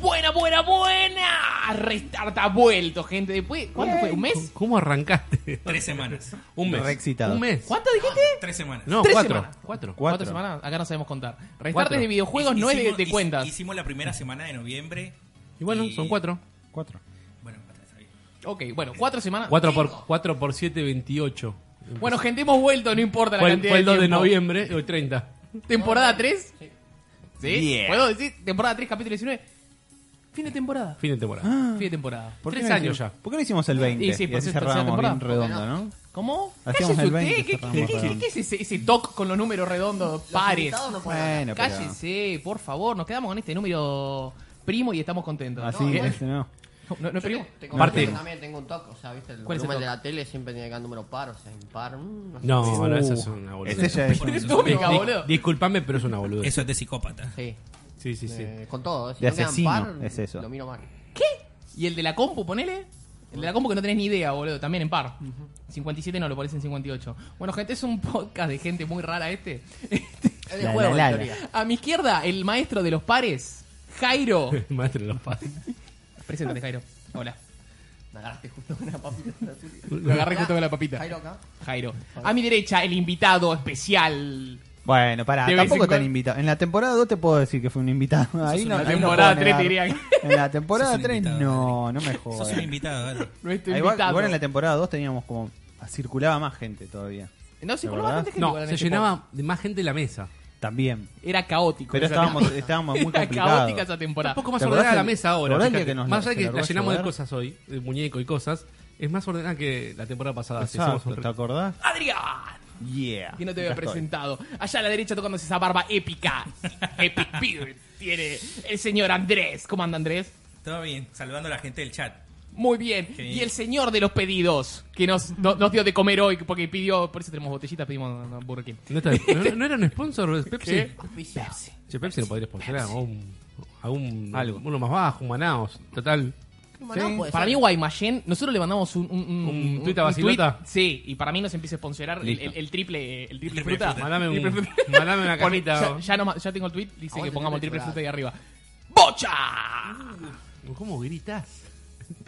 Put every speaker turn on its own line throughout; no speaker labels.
Buena, buena, buena. Restart ha vuelto, gente. Después, ¿cuánto fue? ¿Un mes?
¿Cómo arrancaste?
Tres semanas.
Un mes.
Re excitado.
¿Un mes?
¿Cuánto dijiste?
Tres semanas.
No,
Tres
cuatro.
semanas.
Cuatro.
Ah, ¿Cuatro?
Cuatro.
semanas? Acá no sabemos contar. Restart
Cuatro.
de videojuegos no es de, de
hic-
cuentas.
Hicimos la primera semana de noviembre.
Y bueno,
y-
son cuatro.
Cuatro.
Bueno, está- está bien.
ok, bueno, cuatro semanas.
Cuatro por, cuatro por siete, veintiocho.
Bueno, gente, hemos vuelto, no importa la
Fue, el-
cantidad
fue el 2 de
tiempo.
noviembre, hoy 30.
¿Temporada 3? Sí.
Yeah.
¿Puedo decir? Temporada 3, capítulo 19. Fin de temporada.
Fin de temporada.
Fin de temporada.
¿Por qué
Tres
no
años
hicimos-
ya.
¿Por qué no hicimos el 20?
Y sí,
y
porque
así
es tercera
cerrábamos bien
temporada.
redondo, ¿no?
¿cómo?
Hacíamos
Cállese
el
usted.
20,
¿Qué,
cerramos
qué-
redondo.
qué es ese, ese toc con los números redondos pares?
invitados no pueden
Bueno, pero...
Cállese, por favor. Nos quedamos con este número primo y estamos contentos.
Así,
no,
este no.
no, no, no es primo.
Te
Parte-
Parte. también tengo un toque, o sea, viste, el
¿Cuál es el
volumen de
toque?
la tele siempre tiene que dar número par, o sea, impar. mm, sé.
No, no, esa es una
Este
boludez.
ya es...
Por eso-
Atómica,
Di-
boludo.
Disculpame, pero es una boludez.
Eso es de psicópata.
Sí.
Sí, sí, sí.
Eh, con todo, eh. si
De
no quedan
asesino,
par,
es eso.
Lo miro mal.
¿Y el de la compu, ponele? El de la compu que no tenés ni idea, boludo. También en par. 57 no, lo pones en 58. Bueno, gente, es un podcast de gente muy rara este.
Es de
La,
juego,
la,
en
la, la.
teoría.
A mi izquierda, el maestro de los pares, Jairo.
El maestro de los padres.
Preséntate, Jairo. Hola.
Me agarraste justo con una papita azul.
Lo agarré junto con la papita.
Jairo acá.
Jairo. A mi derecha, el invitado especial.
Bueno, pará,
De vez
tampoco
en
tan
cuando-
invitado. En la temporada 2 te puedo decir que fue un invitado. Ahí no,
una
ahí no
temporada
puedo
tres te
negar.
diría
En la temporada
Sos un
3
invitado,
no, no me
Sos un
jodas.
invitado, dale.
Nuestro
Ah, Igual,
invitado.
igual en la temporada 2 teníamos como. Circulaba más gente todavía.
No, se
¿La
coló
verdad?
bastante gente
No,
igual en
se
este
llenaba de más gente la mesa.
También.
podcast. Era caótico.
Pero
esa
estábamos,
temporada.
estábamos muy
Era
complicados.
caótica esa temporada.
Un poco más
¿Te
ordenada
acordás
la
el-
mesa
¿te
ahora.
acordás el
fíjate.
que nos-
más allá
se
que
largó
la
a
llenamos de
llover?
cosas hoy, de muñeco y cosas, es más ordenada que la temporada pasada. si Ah, somos
Exacto, ¿Te
honestos.
acordás?
Adrián.
Yeah.
Que no te había
Acá estoy.
presentado. Allá a la derecha tocándose esa barba épica. Epic Beard. Tiene el señor Andrés. ¿Cómo anda Andrés?
Todo bien, saludando a la gente del chat.
Muy bien.
Qué bien.
Y el señor de los pedidos, que nos, no- nos dio de comer hoy, porque pidió, por eso tenemos botellitas, pedimos no, Burger King.
¿No, está- no- no era un sponsor de Pepsi?
¿Qué?
Pepsi.
Che, Pepsi lo podría sponsorar. o un- A un,
Algo.
uno más bajo, un Manaos. Total.
Bueno, puede
Para
ser.
mí, Guaymallén, nosotros le mandamos un, un, un,
¿Un tuit a Basilota?
tuit. sí, y para mí nos empieza a sponsorar el,
Listo.
el- el triple, el triple
Triple
fruta.
fruta.
Mandame,
Triple
un,
fruta.
mandame una
Pon- ya,
cajita.
ya no ma- ya tengo el tweet, dice que
Aguante,
pongamos el
triple
triple
fruta.
fruta ahí arriba. ¡Bocha!
o- ¿Cómo gritas?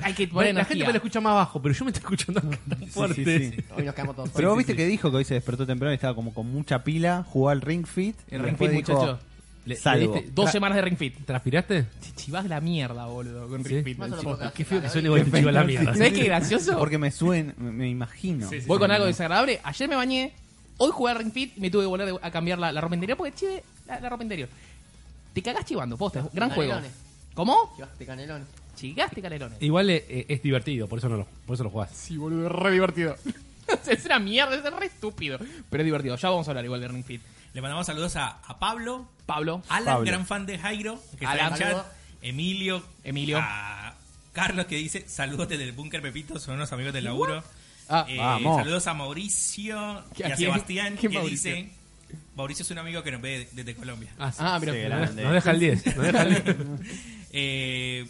Hay que poner
la gente
energía.
me la escucha más bajo, pero yo me estoy escuchando acá tan fuerte.
sí, sí.
Hoy nos quedamos todos
Pero vos
solos.
viste que dijo que hoy se despertó temprano y estaba como con mucha pila, jugó al Ring Fit. y
El Ring
después
Fit,
dijo,
muchacho.
Le- le
Salvo.
diste-
Dos
tra-
semanas de Ring Fit.
¿Transpiraste?
Te chivas la mierda, boludo, con Ring
Sí.
Fit.
Más o
encima.
menos porque
Qué feo que
hace
suene
calor
voy a la mierda.
¿Sabés qué gracioso?
Porque me suena, me, me imagino.
Voy con algo desagradable. Ayer me bañé, hoy jugué a Ring Fit y me tuve que volver a cambiar la, la ropa interior porque chive la, la ropa interior. Te cagás chivando, posta, gran juego.
Canelones.
¿Cómo?
y- Llevaste canelón.
Chigaste canelones.
Igual eh, eh, es divertido, por eso, no lo, por eso lo jugás.
Sí, boludo, es re divertido. es una mierda, es re estúpido. Pero es divertido. Ya vamos a hablar igual de Ring Fit.
Le mandamos saludos a, a Pablo,
Pablo,
Alan,
Pablo.
gran fan de Jairo, que está
Alan.
en el
Saludo.
chat, Emilio,
Emilio.
a Carlos que dice saludos desde el búnker Pepito, son unos amigos del laburo.
Ah,
Eh,
vamos.
saludos a Mauricio y
¿A
a
quién?
Sebastián
¿Quién
que
Mauricio?
dice Mauricio es un amigo que nos ve desde Colombia.
Ah,
Ah, pero-
Sí,
Nos
grande.
nos deja el 10. Nos deja el 10.
Eh,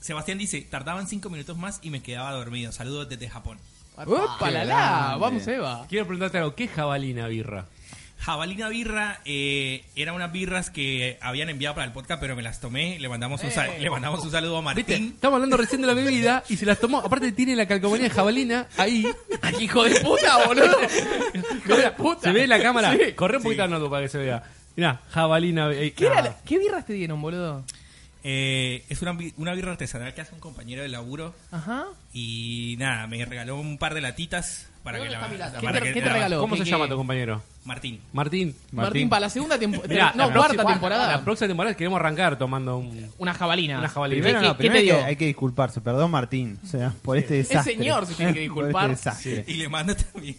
Sebastián dice, tardaban cinco minutos más y me quedaba dormido. Saludos desde Japón.
¡Upa, la la!
grande.
Vamos, Eva.
Quiero preguntarte algo. ¿Qué es jabalina birra?
Jabalina Birra eh, eran unas birras que habían enviado para el podcast, pero me las tomé. Le mandamos un, sal- le mandamos un saludo a
¿Viste?
Martín.
Estamos hablando recién de la bebida y se las tomó. Aparte tiene la calcomanía de jabalina ahí.
Ay, hijo de puta, boludo. hijo de puta.
¿Se ve en la cámara?
Sí.
Corre un poquito al noto para que se vea. Mirá, jabalina... eh,
¿Qué, era
ah.
la- ¿Qué birras te dieron, boludo?
Eh, es una, bi- una birra artesanal que hace un compañero de laburo.
Ajá.
Y nada, me regaló un par de latitas para que
¿Dónde
la.
está mi lata?
para
¿Qué te-
que
qué te
la-
regaló?
¿Cómo se
que-
llama
que-
tu compañero?
Martín.
Martín.
Martín, para la segunda temporada.
Mirá,
no,
la
cuarta
próxima-
temporada.
La próxima temporada queremos arrancar tomando un...
una jabalina.
Una jabalina.
Primero,
¿Qué,
no,
qué-
primero
qué
hay,
te
que,
dio?
hay que disculparse, perdón Martín, o sea, por este desastre.
señor se tiene que
Por este
disculpar.
desastre.
Y le mando también.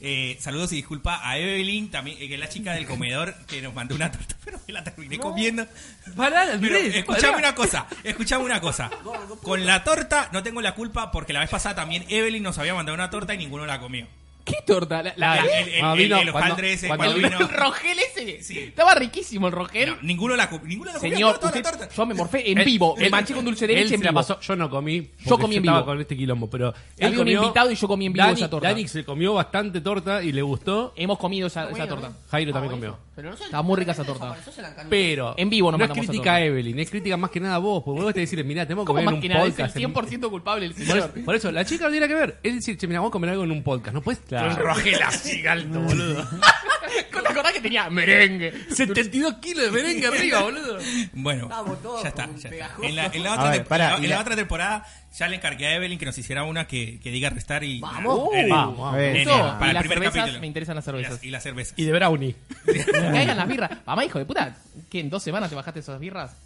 eh, saludos y disculpa a Evelyn, también, eh, que es la chica del comedor, que nos mandó una torta, pero me la terminé comiendo.
Pará,
Pero
Andrés,
escuchame
pará.
una cosa, escuchame una cosa. Con la torta no tengo la culpa porque la vez pasada también Evelyn nos había mandado una torta y ninguno la comió.
¿Qué torta? La, la-
La-
¿eh?
el, el-
Ah,
el-
vino,
el hojaldre
cuando-
ese,
cuando
el
el,
vino.
rogel ese.
Sí.
Estaba riquísimo el rogel.
No, ninguno la, cu- ninguno la comió,
Señor,
toda la
usted-
torta.
yo me morfé en
Él-
vivo. Me
él-
manché con dulce de
él
leche
se
en
la
vivo.
pasó. Yo no comí. porque
Yo comí en
estaba
vivo.
con este quilombo, pero él
Había un
comió-
invitado y yo comí en vivo
Dani-
esa torta.
Dani se comió bastante torta y le gustó.
Hemos comido esa, esa
Bueno,
torta.
bueno.
Jairo también
Ah, bueno.
comió.
Pero no sé,
Estaba muy rica esa
eso
torta.
apareció, se la encarnó.
Pero
En vivo nos
no es
mandamos a
crítica
torta.
a Evelyn, es crítica más que nada a vos, porque vos te decís, mirá, tenemos que
¿Cómo
comer en
más
un
que nada es el
podcast. en-
100% culpable el
Por eso,
señor?
por eso, la chica no tiene nada que ver. Es decir, che, mira, vamos a comer algo en un podcast. No puedes.
Con Rogel así alto, boludo.
¿Te acordás que tenía merengue?
72 kilos de merengue arriba, boludo.
Bueno,
Vamos todos
ya está.
con un
ya está.
pegajoso.
En la, en la
A
otra,
ver,
temp-
pará,
en la-
y
en la
la-
otra temporada ya le encargué a Evelyn que nos hiciera una que, que diga restar y.
Vamos.
En-
Vamos,
A ver,
en-
Eso,
para
y
el
las
primer
cervezas,
capítulo.
me interesan las
Y
cervezas.
Y la cerveza.
Y de brownie.
Que caigan las birras. Mamá, hijo de puta, ¿qué, en dos semanas te bajaste esas birras?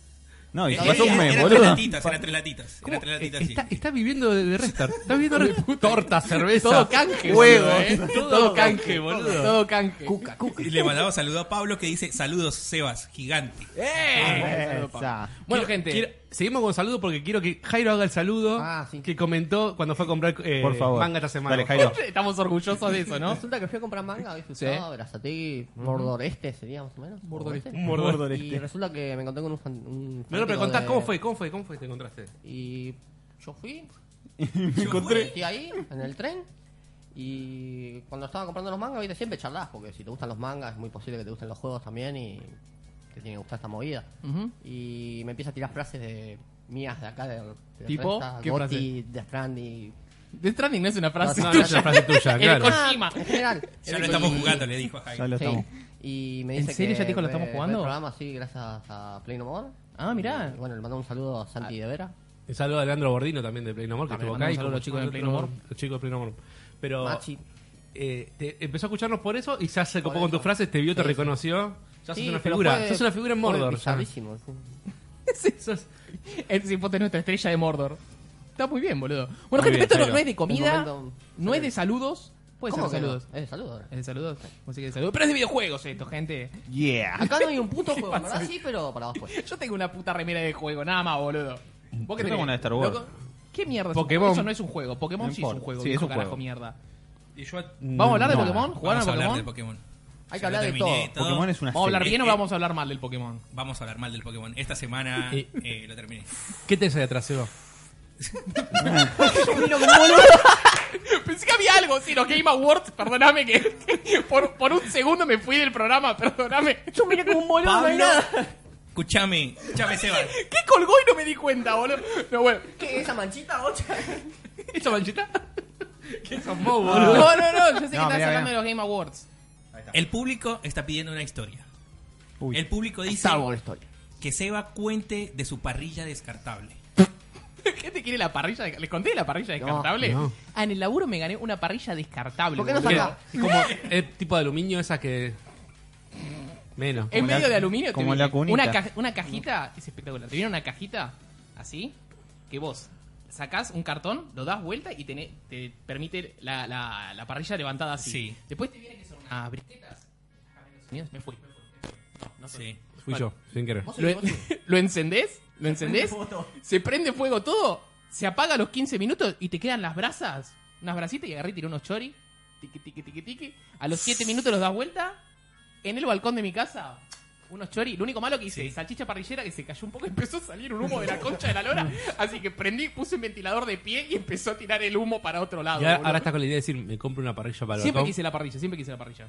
No, y
Era-
se pasó un
era-
mes,
Eh, eran tres
boludo.
latitas, eran tres latitas. Eran tres latitas, sí.
Eh, Está, está viviendo de, de restar. Está viviendo de torta, cerveza.
Todo canje,
Huevos.
boludo, ¿eh? Todo, canje, boludo. Todo canje.
Cuca, cuca.
Y le mandamos saludo a Pablo que dice: Saludos, Sebas, gigante.
Eh,
Esa.
Bueno, gente,
Quiero- seguimos con saludos porque quiero que Jairo haga el saludo
Ah, sí.
que comentó cuando fue a comprar eh,
Por favor.
manga esta semana.
Dale, Jairo.
estamos orgullosos de eso, ¿no?
Resulta que fui a comprar manga, hoy fui
Sí.
usado, Berazategui, Mordoreste sería este, más o menos.
Mordoreste.
Mordoreste.
Mordor
Y
este.
resulta que me encontré con un, fan, un
No, no, pero
fanático
contá
de-
cómo fue, cómo fue, cómo fue que te encontraste.
Y yo fui,
Me encontré.
Estoy ahí, en el tren. Y cuando estaba comprando los mangas, viste, siempre charlas, porque si te gustan los mangas, es muy posible que te gusten los juegos también y te tiene que gustar esta movida.
Ujú.
Y me empieza a tirar frases de mías de acá, de, de
¿Tipo?
Resta,
¿Qué
Gotti, de Strandy.
The Stranding no es una frase.
No, no es una frase tuya,
El
claro.
con- Kojima.
en general.
Ya lo estamos jugando, le dijo a Jaime.
Ya lo
Sí.
estamos.
Y me
¿En
dice
serio
que
ya te dijo lo estamos
ve- ve
jugando?
El programa, sí, gracias a Play No More.
Ah, mirá. Ah.
Y, bueno, le mando un saludo a Santi de Vera.
Un saludo a Leandro Bordino también de Play No More, que
También
estuvo
le
acá.
mandamos un saludo a los chicos de Play No More.
Los chicos de Play No More.
Oh.
Pero
Machi.
eh, te- empezó a escucharnos por eso y se hace
Por
copó con
eso.
tus frases, te vio, te
Sí, sí.
reconoció. Ya sos
Sí,
una
pero
figura.
fue-
Sos una figura en
fue
Mordor. ya.
bizarrísimo, sí.
Sos-
El cipote es nuestra estrella de Mordor. Está muy bien, boludo. Bueno,
Muy
gente,
bien,
esto no,
Jairo.
no es de comida,
El momento-
no es de saludos. Puede ser
¿Cómo
de
que no?
saludos.
Es eh. de saludos. ahora.
¿Es de saludos? Música de saludos. Pero es de videojuegos esto, gente.
Yeah.
Acá no hay un puto juego, ¿verdad? Sí, pero para después.
Yo tengo una puta remera de juego, nada más, boludo. ¿Vos
Yo tengo
tenés?
una de Star Wars.
Loco, ¿Qué mierda? es un
Pokémon.
juego? Eso no es un juego. Pokémon
No
sí es un
importa.
juego.
Sí, es
viejo
un
carajo
juego.
mierda.
Y yo-
¿Vamos a hablar de
No.
Pokémon? ¿Jugaron
Vamos
a
a hablar del
Pokémon?
Pokémon.
Hay que
Ya
hablar
lo
de
terminé
todo.
Pokémon es una
¿Vamos a hablar
serie.
bien o
Eh, eh.
vamos a hablar mal del Pokémon?
Vamos a hablar mal del Pokémon. Esta semana
Y-
eh, lo terminé.
¿Qué tenés ahí atrás, Seba?
Pensé que había algo, sí, los Game Awards, perdóname que que por, por un segundo me fui del programa, perdóname. Yo miré como un boludo,
Pablo, escuchame, escuchame, Seba.
¿Qué colgó y no me di cuenta, boludo? No, bueno.
¿Qué? ¿Esa manchita ocha?
¿Esa manchita?
¿Qué sos vos,
No, no, no, yo sé que
No,
estás hablando
mirá, mirá.
de los Game Awards.
El público está pidiendo una historia.
Uy.
El público dice
Star Wars Story.
que Seba cuente de su parrilla descartable.
¿Qué te quiere la parrilla? de- ¿Les conté de la parrilla descartable?
no.
Ah, en el laburo me gané una parrilla descartable.
¿Por qué no
boludo.
saca?
Es como el tipo de aluminio esa que. Menos.
En
Como
medio
la-
de aluminio. te
como
viene
la cunita.
Una, ca- una cajita, es espectacular. Te viene una cajita así, que vos sacás un cartón, lo das vuelta y tené- te permite la, la- la parrilla levantada así.
Sí.
Después te vienen que son unas briquetas. Ah, Me fui. No sé.
Sí.
Fui
Eh,
yo, sin querer.
Lo, en- lo encendés, lo encendés, se prende fuego todo, se apaga a los 15 minutos y te quedan las brasas, unas brasitas y agarré y tiré unos chori, tiqui, tiqui, tiqui, tiqui. A los 7 minutos los das vuelta, en el balcón de mi casa, unos chori. Lo único malo que hice, salchicha parrillera que se cayó un poco y empezó a salir un humo de la concha de la lora. Así que prendí, puse un ventilador de pie y empezó a tirar el humo para otro lado.
Y ahora,
boludo.
ahora estás con la idea de decir, me compro una parrilla para el
Siempre
balcón.
quise la parrilla, siempre quise la parrilla.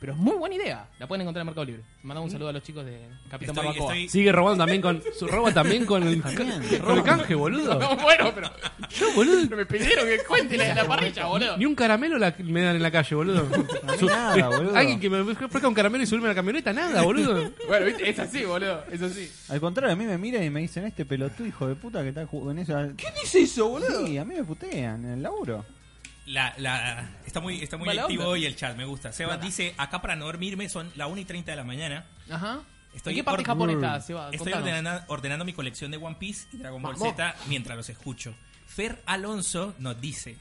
Pero es muy buena idea. La pueden encontrar en Mercado Libre.
¿Mm?
Mandamos un saludo a los chicos de Capitán
Estoy,
Barbacoa.
estoy-
Sigue robando también con. Su, roba también con el, con el canje, boludo.
No, bueno, pero.
Yo, boludo.
Pero me pidieron que cuente la, la parrilla, boludo.
Ni un caramelo la- me dan en la calle, boludo.
A mí nada, boludo.
Alguien que me ofrezca un caramelo y subirme a la camioneta, nada, boludo.
Bueno, ¿viste? es así, boludo. Es así.
Al contrario, a mí me miran y me dicen, este pelotudo hijo de puta que está jugando en esa... ¿Qué dice eso, boludo? Sí, a mí me putean en el laburo.
la- la- está muy, está muy
Mala
activo
onda.
hoy el chat, me gusta. Seba dice, acá para no dormirme son la 1 y 30 de la mañana.
Ajá.
Estoy
¿En qué parte de
por-
Japón estás, Seba?
Estoy
Contanos.
ordenando, ordenando mi colección de One Piece y Dragon Ball
Vamos.
Z mientras los escucho. Fer Alonso nos dice,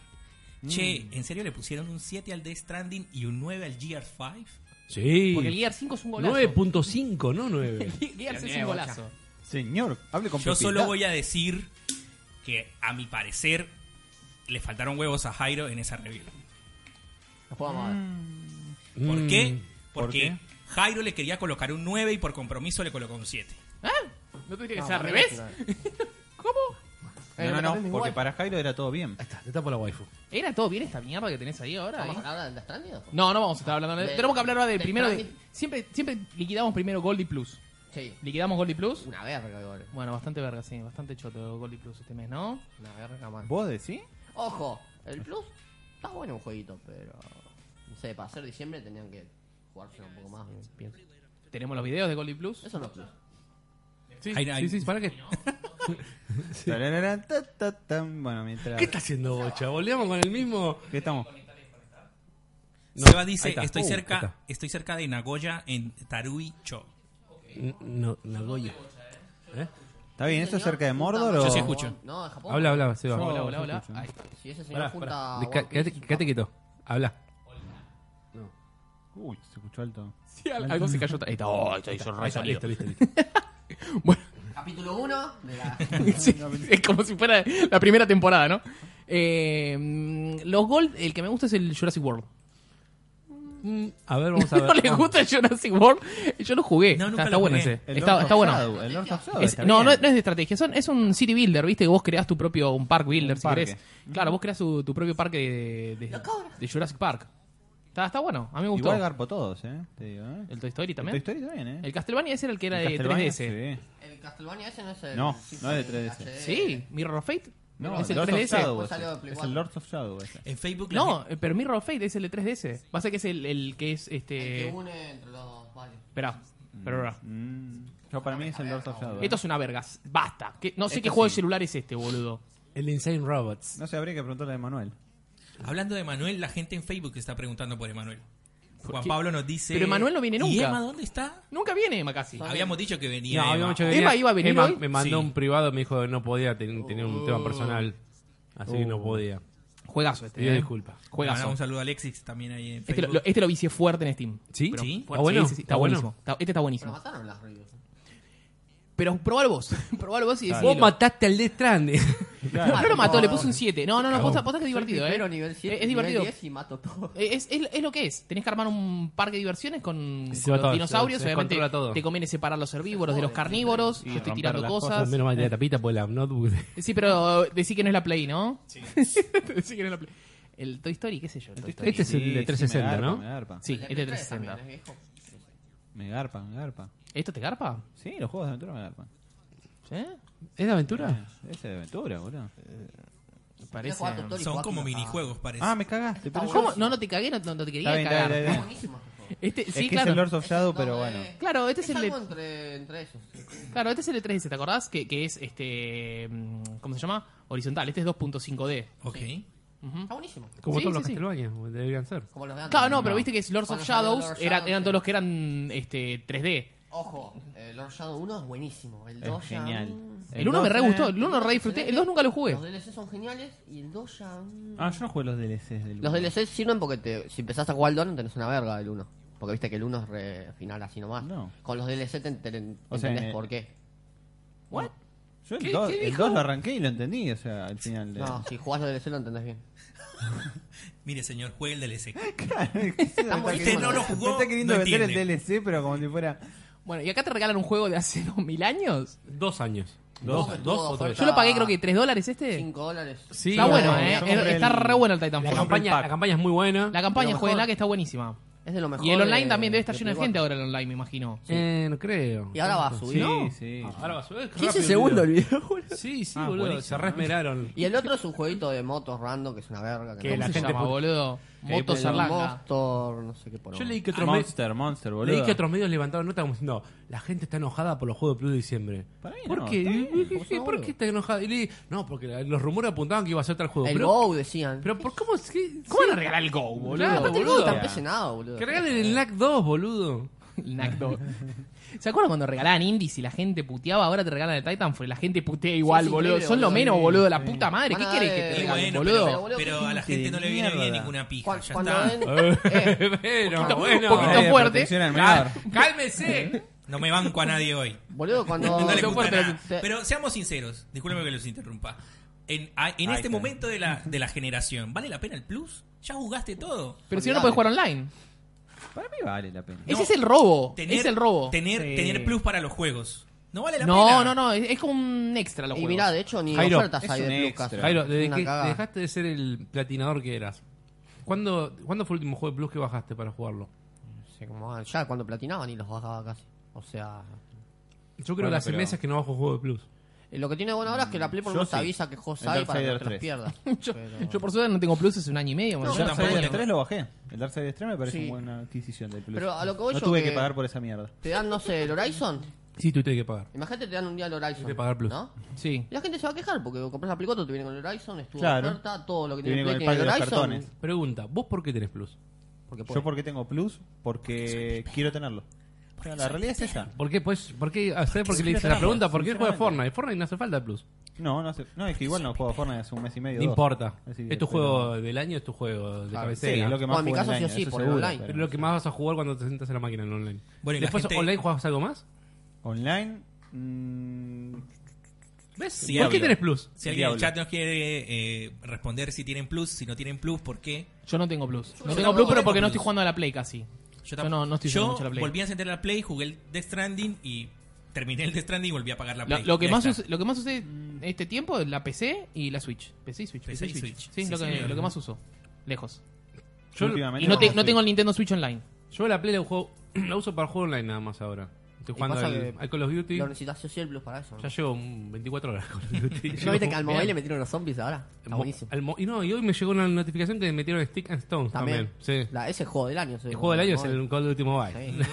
Mm.
che, ¿en serio le pusieron un 7 al Death Stranding y un 9 al GR5?
Sí.
Porque el Gear 5 es un golazo.
9.5, no 9.
El Gear 6 es un
Nueve,
golazo.
Señor, hable con
Yo solo
propiedad.
voy a decir que a mi parecer le faltaron huevos a Jairo en esa review.
Fue amada.
¿Por
Mm.
qué?
¿por
Porque
qué?
Jairo le quería colocar un 9 y por compromiso le colocó un 7.
¿Ah? ¿No tendría que
No,
ser al
para mí
revés?
no
¿Cómo?
Eh,
No, no, no,
igual.
porque para Jairo era todo bien.
Ahí está, te tapo la waifu.
¿Era todo bien esta mierda que tenés ahí ahora?
¿Vamos a
eh?
hablar del extraño?
No, no vamos a estar hablando de...
De-
Tenemos que hablar ahora del
de
primero de...
Stranding.
Siempre, siempre liquidamos primero Goldie Plus.
Sí.
¿Liquidamos Goldie Plus?
Una verga, igual.
Bueno, bastante verga, sí. Bastante choto Goldie Plus este mes, ¿no?
Una verga más.
¿Vos decís?
Ojo, el Plus está bueno un jueguito, pero. No sé, para hacer diciembre tenían que jugárselo un poco más. pienso.
Tenemos los videos de Goldie Plus.
Eso no es Plus.
Sí,
Ay, ay.
Sí, sí, para que.
Tararara, ta, ta, tan. Bueno, mientras.
¿Qué está haciendo Bocha? Volvemos con el mismo.
¿Qué estamos?
No,
Seba
ahí
dice,
está.
estoy
Uh, ahí
cerca,
está.
estoy cerca de Nagoya en Taruicho.
N- No, Nagoya. ¿Eh?
¿Está bien? ¿Eso es cerca de Mordor
Yo
o.?
sí escucho.
No, en Japón.
Habla, habla, Seba.
Yo-
Hola, hola, hola.
escucho.
Ahí.
Si ese señor
Pará,
junta.
pará.
One
Deca-
Piece
Quédate
y
quédate
Japón.
quieto. Habla.
Uy, se escuchó alto.
Sí, al- algo se cayó. Ahí está. Oh, ahí está,
Ahí está, listo, listo, listo.
Bueno,
Capítulo 1 de la.
sí, es como si fuera la primera temporada, ¿no? Eh, mm, los Gold, el que me gusta es el Jurassic World.
Mm, A ver, vamos a ver.
no les
Vamos.
gusta el Jurassic World. Yo lo jugué.
No,
está,
nunca lo
está bueno
jugué.
ese.
El
Está,
Lord
está
of
bueno.
Shadow, el Lord of Shadow
Es-
está
no, no,
bien.
no es de estrategia, son, es un city builder, ¿viste? Que vos creas tu propio un park builder,
Un
si
parque.
querés. Claro, vos creas tu, tu propio parque de, de- de Jurassic Park. Está, está bueno, a mí me gustó.
Igual garpo todos, ¿eh? Te digo, ¿eh?
El Toy Story
El
también.
Toy
El,
Story también, ¿eh?
Castlevania ese era el que era
El
de
Castlevania,
3DS.
sí.
El Castlevania ese no es el.
No,
sí,
no es
el
de 3DS.
Sí,
HD.
Mirror of Fate.
No,
es el
Lords
3DS.
of Shadow.
Después salió de
ese.
Play
Es el
One.
Lord of Shadow. ese.
En Facebook la
No, eh, pero Mirror of Fate es el de 3DS. Pasa que es el, el que es
El
este.
que une entre los. Vale.
Esperá, esperá.
Mm. Yo para mí es el Lord of Shadow. ¿eh?
Esto es una verga. Basta. Que- no sé
Esto
qué juego de
sí.
celular es este, boludo.
El Insane Robots.
No sé, habría que preguntarle a Manuel.
Hablando de Manuel, la gente en Facebook está preguntando por Emanuel. Juan
qué?
Pablo nos dice.
Pero Emanuel no viene
¿Y
nunca.
Emma dónde está?
Nunca viene, Macasi.
Habíamos dicho que venía.
No,
Emma.
habíamos hecho que
Emma
venía-
iba a venir
Emma
hoy. Oh.
me mandó
Sí.
un privado me dijo que no podía, ten- tenía un tema personal. Así que no podía.
Juegazo este.
Pidió
eh.
disculpas.
Juegazo.
Bueno, un saludo a Alexis también ahí en
Este
Facebook.
lo, lo- este lo vicié fuerte en Steam.
¿Sí?
Pero
¿Sí?
fuerte,
¿Está bueno?
sí, sí, está buenísimo. Está- este está
Pero
buenísimo.
mataron las reviews.
Pero probalo vos. probalo vos y
Vos
decidilo.
mataste al de Stranding.
No, no lo mató,
No,
le
no.
puso un 7. No, no, no, posta, posta que es divertido,
Pero
eh.
nivel 7.
Es- es divertido.
Nivel 10 y mato todo.
Es, es- es lo que es. Tenés que armar un parque de diversiones con,
Se
con
va
los
todo,
dinosaurios.
se- se
Obviamente
descontrola todo.
te conviene separar los herbívoros de los carnívoros. Yo estoy
romper
tirando
las
cosas.
Menos mal de la tapita por la notebook. de-
Sí, pero eh, decí que no es la Play, ¿no? Sí. decí que no es la Play. El Toy Story, qué sé yo. el Toy Story.
Este es el de 360,
me garpa,
¿no?
Me garpa.
Sí, este de 360.
También, es viejo.
Me garpa, me garpa.
¿Esto te garpa?
Sí, los juegos de aventura me garpan.
¿Eh?
¿Es de aventura?
Ese de aventura, boludo.
Quería
Parece.
jugar Toy Story
Son
cuatro,
como
está-
minijuegos, parece.
Ah, me cagaste. Pero
¿Cómo? No, no te cagué, no, no te quería
Está bien,
cagar.
está bien,
Está
está
buenísimo este juego.
Este,
Es
sí,
que
claro.
es el Lord of Shadow,
No,
pero
eh,
bueno.
Claro, este es el de-
algo entre, entre esos.
Claro, este es el de 3DS, ¿te acordás? Que, que es este. mm, ¿Cómo se llama? Horizontal. Este es 2.5D.
ok.
Está buenísimo.
Como
Sí,
todos los
sí, sí.
Castlevania, deberían ser.
Como los de antes.
Claro, no, pero viste que es Lords of
Cuando salió
Shadows,
Lord
era-
Shadow,
eran
sí.
todos los que eran este, 3D.
Ojo, el Lord Shadow 1 es buenísimo. El
Es
2 ya...
genial.
mm,
El 1 me re
dos,
gustó,
eh.
el 1 re disfruté, el 2 nunca lo jugué.
Los DLC son geniales y el 2 ya... mm.
Ah, yo no jugué los DLCs del
Los
uno.
DLC sirven porque te, si empezás a jugar el 2 no tenés una verga del 1. Porque viste que el 1 es re final así nomás.
No.
Con los DLC te, te- te
O sea, en
entendés
el-
por qué.
¿What?
Yo
¿Qué-
el 2
qué
el
dijo?
2 lo arranqué y lo entendí, o sea, al final. de-
No, si jugás los DLC lo entendés bien.
Mire, señor, juegue el DLC.
buenísimo, Este
Usted
no lo
jugó,
Me está queriendo
no
vender el
entiende.
DLC, pero como si fuera.
Bueno, y acá te regalan un juego de hace 2000 años.
Dos años.
Dos,
Dos,
dos
dos o tres.
Yo lo pagué creo que 3 dólares este.
5 dólares.
Sí,
está bueno,
no,
eh.
yo
Es-
compré
Está
el-
re bueno el
La
Titanfall.
campaña, la campaña es muy buena.
La campaña,
Lo mejor-
jueguenla que está buenísima.
Es de lo mejor.
Y el online
de-
también debe estar
de
lleno de
Play
gente
One.
ahora el online, me imagino.
Eh, no creo.
Y ahora va a subir.
Sí,
¿no?
sí.
Ah, Ahora va a subir.
15
rápido,
segundos el
boludo.
video, boludo.
Sí, sí,
Ah,
boludo.
buenísimo,
Se resmeraron.
Y el otro es un jueguito de motos random que es una verga.
Que
no
la
¿Cómo
sé
se
gente
llama,
put-
boludo? Motos
Pero
Erlanga.
Monster, no sé qué por
Yo leí que otros, me-
Ah, Monster, Monster, boludo.
leí que otros medios levantaron nota como diciendo: La gente está enojada por los juegos de Plus de diciembre.
Para mí
¿Por
no,
qué?
está bien,
¿Por qué- ¿Por qué está enojada? Y le dije, No, porque los rumores apuntaban que iba a ser tal juego.
El
pero,
Go decían.
pero ¿por cómo? es que-
¿Cómo van a regalar el Go,
Ah,
boludo?
aparte el
boludo,
boludo.
está empecinado, boludo.
Que regalen el NAC 2, boludo.
El Knack 2. ¿Se acuerdan cuando regalaban indies y la gente puteaba? Ahora te regalan el Titanfall y la gente putea igual,
es
boludo.
increíble,
Son lo
boludo.
menos, boludo. La puta madre. ¿Qué
Van a
querés
dar,
que te
eh,
Y
regalen,
bueno,
boludo?
pero, pero a la
Gente
gente no le viene
de
bien
mierda.
ninguna pija.
Cu-
Ya
cuando
está.
den- eh,
Pero bueno.
un poquito
Eh,
fuerte.
protección al menor.
Cal- Cálmese.
No me banco a nadie hoy.
boludo, cuando.
No le
no
gusta
puedo
nada.
tener-
te-
Pero seamos sinceros, discúlpeme que los interrumpa. en, a- en
Ahí
este
está.
momento de la, de la generación, ¿vale la pena el plus? Ya jugaste todo.
Pero si no, no puedes jugar online.
Para mí vale la pena.
Ese es el robo. es el robo.
Tener,
Sí.
tener plus para los juegos. No vale la
No,
pena.
no, no. Es, es como un extra los
Y
juegos.
mirá, de hecho, ni
Jairo,
ofertas
es
hay
un
de Plus
extra.
casi.
Jairo, desde
Una
que
cagada.
dejaste de ser el platinador que eras, ¿cuándo, ¿cuándo fue el último juego de Plus que bajaste para jugarlo?
No sé cómo va. ya cuando platinaban y los bajaba casi. O sea,
Yo creo
Bueno,
que hace
pero-
meses que no bajo juego de Plus.
eh, lo que tiene bueno ahora es que la Play por lo
Yo
menos te
sí.
avisa que juegos
El
hay para que no
Darksiders
te
3.
los pierdas.
yo,
Pero-
yo por suerte no tengo plus hace un año y medio.
El
bueno,
yo
ya.
Dark
tampoco
Side
tengo.
3 lo bajé. El Dark Side 3 me parece
Sí.
una buena adquisición del Plus.
Pero a lo que voy
no
yo
tuve
que-
que... pagar por esa mierda.
Te dan, no sé, el Horizon.
Sí, tú tienes que pagar.
Imagínate te dan un día el Horizon.
Hay que pagar Plus.
¿no?
Sí.
Y la gente se va a quejar porque compras la Play 4, te viene con el Horizon, estuvo
Claro.
oferta, todo lo que
Te
tiene
viene
Play
con el
tiene
pack
el
de los
Horizon.
cartones.
Pregunta, ¿vos por qué tenés Plus?
Porque pues, puede.
Yo porque tengo Plus, porque quiero tenerlo. Pero la realidad es esa.
¿Por qué? Pues, ¿por qué? Ah, ¿Sabés por qué le hice
sinceramente,
la pregunta? ¿Por qué juega
sinceramente.
Fortnite? Fortnite no hace falta el Plus.
No, no, hace- no es que igual no juego a Fortnite hace un mes y medio.
No
dos.
importa.
Así que-
es tu
pero-
juego del año, es tu juego de
Claro,
Sí,
cabecera.
es lo que más
Bueno, en mi
jugué
caso
el
sí o
año,
sí,
eso
por el
seguro,
online.
Pero lo que más vas a jugar cuando te sientas en la máquina en online.
Bueno, y la
Después
gente-
online juegas algo más.
Online. mm,
¿Ves?
Sí,
¿Por
hablo.
qué tenés plus?
Si alguien en el
Diablo.
chat nos quiere eh, responder si tienen plus, si no tienen plus, ¿por qué?
Yo no tengo plus. No tengo
Yo tampoco
plus, pero
tengo
porque no
plus.
estoy jugando a la Play casi. Yo
tam-
no, no estoy
Yo
jugando mucho a la Play.
volví a encender la Play, jugué el Death Stranding y terminé el Death Stranding y volví a pagar la
Lo,
Play.
lo que
Ya
más
está.
uso- lo que más usé en este tiempo es la PC y la Switch. PC y Switch.
PC y Switch.
Sí,
Sí,
lo, que,
señor.
lo que más uso. Lejos.
Yo,
últimamente
Y no, te-
juego
no
a
tengo el Nintendo Switch Online.
yo la Play la, juego, la uso para juego online nada más ahora. Estoy
Y
jugando
pasa
al,
que
al Call of Duty.
Lo necesitas sí o sí el Plus para eso. ¿no?
Ya llevo mm, 24 horas al Call of Duty.
¿No viste que al mobile
Bien.
le metieron los zombies ahora? Está
Mo-
buenísimo.
al mo- y no, y hoy me llegó una notificación que metieron Stick and Stones también.
También.
Sí.
La, ese juego del año.
El juego del año es el Call of Duty Mobile.
Sí.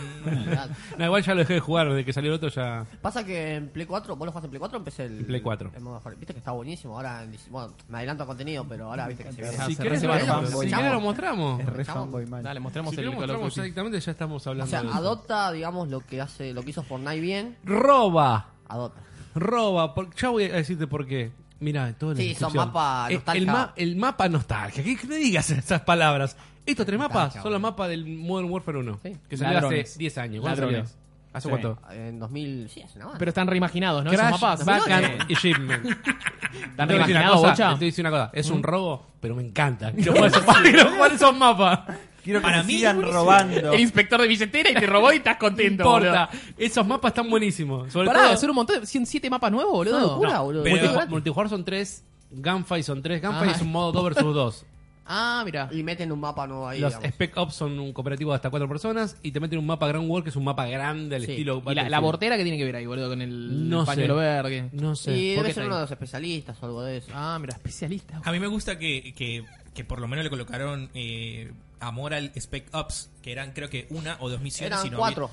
No, igual ya lo dejé de jugar, desde que salió el otro ya.
Pasa que en Play 4, vos lo jugás en Play 4 o empecé el.
En Play 4.
el modo hardcore? viste que está buenísimo. Ahora, en dic- bueno, me adelanto a contenido, pero ahora viste que se viene.
Sí,
Si
se
querés,
reservaron,
lo-
fanboy.
si querés lo mostramos.
Re fanboy mal.
Dale, mostremos
Si querés
el
lo
Call of
mostramos
Duty.
directamente, ya estamos
O
hablando.
sea,
de eso.
adopta, digamos, lo que hace, lo que hizo Fortnite bien.
Roba.
Adopta.
Roba, por- ya voy a decirte por qué. Mira, todo
Sí, son mapa nostalgia.
El, ma- el mapa nostalgia. ¿Qué, qué me digas esas palabras? Estos tres mapas
Nostalgia,
son los mapas del Modern Warfare 1.
Sí.
Que salió
Ladrones.
hace 10 años. ¿Cuándo salió?
Ladrones.
¿Hace
Sí.
cuánto?
En 2000. Sí, hace nada más.
Pero están reimaginados, ¿no?
Crash,
Esos mapas.
Vacant y Shipment.
Están
Te voy a decir una
reimaginados,
cosa,
bocha. ¿Mm?
te voy a decir una cosa. Es un robo, pero me encanta. Quiero jugar esos, quiero jugar esos mapas.
Quiero que
Para
me
mí es
sigan
buenísimo.
robando.
El inspector de billetera y te robó y estás
No
contento,
importa.
boludo.
Esos mapas están buenísimos. Sobre
Pará,
todo,
hacer un montón de 107 mapas nuevos, boludo.
Una locura, boludo.
pero-
multiju- multijugador son tres. Gunfight son tres. Gunfight
Ah.
es un modo 2 versus 2.
Ah, mira.
Y meten un mapa nuevo ahí.
Los
digamos.
Spec Ops son un cooperativo de hasta cuatro personas y te meten un mapa Grand War que es un mapa grande al
Sí.
estilo.
Y la,
Battlefield.
la bortera que tiene que ver ahí, boludo, con el
No sé.
pañuelo verde.
No sé.
y
¿por qué
debe
está
ser uno
ahí?
de los especialistas o algo de eso.
Ah, mira, especialista.
A mí me gusta que, que, que por lo menos le colocaron eh, amor al Spec Ops, que eran creo que una o dos misiones.
Eran
y no
cuatro.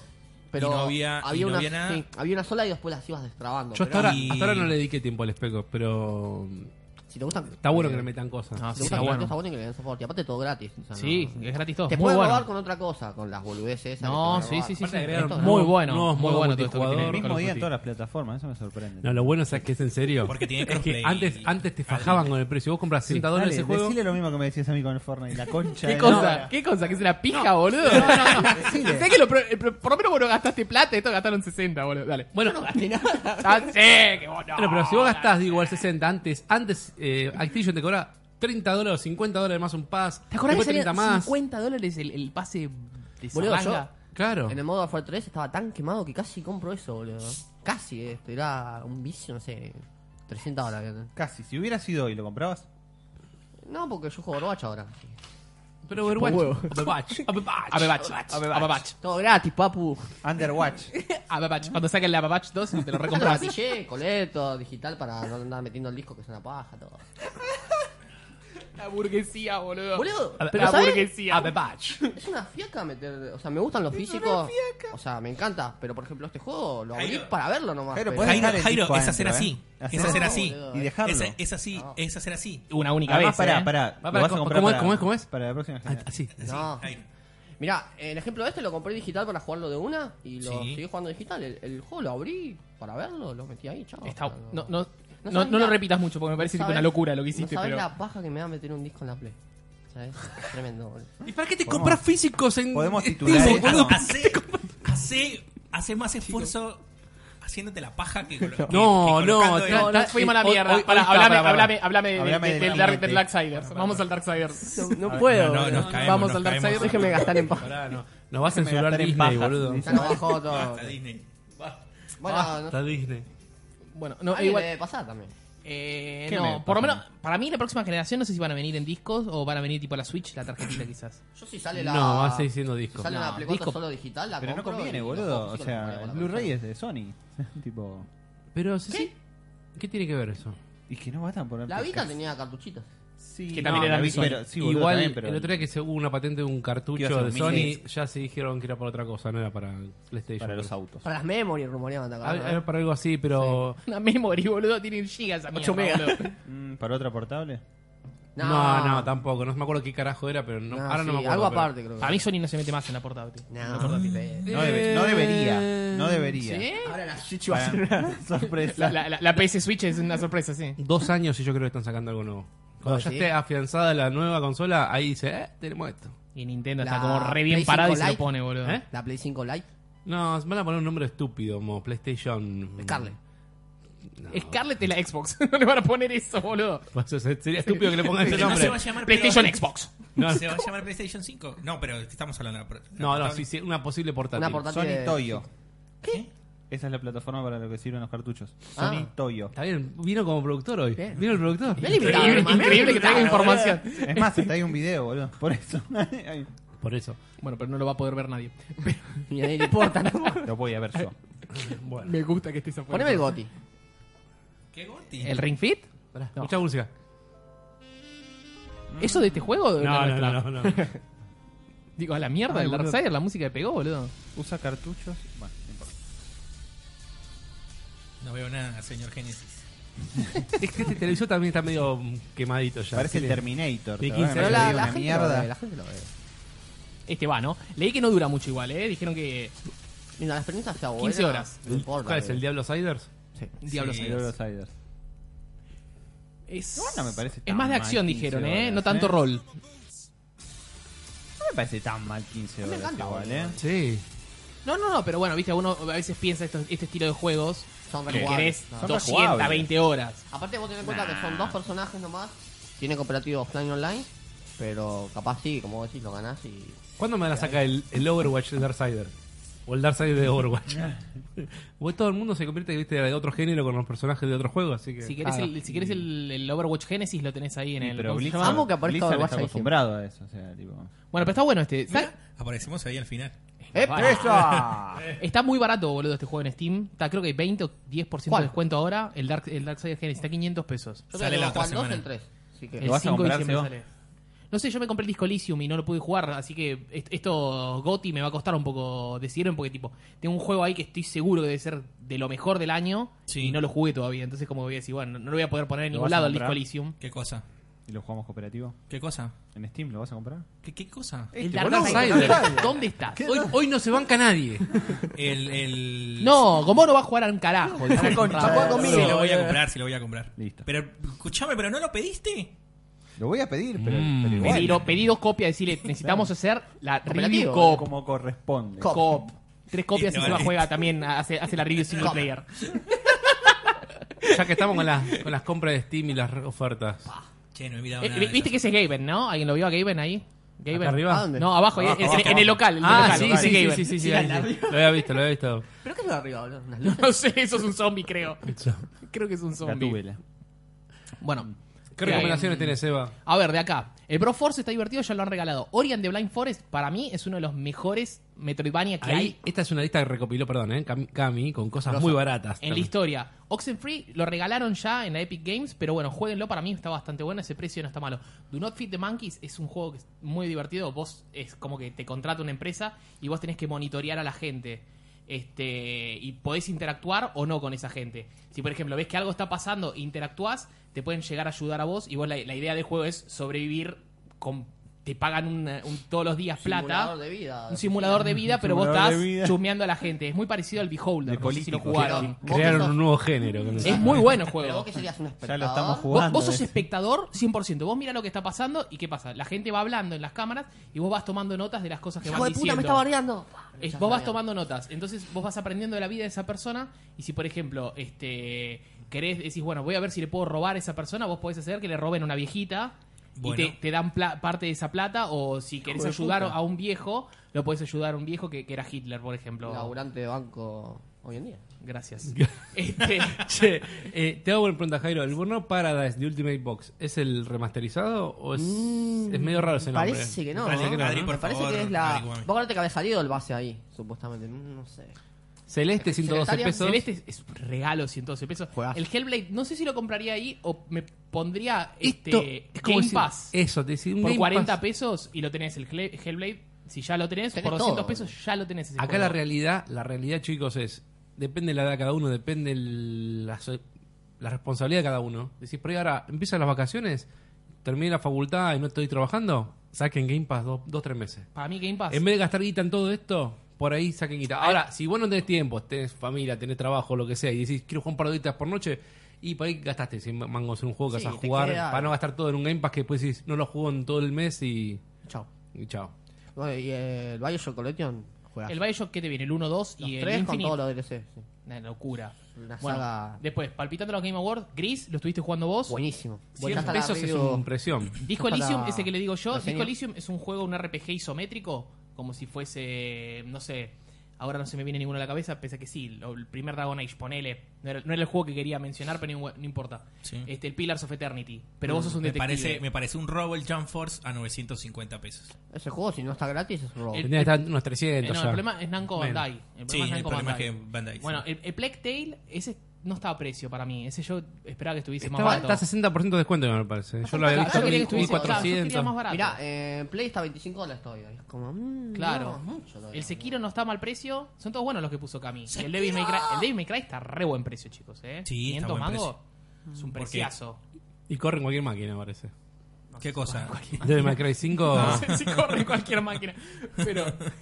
Pero
y no había- y no
una,
había nada.
sí, había una sola y después las ibas destrabando.
Yo hasta
Pero
ahora,
Y-
hasta ahora no le dediqué tiempo al Spec Ops, pero mm,
si te gustan.
está bueno que
eh,
le metan cosas.
Ah, sí,
si te gustan
está
los
bueno.
juegos, está bueno que le den soporte. Y aparte todo gratis. o sea,
Sí,
no-
es gratis todo.
Te
Muy
puedes
bueno.
robar con otra cosa, con las boludeces
No,
esas. que te van a
sí, sí,
robar.
sí, sí.
agregaron
Esto-
Muy bueno,
nuevos
muy
modos
bueno todo esto que
multijugador.
tiene.
El mismo
Call of
día en
Duty.
todas las plataformas, eso me sorprende.
No, lo bueno es que es en serio.
Porque tiene
es que
crossplay.
antes, antes te fajaban con el precio. Vos compras 60
Dale,
dólares ese juego.
decile lo mismo que me decías a mí con el Fortnite, la concha.
¿Qué
de
cosa?
la-
¿Qué cosa? ¿Que es una pija, boludo? Sé que lo pro- eh, pro- por lo menos vos no gastaste plata, esto gastaron 60, boludo. Dale.
Bueno,
Ah, sí, que vos no.
bueno, pero si vos gastás, digo, al 60, antes, antes eh, Activision te cobraba 30 dólares, 50 dólares más un pass.
¿Te acordás que
después
salía
30 más.
50 dólares el, el pase de
Boludo, yo-
Zabanga?
Claro.
En el modo Warfare 3 estaba tan quemado que casi compro eso, boludo. Casi, eh, era un vicio, no sé, 300 dólares. ¿no?
Casi, si hubiera sido hoy, ¿lo comprabas?
No, porque yo juego Overwatch ahora.
Pero Overwatch.
huevo.
Overwatch. Overwatch.
Abebach, Abebach,
Todo gratis, papu.
Underwatch.
Abebach. Cuando saquen la Abebach 2 te lo recompras.
Compré coleto, digital para no andar metiendo el disco que es una paja, todo.
La burguesía, boludo.
Boludo,
A-
pero
la
¿sabes?
burguesía.
Abebach.
Es una fiaca meter. O sea, me gustan los físicos. O sea, me encanta. Pero por ejemplo, este juego lo abrí
Jairo.
para verlo nomás.
Jairo,
pero-
¿podés
Jairo,
dejar el
Jairo,
disco
es hacer
adentro,
así.
eh?
Es
Hacer-
hacer
No,
así.
boludo,
Y
eh.
dejarlo.
Es, es así,
Ah.
es hacer así.
Una única
Además,
vez.
pará,
¿eh?
pará.
Va
lo
para-
vas a comprar
¿cómo es?
para-
¿Cómo es? ¿Cómo es?
Para la próxima generación.
Así.
No.
Jairo.
Mirá, el ejemplo de este lo compré digital para jugarlo de una y lo
Sí.
seguí jugando digital. El, el juego lo abrí para verlo, lo metí ahí, chao.
Está-
O sea,
no, no,
No
no,
sabés
no lo
la-
repitas mucho porque me parece tipo
sabés-
una locura lo que
no
hiciste,
sabés
pero.
la paja que me va a meter un disco en la Play. ¿Sabes? Tremendo, boludo.
¿Y para qué te
Podemos-
compras físicos en
podemos
Steam,
titular esto.
boludo?
Hace, hace, hace más esfuerzo. haciéndote la paja que. colo- que-
No,
que
no,
colocando el-
no,
No,
no,
fuimos a
eh,
la mierda.
hoy- hoy
Pará,
está,
hablame,
pará, pará.
hablame, hablame de-
Hablame
de-
de
del,
la
Dark- del
muerte.
Darksiders. Vamos al Darksiders.
No, no puedo.
no, no, nos caemos,
Vamos
nos
al
caemos.
Darksiders. Déjenme gastar en paz.
Pará, no. Nos vas a
Déjeme
censurar
gastar en
Disney,
pajas.
boludo.
Dice,
Ya nos bajó todo.
Basta, Disney. Basta.
Bueno, no sé.
Basta, Disney.
Bueno, no,
Alguien
igual.
le debe pasar también.
Eh,
¿Qué
no,
me
por lo
pasa?
menos, para mí la próxima generación no sé si van a venir en discos o van a venir tipo a la Switch, la tarjetita quizás.
Yo si sale la.
No, vas a seguir siendo
Si
disco.
sale
No,
una Play 4
disco.
solo digital, la
Pero no
compro y
conviene,
los
boludo.
juegos
O
físicos los
sea,
pongo
el
en la
Blu-ray
consola.
es de Sony. tipo.
Pero, sí, sí. ¿Qué tiene que ver eso?
Y que no bastan por
La Vita tenía cartuchitos.
Sí,
Que también
no,
era
la
de
Vita,
Sony.
pero- sí, boludo,
Igual,
también, pero
el otro día que se hubo una patente de un
Iba a
cartucho
ser
de
un
Sony,
mini.
ya se dijeron que era para otra cosa, no era para PlayStation.
para los autos.
Para las memory rumoreaban acá.
Ah, era para algo así, pero...
Una memory, boludo, tiene gigas a
8 megas.
Mm, ¿Para otra portable?
No, no, tampoco. No me acuerdo qué carajo era, pero no-
No,
ahora no
sí,
me acuerdo.
Algo
pero-
aparte, creo. que.
Para mí Sony no se mete más en la portátil.
No, sí.
No, debe- no debería. No debería.
¿Sí?
Ahora la Switch va
Para-
a ser una.
sorpresa.
La, la, la- la PS Switch es una sorpresa, sí.
Dos años y yo creo que están sacando algo nuevo. Cuando
Ah,
ya
¿sí?
esté afianzada la nueva consola, ahí dice, eh, tenemos esto.
Y Nintendo
La
está como re bien
Play
parada y
5
se lo
Lite.
pone, boludo.
¿Eh?
La Play 5 Lite.
No, van a poner un nombre estúpido como PlayStation...
Mm.
Scarlett.
No.
Scarlett es la Xbox. no le van a poner eso, boludo.
Pues, Sería estúpido que le pongan ese
Pero no
nombre.
se va a llamar
PlayStation
pero-
Xbox.
No,
¿Se va a llamar PlayStation 5? No, pero estamos hablando de la pro- de la
No, no,
portable.
sí, sí, una posible portátil.
Una portátil.
Sony
de-
Toyo.
¿Qué?
Esa es la plataforma para lo que sirven los cartuchos.
Ah.
Sony Toyo.
Está bien, vino como productor hoy.
Bien.
Vino el productor.
Bien limitado,
Increíble,
hermano.
increíble que traiga
Limitado,
información.
Es más, está ahí un video, boludo. Por eso. Ay,
Por eso.
Bueno, pero no lo va a poder ver nadie.
Ni a nadie le importa. ¿no?
Lo voy a ver yo.
Bueno.
Me gusta que estés afuera.
Poneme el Goti.
¿Qué Gorti?
¿El Ring Fit?
Pará,
No.
Mucha música.
¿Eso de este juego? o de la
No,
nuestra?
no, no, no. no.
Digo, a la mierda,
Ay,
el
boludo.
Darksiders, la música que pegó, boludo.
Usa cartuchos. Bueno, no importa.
No veo nada, señor Génesis.
es que este televisor también está medio mm, quemadito ya.
Parece
¿Qué
el
le-
Terminator.
Sí,
te
15.
van a
Pero
Pero
la,
pedir
la
una
gente lo ve, la
mierda.
gente lo ve.
Este va, ¿no? Leí que no dura mucho igual, ¿eh? Dijeron que
Mira, la experiencia está buena.
15 horas.
No importa.
¿Cuál es?
boludo.
¿El Diablo Siders?
Sí.
Diablo
Sí,
Sí,
Siders.
Outsiders.
Es,
Bueno, me parece
es
tan
más de
mal
acción,
15
dijeron, ¿eh?
horas,
No tanto
¿eh?
rol.
No me parece tan mal 15
me
horas
encanta,
igual,
boludo.
¿eh?
Sí.
No, no, no, pero bueno, viste, uno a veces piensa esto- este estilo de juegos
Son
que
rejugables.
querés
No.
Son
220 horas.
Aparte vos tenés en cuenta que son dos personajes nomás. Tiene cooperativo offline y online. Pero capaz sí, como vos decís, lo ganás y...
¿Cuándo me van a sacar el, el Overwatch de Darksiders? O el Darksiders de Overwatch. Porque todo el mundo se convierte viste, de otro género con los personajes de otro juego, así que.
Si querés,
Claro.
el, si querés el, el Overwatch Genesis, lo tenés ahí en el.
Pero
¿cómo se
Blizzard,
llama?
Amo que aparezca
Blizzard
Overwatch
está
ahí
acostumbrado a eso. O sea, tipo...
Bueno, pero está bueno este. Está,
Mira, Aparecimos ahí al final.
¡Eh, está muy barato, boludo, este juego en Steam. Está, creo que hay 20 o 10%
¿Cuál?
de descuento ahora. El Dark el Darksiders Genesis está 500 pesos.
Yo
Sale
creo que
la
vos
otra
jugás dos
semana.
el tres. Así que...
El
¿Lo vas a
5 de
comprar,
diciembre
Seba?
sale. No sé, yo me compré el disco Elysium y no lo pude jugar, así que est- esto Gotti me va a costar un poco decidirme porque tipo, tengo un juego ahí que estoy seguro que debe ser de lo mejor del año
Sí.
y no lo jugué todavía, entonces como voy a decir, bueno, no no lo voy a poder poner en
¿Lo
ningún
vas a
lado el disco
comprar?
Elysium.
¿Qué cosa?
¿Y lo jugamos cooperativo?
¿Qué cosa?
¿En Steam lo vas a comprar?
¿Qué, qué cosa?
El
Este,
Dark
boludo,
Knight,
Darksiders.
¿dónde estás?
Hoy, hoy no se banca nadie.
El, el...
No, Gomorro va a jugar a un carajo. dice
la concha,
Conrad.
juega
Sí,
conmigo.
lo voy a comprar, sí, lo voy a comprar.
Listo.
Pero, escúchame, ¿pero no lo pediste?
Lo voy a pedir, pero, pero igual.
Pedí, do- pedí dos copias, decirle, necesitamos hacer la review
Cooperativo, eh,
cop.
Como corresponde.
Cop.
Cop. Tres copias y
Vale.
encima juega también, hace, hace la review single
Cop.
player.
Ya que estamos con las, con las compras de Steam y las re- ofertas.
Che, no he mirado
Eh,
nada.
vi-
de
Viste
eso.
que ese es Gaben, ¿no? ¿Alguien lo vio a Gaben ahí? Gaben.
¿Acá arriba?
¿A dónde?
No, abajo, ahí,
Abajo,
en-
abajo,
en, el local. en el
Ah,
local,
sí,
local.
sí, sí, sí, sí, sí, ahí
la-
sí. Lo había visto, lo había visto.
¿Pero qué es lo de arriba, boludo? Unas luces.
No sé, eso es un zombie, creo. Creo que es un zombie.
Gatúbela.
Bueno.
¿Qué
eh,
recomendaciones tiene Seba?
A ver, de acá. El Bro Force está divertido, ya lo han regalado. Ori and the Blind Forest, para mí, es uno de los mejores Metroidvania que hay
Ahí, esta es una lista que recopiló, perdón, ¿eh? Cami, Cami, con cosas muy baratas.
en la historia. Oxenfree lo regalaron ya en la Epic Games, pero bueno, jueguenlo, para mí está bastante bueno, ese precio no está malo. Do Not Feed the Monkeys es un juego que es muy divertido, vos es como que te contrata una empresa y vos tenés que monitorear a la gente. Este, y podés interactuar o no con esa gente. Si por ejemplo ves que algo está pasando, interactuás, te pueden llegar a ayudar a vos y vos la, la idea del juego es sobrevivir con te pagan una- un- todos los días plata.
Simulador de vida.
Un simulador de vida, pero vos
Simulador de
estás
vida.
chusmeando a la gente. Es muy parecido al Beholder.
De
No sé si lo
políticos.
jugaron.
Vos que
Crearon
sos-
un nuevo género. que no sé.
Es muy bueno el
Pero
juego.
vos que serías un
Ya
espectador.
lo estamos
Vos,
jugando.
vos sos
ese.
espectador 100%. Vos mirá lo que está pasando y qué pasa. La gente va hablando en las cámaras y vos vas tomando notas de las cosas que
Hijo
van
de puta,
diciendo.
me está bardeando.
Es- vos vas tomando notas. Entonces vos vas aprendiendo de la vida de esa persona. Y si, por ejemplo, este querés, decís, bueno, voy a ver si le puedo robar a esa persona, vos podés hacer que le roben a una viejita.
Bueno.
Y te, te dan pla- parte de esa plata. O si querés
de
ayudar
puta.
a un viejo, lo podés ayudar a un viejo que, que era Hitler, por ejemplo.
Laburante de banco hoy en día.
Gracias. Este,
Che, eh, te hago una pregunta, Jairo. ¿El Burnout Paradise de Ultimate Box es el remasterizado o es,
Mm,
es medio raro ese nombre?
Mm, Parece que no.
Parece que no, Adri,
Me
por
parece
favor,
que es la.
averiguame.
Vos acordate que había salido el base ahí, supuestamente. No no sé.
Celeste, 112
Secretaria,
pesos.
Celeste es- es un regalo 112 pesos.
Juegazo.
El Hellblade, no sé si lo compraría ahí o me pondría
Esto
este,
es como
Game
decir-
Pass
Eso, te decía un
por
Game
40
Pass.
pesos y lo tenés el Hle- Hellblade. Si ya lo tenés,
Tenés
por 200
todo.
pesos ya lo tenés. ese
Acá
juego.
la realidad, la realidad, chicos, es. Depende de la edad de cada uno, depende el- la, so- la responsabilidad de cada uno. Decís, por ahí ahora empiezan las vacaciones, terminé la facultad y no estoy trabajando, saquen Game Pass dos, dos tres meses.
Para mí Game Pass.
En vez de gastar guita en todo esto, por ahí saquen guita. Ahora, si vos no tenés tiempo, tenés familia, tenés trabajo, lo que sea, y decís, quiero jugar un par de horitas por noche, y por ahí gastaste 100 mangos en un juego que
Sí,
vas a
te
jugar,
queda-
para no gastar todo en un Game Pass que después decís, no lo juego en todo el mes y,
Chao.
y chao.
Bueno, y eh, el Bioshock Collection juega.
El Bioshock, ¿qué te viene? El 1, 2
Los
y el
tres con
Infinite.
todos los DLC. sí.
Una locura.
Una
Bueno,
saga-
después, palpitando los Game Awards, Gris, lo estuviste jugando vos.
Buenísimo.
100
Ya está la
pesos es
review-
una impresión.
Disco
Ojalá
Elysium, ese que le digo yo,
lo
Disco
tenía.
Elysium es un juego, un RPG isométrico, como si fuese, no sé, ahora no se me viene ninguno a la cabeza, pese a que sí, lo- el primer Dragon Age, ponele, no era, no era el juego que quería mencionar, pero no, no importa.
Sí. Mm,
Este, el Pillars of Eternity, pero vos sos un
Me
detective. Eh,
parece, me parece un robo el Jump Force a 950 pesos.
Ese juego, si no está gratis, es un robo.
El-
Tendría que estar unos 300
Eh, no,
ya.
el problema es Namco
Menos.
Bandai. El problema
Sí,
es
el
Namco
problema es
Bandai.
que Bandai, sí.
Bueno, el, el Plague Tale, ese no estaba a precio para mí, ese yo esperaba que estuviese
Estaba-
más barato.
está a 60% de descuento, me parece. Yo lo
Claro,
había
yo
visto
quería que
en
estuviese- claro, yo quería más
400.
barato.
Mirá, eh, en Play está 25 dólares todavía. Es como. mm,
Claro.
no, es mucho todavía.
el Sekiro no está a mal precio. Son todos buenos los que puso Cami. Y El Devil May Cry, el Devil May Cry está re buen precio, chicos. ¿eh?
Sí, está
500
buen
mangos. Es un
¿Por qué?
preciazo.
Y corre en cualquier máquina, me parece.
eh,
¿Qué cosa?
Devil May Cry 5.
No sé si corre en cualquier máquina. Pero.
Ah. No,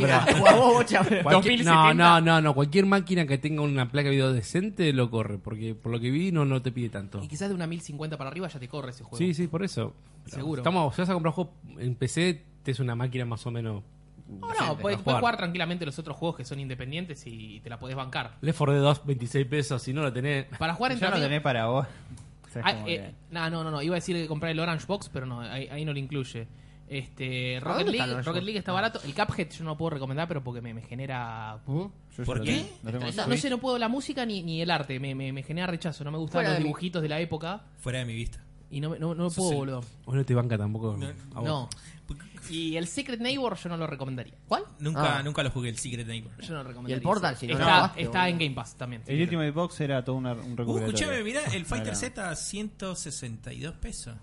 pero-
Jugá vos, bocha, pero-
cualquier-
2070.
no, no, no, no. Cualquier máquina que tenga una placa de video decente lo corre. Porque por lo que vi, no, no te pide tanto.
Y quizás de una 1050 para arriba ya te corre ese juego.
Sí, sí, por eso.
Seguro.
Estamos, si vas a comprar un juego en PC, te es una máquina más o menos.
No, no, puedes,
para
puedes
jugar.
jugar tranquilamente los otros juegos que son independientes y te la podés bancar.
Left 4 Dead 2, 26 pesos. Si no lo tenés.
Para jugar entre
Ya lo
amigos-
tenés para vos. O sea, es
Ah,
como
eh,
que-
nah, no, no, no. Iba a decir que comprar el Orange Box, pero no, ahí, ahí no lo incluye. Este, Rocket
dónde está el
League,
Orange
Rocket
Box? Ah.
League está barato. El Cuphead yo no lo puedo recomendar, pero porque me, me genera. ¿Mm?
yo ya
¿Por
lo
qué?
tengo. Lo tengo en
No, no sé, no puedo la música ni, ni el arte. Me, me, me genera rechazo. No me gustan
Fuera
los
de mí.
dibujitos de la época.
Fuera de mi vista.
Y no, me- no, no
Eso
puedo,
es el-
boludo.
Hoy no te banca tampoco.
No,
a vos.
No. Y el Secret Neighbor yo no lo recomendaría.
¿Cuál?
Nunca,
Ah.
nunca lo jugué el Secret Neighbor.
Yo no lo recomendaría.
Portal, si no lo
está,
grabaste,
está en
boludo.
Game Pass también.
El Ultimate Box era todo una- un
Uh,
recuperatorio.
escúchame, mirá, el Fighter
Era-
Z 162 pesos.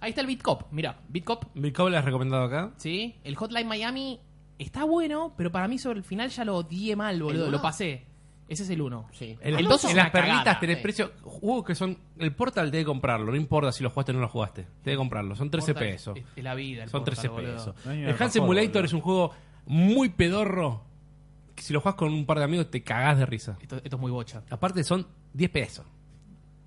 Ahí está el Bitcop. Mira, Bitcop
Mi cable has recomendado acá.
¿Sí? El Hotline Miami está bueno, pero para mí sobre el final ya lo odié mal, boludo.
uno?
Lo pasé. Ese es el 1.
Sí.
El dos es
en
una
las perlitas
cagada.
tenés
Sí.
precio. Juegos que son. El Portal te que comprarlo. No importa si lo jugaste o no lo jugaste. Te que comprarlo. Son 13
Portal
pesos.
Es, es la vida. el
Son
Portal,
13
boludo.
pesos.
No hay ni
el
una
Hans
mejor,
Simulator
boludo.
es un juego muy pedorro. Que si lo juegas con un par de amigos te cagás de risa.
Esto, esto es muy bocha.
Aparte son 10 pesos.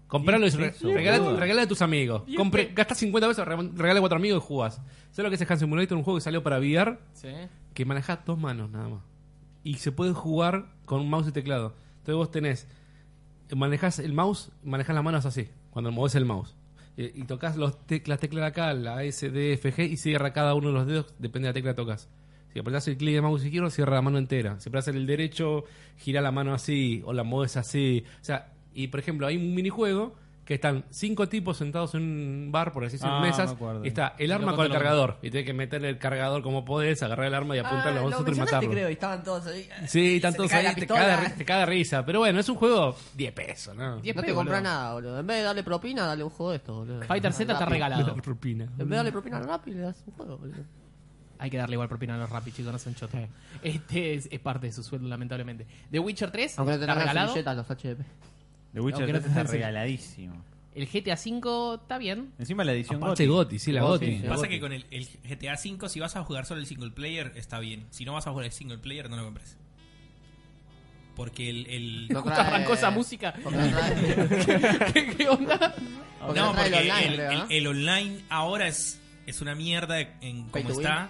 Compralo y
10
re-
pesos,
regala,
boludo.
regala a tus amigos.
10
Compre,
pesos.
gastás 50 pesos, re- regala a cuatro amigos y jugás. ¿Sabes lo que es el Hans Simulator? Un juego que salió para VR
¿Sí?
que manejás dos manos nada más. Y se puede jugar con mouse y teclado. Entonces vos tenés, manejás el mouse, manejás las manos así, cuando movés el mouse. Eh, Y, tocas los tec- las teclas de acá, la S, D, F, G, y cierra cada uno de los dedos, depende de la tecla que tocas. Si apretás el clic de mouse izquierdo, cierra la mano entera. Si apretás el derecho, gira la mano así, o la mueves así. O sea, y por ejemplo, hay un minijuego que están cinco tipos sentados en un bar, por así decirlo,
Ah,
en mesas,
me acuerdo.
y está el
Lo
arma con
controlo.
el cargador. Y tenés que meterle el cargador como podés, agarrar el arma y apuntarlo a vosotros y matarlo.
Ah, creo, y estaban todos ahí.
Sí,
Se te
tanto
cae la
ahí, te
pistola.
cae, de ri- te cae de risa. Pero bueno, es un juego 10 pesos, ¿no?
10
No te
pesos,
compras
boludo.
nada, boludo. En vez de darle propina, dale un juego de estos, boludo.
Fighter Z está
Rappi.
regalado.
Propina.
En vez de darle propina al Rappi, le das un juego, boludo.
Hay que darle igual propina a los Rappi, chicos, no son chotos. Este es, es parte de su sueldo, lamentablemente. The Witcher 3
Aunque no
está
tengas las
regalado.
servilletas, los HDP.
The Witcher
Aunque no
3 está
tenés el-
regaladísimo.
El GTA V está bien.
Encima la edición
Aparte
GOTY.
Gotti, sí, la
Gotti,
Gotti.
sí.
la
Pasa
Gotti.
que con el, el GTA V, si vas a jugar solo el single player, está bien. Si no vas a jugar el single player, no lo compres. Porque el. el-
No
No,
Justo
trae-
arrancó esa música.
Porque no trae-
¿Qué, qué onda?
porque no trae
porque
el online,
el,
creo, ¿no?
el- el online ahora es, es una mierda en
Pay
cómo
to
está.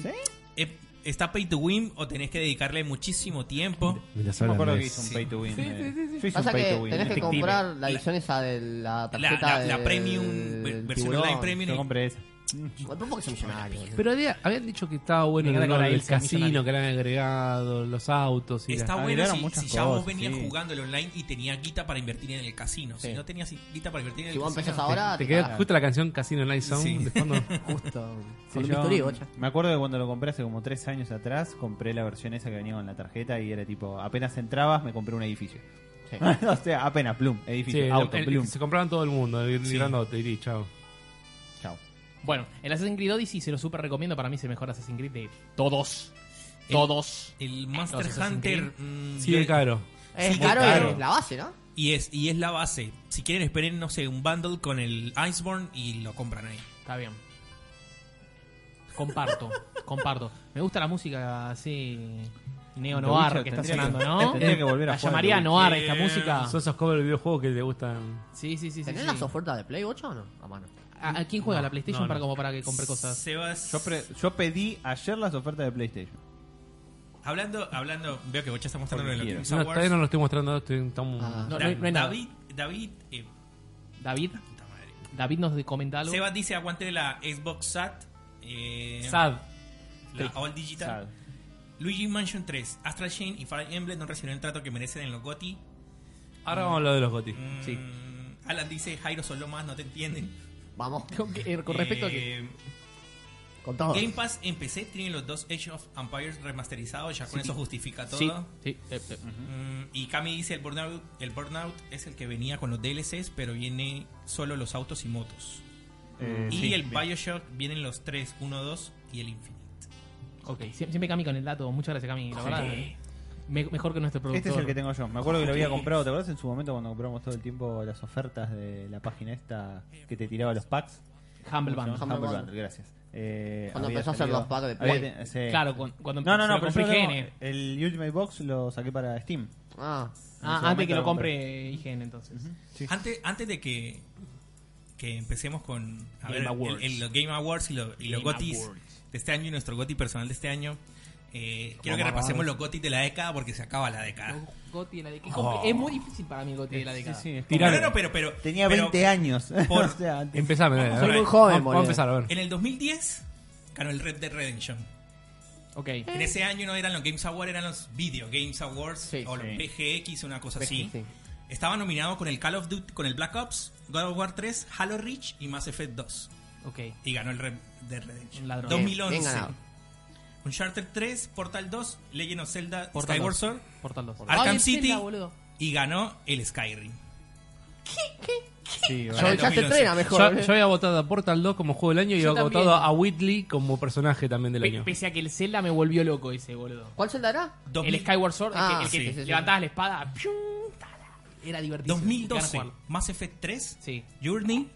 ¿Sí?
Eh, Está pay to win o tenés que dedicarle muchísimo tiempo.
Mientras
Yo me
hablan
acuerdo
de-
que hice un
Sí.
pay to win. eh. Yo hice un
Pasa
pay
que
to win.
tenés que
efectivo.
comprar la edición esa de la
La,
tarjeta
la- la
del
premium, ver- versión
tiburón.
online
Yo
premium.
compré esa.
Bueno, ¿Por qué son millonarios?
Pero había- habían dicho que estaba bueno
Me
el
encanta
olor
con la
del
Ilse, millonaria.
casino que le han agregado, los autos y la-
Está
Ah,
bueno
agregaron
si,
muchas
si ya vos
cosas,
venías
sí.
jugando el online y tenías guita para invertir en el casino. Si
Sí.
no tenías guita para invertir en el
Si vos
casino.
empezás ahora,
Te
te
queda
cagas.
justo la canción Casino Night Sound
Sí.
de fondo.
Justo.
Sí,
Con un
yo
bisturí, bocha.
me acuerdo que cuando lo compré hace como tres años atrás, compré la versión esa que venía con la tarjeta y era tipo, apenas entrabas, me compré un edificio.
Sí.
o sea, apenas, plum,
Sí,
edificio,
el-
auto,
el-
plum.
se compraban todo el mundo, el
Sí.
grandote, y chao.
Chao.
Bueno, el Assassin's Creed Odyssey se lo super recomiendo. Para mí es el mejor Assassin's Creed de todos. Todos.
El Monster
Assassin's
Hunter.
Creed.
mm,
Sí,
yo-
es caro.
Es
Sí,
caro,
claro.
es la base, ¿no?
Y es, y es la base. Si quieren, esperen, no sé, un bundle con el Iceborne y lo compran ahí.
Está bien. Comparto, comparto. Me gusta la música así neo
The
noir
Witcher
que está
tendría que-
sonando, ¿no?
tendría que volver a
la
jugar
llamaría
The
noir
Witcher.
esta música.
Son esos covers de videojuegos que te gustan.
Sí, sí, sí, sí.
¿Tenés
sí.
las ofertas de Play 8 o no? Ah, A mano.
¿A, a quién juega la PlayStation
no,
para
no.
como para que compre cosas?
Sebas,
Yo, pre- yo pedí ayer las ofertas de PlayStation.
hablando, hablando, veo que Bocha está mostrando lo de los
Porque
Games
No, todavía
Awards.
no lo estoy mostrando, estoy estamos-
Ah.
No,
Da-
no, no hay nada.
David, David, eh,
David,
puta madre.
David nos comenta algo.
Sebas dice aguante la Xbox SAT. eh,
Sad.
La All Digital. Luigi Mansion 3, Astral Chain y Fire Emblem no recibieron el trato que merecen en los GOTY.
Ahora vamos a hablar de los Gotti.
Mm,
Sí.
Alan dice Jairo son lo más, no te entienden.
Vamos,
Con, que- eh, con respecto a que Oh.
Eh,
con todo.
Game Pass en PC tienen los dos Age of Empires remasterizados, ya con eso justifica todo.
Sí, sí, eh, eh,
Mm, y Cami dice el burnout, el burnout es el que venía con los DLCs, pero viene solo los autos y motos.
Eh,
y
sí,
el
bien.
Bioshock vienen los 3, 1, 2 y el Infinite.
ok. Sie- Siempre Cami con el dato. Muchas gracias, Cami. La verdad, eh. me- mejor que nuestro productor.
Este es el que tengo yo. Me acuerdo que lo había comprado, ¿te acuerdas en su momento cuando compramos todo el tiempo las ofertas de la página esta que te tiraba los packs?
Humble
¿Cómo se
Band.
llama?
Humble
Humble
Bundle.
Bundle, gracias. Eh,
Cuando
había
empezó a hacer
salido-
los packs de
había
Play.
te- sí.
Claro, cu- cuando
No, no,
se
no,
lo
pero
compré
yo tengo-
IGN.
el Ultimate Box lo saqué para Steam.
Ah,
Ah,
momento
antes que
lo
lo compre IGN, entonces.
Sí.
Antes, antes de que, que empecemos con a
Game
ver, el-
Awards.
el- los Game Awards y, lo- y los
Game
GOTYs
Awards.
de este año y nuestro GOTY personal de este año, eh, quiero que repasemos los GOTY de la década porque se acaba la década.
Goti de la década. Es compli- Es muy difícil para mí el Goti de la década.
Sí, sí, es como-
No, no, no, pero, pero,
Tenía
pero
20 años.
por-
o sea, antes-
Empezame, dale,
soy
dale.
muy joven,
Vamos- Vamos a
boludo.
empezar, a ver.
En el 2010 ganó el Red Dead Redemption.
Ok.
En ese año no eran los Games Awards, eran los Video Games Awards
Sí,
o los
sí.
PGX, una cosa así.
sí.
Estaba nominado con el Call of Duty, con el Black Ops, God of War 3, Halo Reach y Mass Effect 2.
Ok.
Y ganó el Red Dead Redemption.
Un ladrón.
bien
2011.
ganado.
Uncharted 3, Portal 2, Legend of Zelda,
Portal
Skyward
2.
Sword
Portal 2.
Arkham
Ay, el
City.
Zelda, boludo.
y ganó el Skyrim.
sí,
Yo
bueno.
ya te
2011.
entrena
Yo,
mejor. eh.
yo había votado a Portal 2 como juego del año y
Yo
había
también.
votado a Whitley como personaje también del
Pe-
año.
pese a que el Zelda me volvió loco ese, boludo.
¿Cuál Zelda era?
2000
El Skyward Sword, el que-
Ah,
el que,
sí,
te
sí, sí.
levantabas la espada. ¡pium! tala. Era divertido.
2012, Mass Effect 3,
Sí.
Journey,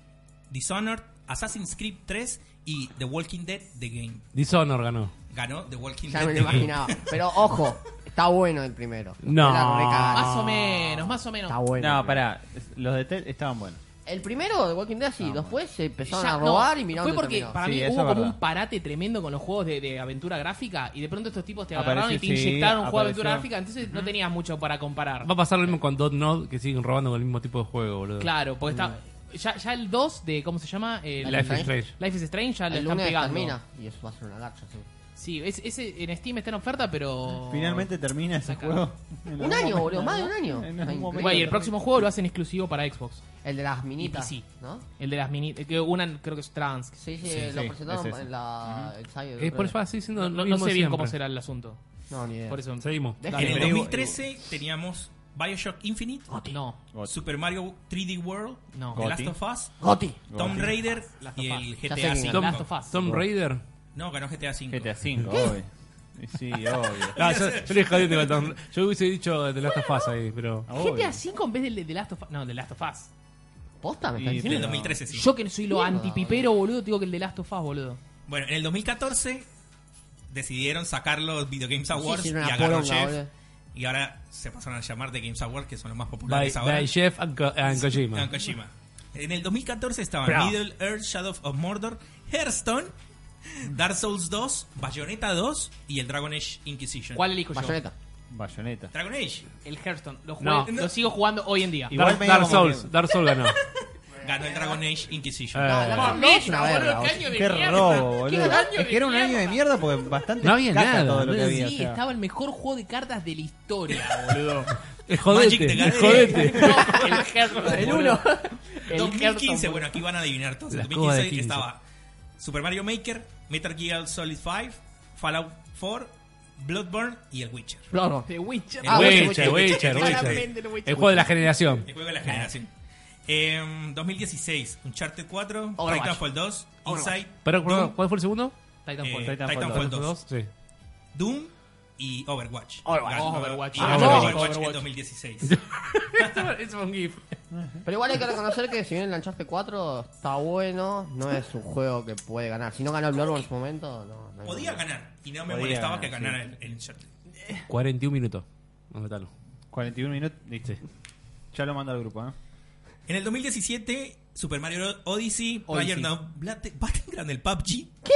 Dishonored, Assassin's Creed 3 y The Walking Dead The Game.
Dishonor ganó.
Ganó The Walking
Ya
Dead
me lo
The Game.
imaginaba. Pero ojo, está bueno el primero.
No.
Era re cagada.
Más o menos, más o menos.
Ah, Está bueno.
No,
el primero.
pará. es- Los de Tel estaban buenos.
El primero de Walking Dead sí, después se empezaron
Ya,
a
no,
robar y miraron
Fue porque para
Sí,
mí
eso
hubo
es
como
verdad.
un parate tremendo con los juegos de, de aventura gráfica y de pronto estos tipos te
Apareció,
agarraron y te
sí,
inyectaron un juego de
apareció.
aventura gráfica, entonces no tenías mucho para comparar.
Va a pasar lo mismo con Dot Nod, que siguen robando con el mismo tipo de juego, boludo.
Claro, porque está. Ya, ya el 2 de. ¿Cómo se llama? El-
Life is Strange.
Life is Strange ya
el
le están
lunes
pegando.
termina y eso va a ser una garcha. sí.
Sí, es- ese en Steam está en oferta, pero.
Finalmente termina ese
Acá.
juego. En
Un
algún
año,
momento,
boludo, más de un año.
En algún
Ay,
momento
Bueno, y el
termina.
próximo juego lo hacen exclusivo para Xbox.
El de las minitas,
Y PC.
¿no?
El de las mini. eh, Que una creo que es trans.
Sí, sí,
Sí,
lo
sí,
presentaron
es ese.
en la... el cyber,
Eh, por eso
creo.
así siendo
No,
lo
no- no
mismo
sé bien
siempre.
cómo será el asunto.
No, ni idea.
Por eso.
Seguimos.
Deja-
Dale,
En el
pero-
2013 teníamos Bioshock Infinite,
No,
Goti.
Super Mario 3D World,
No.
The
Goti.
Last of Us,
Goti.
Tomb
Goti.
Raider
Last of
y
Us.
el
Ya
GTA
sé quién
Last of
V.
Us.
Tom Raider.
No, ganó GTA V.
GTA V, obvio. Sí, obvio.
Ah, yo, yo le jodí con Tom
Ah,
Yo hubiese dicho The Last of Us ahí, pero.
Obvio.
GTA V en vez del de The Last of Us. No, The Last of Us.
¿Posta? ¿Me
Y
estás
del
diciendo?
2013, sí.
Yo que soy lo
Mierda,
antipipero, boludo, digo que el de Last of Us, boludo.
Bueno, en el 2014 decidieron sacar los Video Games
No sé
Awards
si
y
era una
agarró
poronga,
Jeff.
boludo.
Y ahora se pasaron a llamar The Games Awards, que son los más
By,
populares ahora.
by Jeff and, Ko- and Kojima.
Ah, Kojima. En el 2014 estaban
Bravo.
Middle Earth, Shadow of Mordor, Hearthstone, Dark Souls 2, Bayonetta 2 y el Dragon Age Inquisition.
¿Cuál elijo yo?
Bayoneta.
Bayoneta.
Dragon Age.
El Hearthstone. Lo, jugué-
No.
lo sigo jugando hoy en día.
Y- Igual
Dark,
me
Dark
digo como
Souls, Dark Souls ganó.
Ganó el Dragon Age Inquisition.
Eh.
No, la
Mamita,
Bayonetta es una verga,
boludo, qué
vos.
año de
Qué
mierda.
robo, boludo. Ah,
Qué año
Es que era un año de mierda porque bastante
No había
caca
nada,
todo lo que
boludo.
había.
Sí,
o sea.
estaba el mejor juego de cartas de la historia, boludo.
El jodete,
the
el
Gathering.
jodete.
No, el Hearthstone.
El uno.
El
2015,
Hearthstone,
bueno, aquí van a adivinar todos. En
La escoba de
2015
15.
estaba Super Mario Maker, Metal Gear Solid 5, Fallout 4, Bloodborne y el Witcher.
boludo. The Witcher.
Ah, bueno,
Witcher, Witcher, Witcher.
Claramente el Witcher.
El juego de la generación.
El juego de la generación. Em, 2016, Uncharted 4,
Overwatch.
Titanfall 2,
Overwatch.
Inside,
Pero, ¿cuál
Doom,
cuál fue el segundo?
Titanfall.
eh,
Titanfall
Titanfall 2.
Sí.
Doom y Overwatch.
Overwatch.
Ganó
Overwatch.
Y
Ah,
ganó
Overwatch.
Overwatch en
Overwatch.
2016.
Eso fue un GIF.
Pero igual hay que reconocer que si bien el Uncharted 4 está bueno, no es un juego que puede ganar. Si no ganó el Bloodborne en su momento, no. no hay
Podía
problema.
ganar. Y no me
Podía
molestaba
ganar,
que
sí.
ganara el, el Uncharted.
41 minutos. Anotalo.
41 minutos, listo. Ya lo mando al grupo, ¿eh?
En el 2017, Super Mario Odyssey,
Odyssey.
PlayerUnknown's Blate- Battleground, el PUBG. ¿Qué?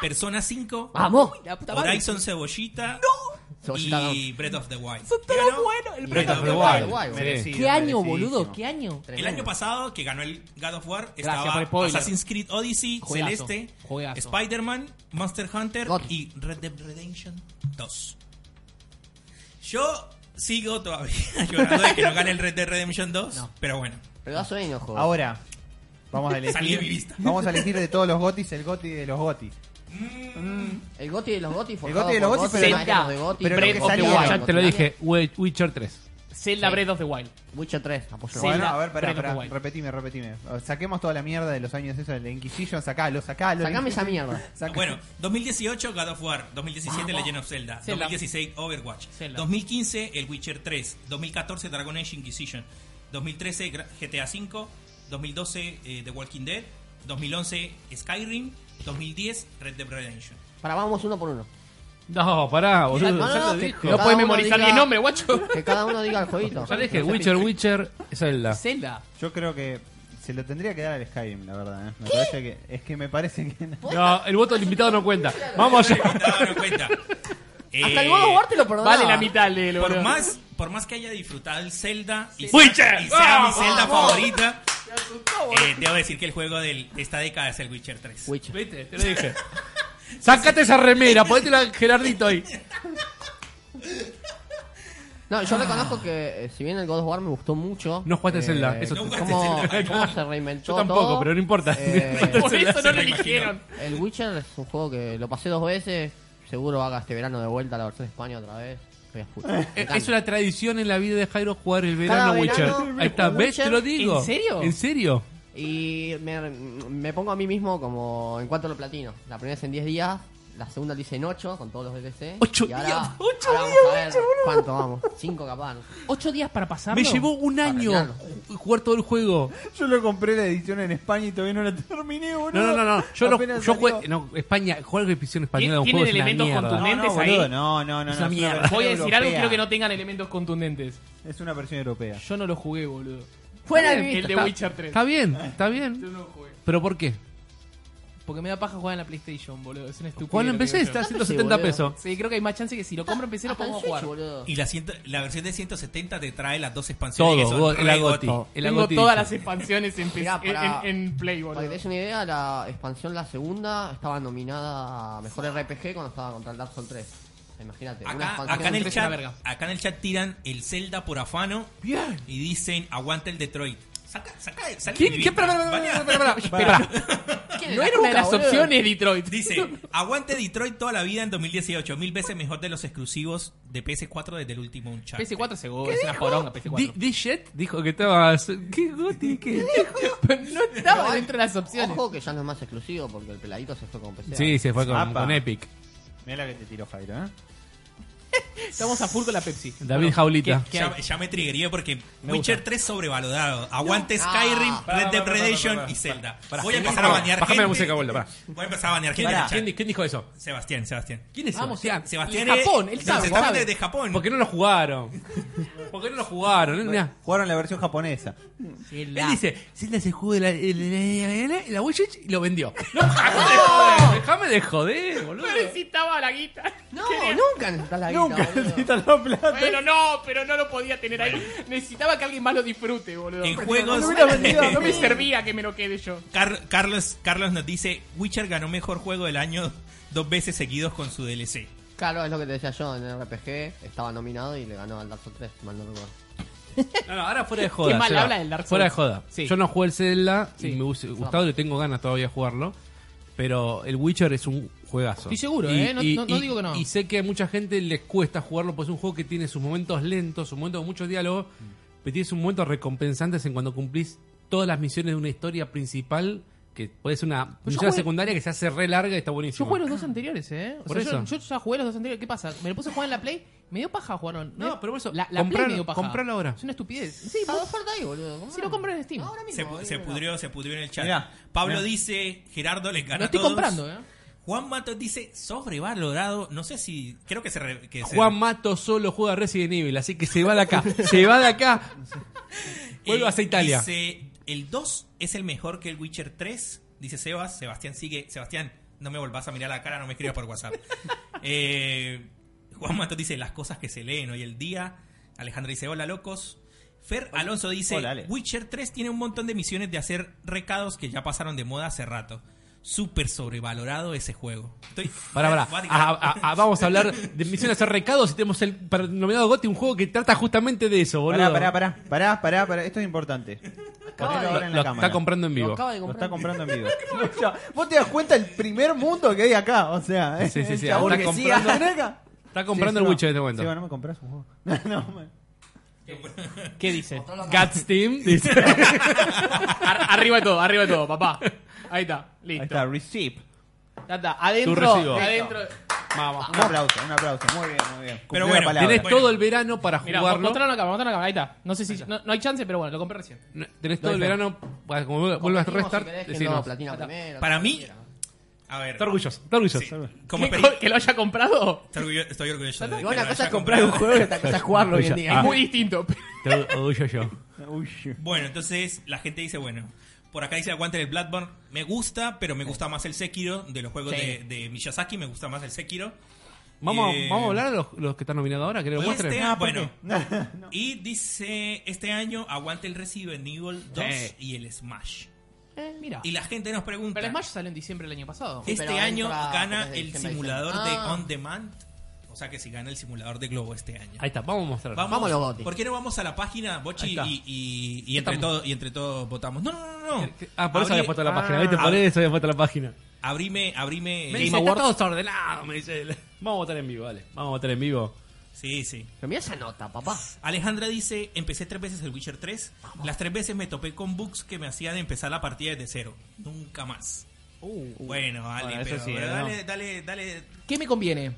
Persona 5,
¡Vamos!
La puta madre.
Horizon Cebollita
Cebollita,
y Breath of the Wild.
Son todos
Ganó
buenos, el
y
Breath
ganó
of
the
Wild.
Wild.
Sí.
Merecido,
¿Qué año,
merecidísimo.
boludo? ¿Qué año?
El año pasado, que ganó el God of War,
Gracias por el
estaba
spoiler.
Assassin's Creed Odyssey,
Juegazo,
Celeste,
juegazo.
Spider-Man, Monster Hunter
God.
y Red Dead Redemption 2. Yo sigo todavía llorando de que no gane el Red Dead Redemption 2,
No.
pero bueno.
Pero da sueño el juego.
Ahora, vamos a
Salí de mi
elegir.
lista.
Vamos a elegir de todos los gotis el goti de los gotis.
El Goti de los Goti
El Goti de los Goti, pero- pero lo
que salía-
Ya te lo dije, We- Witcher 3.
Zelda
Sí.
Breath of the Wild.
Witcher 3, apoyo.
Sí,
Bueno,
la-
a ver, pará,
Breath of
pará,
the Wild.
repetime, repetime. O, Saquemos toda la mierda de los años esos de la Inquisition, sacalo, sacalo.
Sacame esa mierda.
Saca-
Bueno, 2018 God of War,
Ah, oh.
2017 Legend of Zelda,
Zelda.
2016 Overwatch,
Zelda.
2015 El Witcher 3, 2014 Dragon Age Inquisition, 2013 Gra- GTA 5, 2012 eh, The Walking Dead, 2011 Skyrim, 2010 Red Dead Redemption.
Para, vamos uno por uno.
No, pará, boludo.
No, no,
ya
no,
lo
que-
dijo.
Cada
No puedes
uno
memorizar
diga-
mi nombre, guacho.
Que cada uno diga el jueguito.
Ya dije,
No sé,
Witcher, Witcher, Zelda.
Zelda.
Yo creo que se lo tendría que dar al Skyrim, la verdad. ¿eh? Me parece que, es que me parece que.
No, el voto del invitado no cuenta. Vamos allá.
No, no cuenta. Eh,
Hasta el God of War te lo perdonaba.
Vale la mitad de lo
por
boludo.
más, por más que haya disfrutado el Zelda y,
¡Witcher!
y sea mi
¡Vamos!
Ah,
Zelda favorita, eh, debo decir que el juego del- de esta década es el Witcher 3.
Witcher.
Viste, te lo dije. Sácate esa remera, pues. ponétela a Gerardito ahí.
No, yo reconozco que eh, si bien el God of War me gustó mucho.
No jugaste Zelda, eso
no
te-
jugaste
¿Cómo,
Zelda.
cómo se reinventó
Yo tampoco,
todo.
pero no importa.
Eh,
Por eso no lo
me
eligieron.
el Witcher es un juego que lo pasé dos veces. Seguro haga este verano de vuelta la versión de España otra vez. Voy a escuchar. Me
Eh,
encanta.
Es una tradición en la vida de Jairo jugar el verano Witcher.
verano,
Ahí está, ¿ves? Te lo
Witcher.
digo.
¿En serio?
¿En serio?
Y me, me pongo a mí mismo como en cuanto a lo platino. La primera es en 10 días, la segunda dice en 8 con todos los DLC.
Ocho
y ahora,
días, ocho
ahora vamos
días,
a ver cuánto vamos. 5 capaz. no sé.
Ocho días para pasarlo.
Me llevó un año
Para
ju- jugar todo el juego.
Yo lo compré la edición en España y todavía no la terminé,
No,
boludo.
no, no, no. Yo, no,
Apenas
yo
salió.
jugué. No, España, jugar la edición española de un
Tienen
juego es una
elementos
mierda.
contundentes.
No, no,
Lentes
boludo,
ahí.
no, no, no.
Esa
es una
mierda.
versión
Voy a decir
europea.
algo creo que no tengan elementos contundentes.
Es una versión europea.
Yo no lo jugué, boludo.
Fuera de mi
el
vista,
de
está-
Witcher 3.
Está bien, está
Yo
bien.
no lo jugué.
¿Pero por qué?
Porque me da paja jugar en la PlayStation, boludo. Es una estupidez.
Cuando
lo que
empecé
digo yo.
está a 170
boludo.
pesos.
Sí, creo que hay más chance que si lo compro en PC lo
Hasta en
podemos
Switch,
jugar.
boludo.
Y la, ciento- la versión de 170 te trae las dos expansiones. que
Todo,
son
go- el
re
agoti.
goti.
El
Tengo
agoti.
todas las expansiones en, PC,
Mirá, pará.
en, en Play, boludo.
Para que te des una idea, la expansión, la segunda, estaba nominada a Mejor RPG cuando estaba contra el Dark Souls 3. Imagínate. una
Acá,
expansión
acá en el
tres es una
chat,
verga.
acá en el chat tiran el Zelda por afano
Bien.
y dicen aguante el Detroit. Saca, saca, salí de mi
¿Quién?
vida.
¿Qué? Pará, pará,
Vale.
pará, pará, pará, pará.
¿Quién
No
la
era una de
puta,
las
boludo?
opciones, Detroit.
Dice, aguante Detroit toda la vida en 2018, mil veces mejor de los exclusivos de PS4 desde el último Uncharted.
PS4 seguro, es una poronga
Di-
PS4.
Dijet dijo que estaba. ¿Qué goti? ¿Qué dijo?
no estaba dentro de las opciones.
Ojo que ya no es más exclusivo porque el peladito se fue con PC.
Sí, se fue con,
Apa.
con Epic.
Mira la que te tiró Jairo, ¿eh?
Estamos a full con la Pepsi.
David Jaulita.
¿qué- qué
Ya,
hay?
ya me triggería porque
Me
Witcher 3 sobrevalorado. Aguante
No.
Skyrim,
Ah,
Red
pará,
Dead
pará, pará,
Redemption
pará,
y
pará.
Zelda.
Pará.
Voy a
¿Quién
empezar a
dijo-
banear
bajame
gente.
la música, vuelta, pará.
Voy a empezar a banear gente.
Pará.
en el chat.
dijo eso?
Sebastián, Sebastián.
¿Quién es
Vamos,
Sebastián?
Sebastián
de
es-
Japón, él
no,
sabe,
Sebastián
sabe.
es de Japón.
¿Por qué no lo jugaron? ¿Por qué no lo jugaron? Mirá.
Jugaron la versión japonesa.
Él dice, Zelda se jugó de la, de la, de la- de la Witch y lo vendió. No, déjame de joder, boludo.
No necesitaba la guita.
No, nunca necesitas la guita, boludo.
la plata.
Bueno, no, pero no lo podía tener ahí. Necesitaba que alguien más lo disfrute, boludo.
En juegos.
no hubiera vendido,
No me servía que me lo quede yo.
Car- Carlos, Carlos nos dice: Witcher ganó mejor juego del año dos veces seguidos con su DLC.
Claro, es lo que te decía yo, en el RPG estaba nominado y le ganó al Dark Souls 3, mal no recuerdo.
No, no, ahora fuera de joda.
Qué mal
Seba.
habla del Dark Souls.
Fuera de joda.
Sí.
Yo no jugué el Zelda y
Sí.
me hubiese gustado y tengo ganas todavía de jugarlo. Pero el Witcher es un juegazo.
Estoy seguro, ¿eh? No- no- no digo que no.
Y sé que a mucha gente les cuesta jugarlo porque es un juego que tiene sus momentos lentos, sus momentos con mucho diálogo, pero tiene sus momentos recompensantes en cuando cumplís todas las misiones de una historia principal, que puede ser una
yo
misión
jugué-
secundaria que se hace re larga y está
Yo
buenísimo.
jugué los dos anteriores, ¿eh? O
Por
sea, yo-
eso.
Yo, ya jugué los dos anteriores. ¿Qué pasa? Me lo puse a jugar en la Play. Me dio paja jugarlo. en-
No, pero por eso,
La, la
compralo-
Play me dio paja.
compralo ahora.
Es una estupidez. Sí,
Está de oferta ahí, boludo.
si lo compras en Steam.
Ahora mismo.
Se, pu- se
boludo.
pudrió, se pudrió en el chat.
Mirá,
Pablo
mirá.
dice: Gerardo les
Lo
gana a
estoy
todos.
comprando, ¿eh?
Juan Matos dice: sobrevalorado. No sé si. Creo que se. re- que se-
Juan Mato solo juega Resident Evil, así que se va de acá. se va de acá.
eh,
Vuelvas a Italia.
Dice: El 2 es el mejor que el Witcher 3. Dice Sebas. Sebastián sigue. Sebastián, no me volvás a mirar la cara, no me escribas por WhatsApp. Eh, Juan Matos dice: Las cosas que se leen hoy el día. Alejandra dice: Hola, locos. Fer Alonso dice:
Hola, Ale.
Witcher 3 tiene un montón de misiones de hacer recados que ya pasaron de moda hace rato. Súper sobrevalorado ese juego. Estoy.
Pará, pará.
Voy a tirar-
Ah, ah, ah, vamos a hablar de misiones hacer recados y tenemos el para- nominado Gotti, un juego que trata justamente de eso, boludo.
Pará, pará, pará, pará, pará, pará. Esto es importante. Ponelo
Lo,
ahora en
lo
la
está
cámara.
comprando en
Lo
vivo.
acaba de
Lo
comprar.
está comprando en vivo. O sea, Vos te das cuenta el primer mundo que hay acá. O sea,
Sí, sí,
¿eh?
sí,
el chabón
está
que siga
comprando-
acá.
Está comprando
Sí,
el
sí,
Witcher en
no.
este momento.
Sí, bueno, me compras un juego. No, no, man.
¿Qué dice?
Guts Team dice.
Ar- arriba de todo, arriba de todo, papá. Ahí está,
Ahí
listo.
está, receive.
Ya está,
Tu
adentro,
recibo.
adentro.
Vamos.
Un aplauso, un aplauso. Muy bien, muy bien. Cumplió
bueno,
la palabra.
Tenés
Bueno.
todo el verano para
Mira,
jugarlo.
mostralo en la cámara, mostralo en la cámara. Ahí está. No sé si no, no hay chance, pero bueno, lo compré recién.
No, Tenés todo el
Doy fe.
verano para como vuel- vuelvas a
Competimos,
restart.
si querés que
decinos.
no, platina primero,
Para
lo
mí.
que
A ver.
Está orgulloso, está orgulloso.
Sí. Como
¿Qué
peri-
co- ¿Que lo haya comprado?
Estoy orgullo- estoy orgulloso. de
quieras.
que
Igual una
lo
cosa
haya
es comprar un
comprado.
juego y otra cosa es jugarlo hoy en
Escucha,
día.
Es muy distinto.
Está orgulloso yo.
Uy.
Bueno, entonces la gente dice, bueno, por acá dice aguante el Bloodborne. Me gusta, pero me gusta más el Sekiro de los juegos
Sí.
de, de Miyazaki. Me gusta más el Sekiro.
Vamos,
Eh,
vamos a hablar de los, los que están nominados ahora, que lo
y
muestren.
este-
Ah, ¿por
bueno.
qué?
Y dice, este año aguante el Resident Evil 2 y el Smash.
Eh, mira.
Y la gente nos pregunta,
Pero el Smash salió en diciembre del año pasado.
Sí.
este
pero
año
entra
gana
desde
el
diciembre,
simulador de
diciembre. Ah.
On Demand. O sea que si gana el simulador de Globo este año.
Ahí está, vamos a mostrar.
Vamos,
Vamos a los votos.
¿Por qué no vamos a la página,
Ahí
Bochi,
está.
y, y- y entre
Estamos.
todos y entre todos votamos? No, no, no, no.
Ah, por eso
Abrí-
había puesto la
ah, Eh,
página. ¿Viste? Por
abrí-
eso había puesto la página.
Abrime, abrime.
Me
Game
dice,
Awards.
está todo desordenado, me dice él. Vamos a votar en vivo, vale. Vamos a votar en vivo.
Sí, sí.
Pero mira esa nota, papá.
Alejandra dice, empecé tres veces el Witcher 3. Las tres veces me topé con bugs que me hacían empezar la partida desde cero. Nunca más. bueno, Ale,
bueno, eso
pero,
sí,
pero
¿no?
dale, dale, dale.
¿Qué me conviene?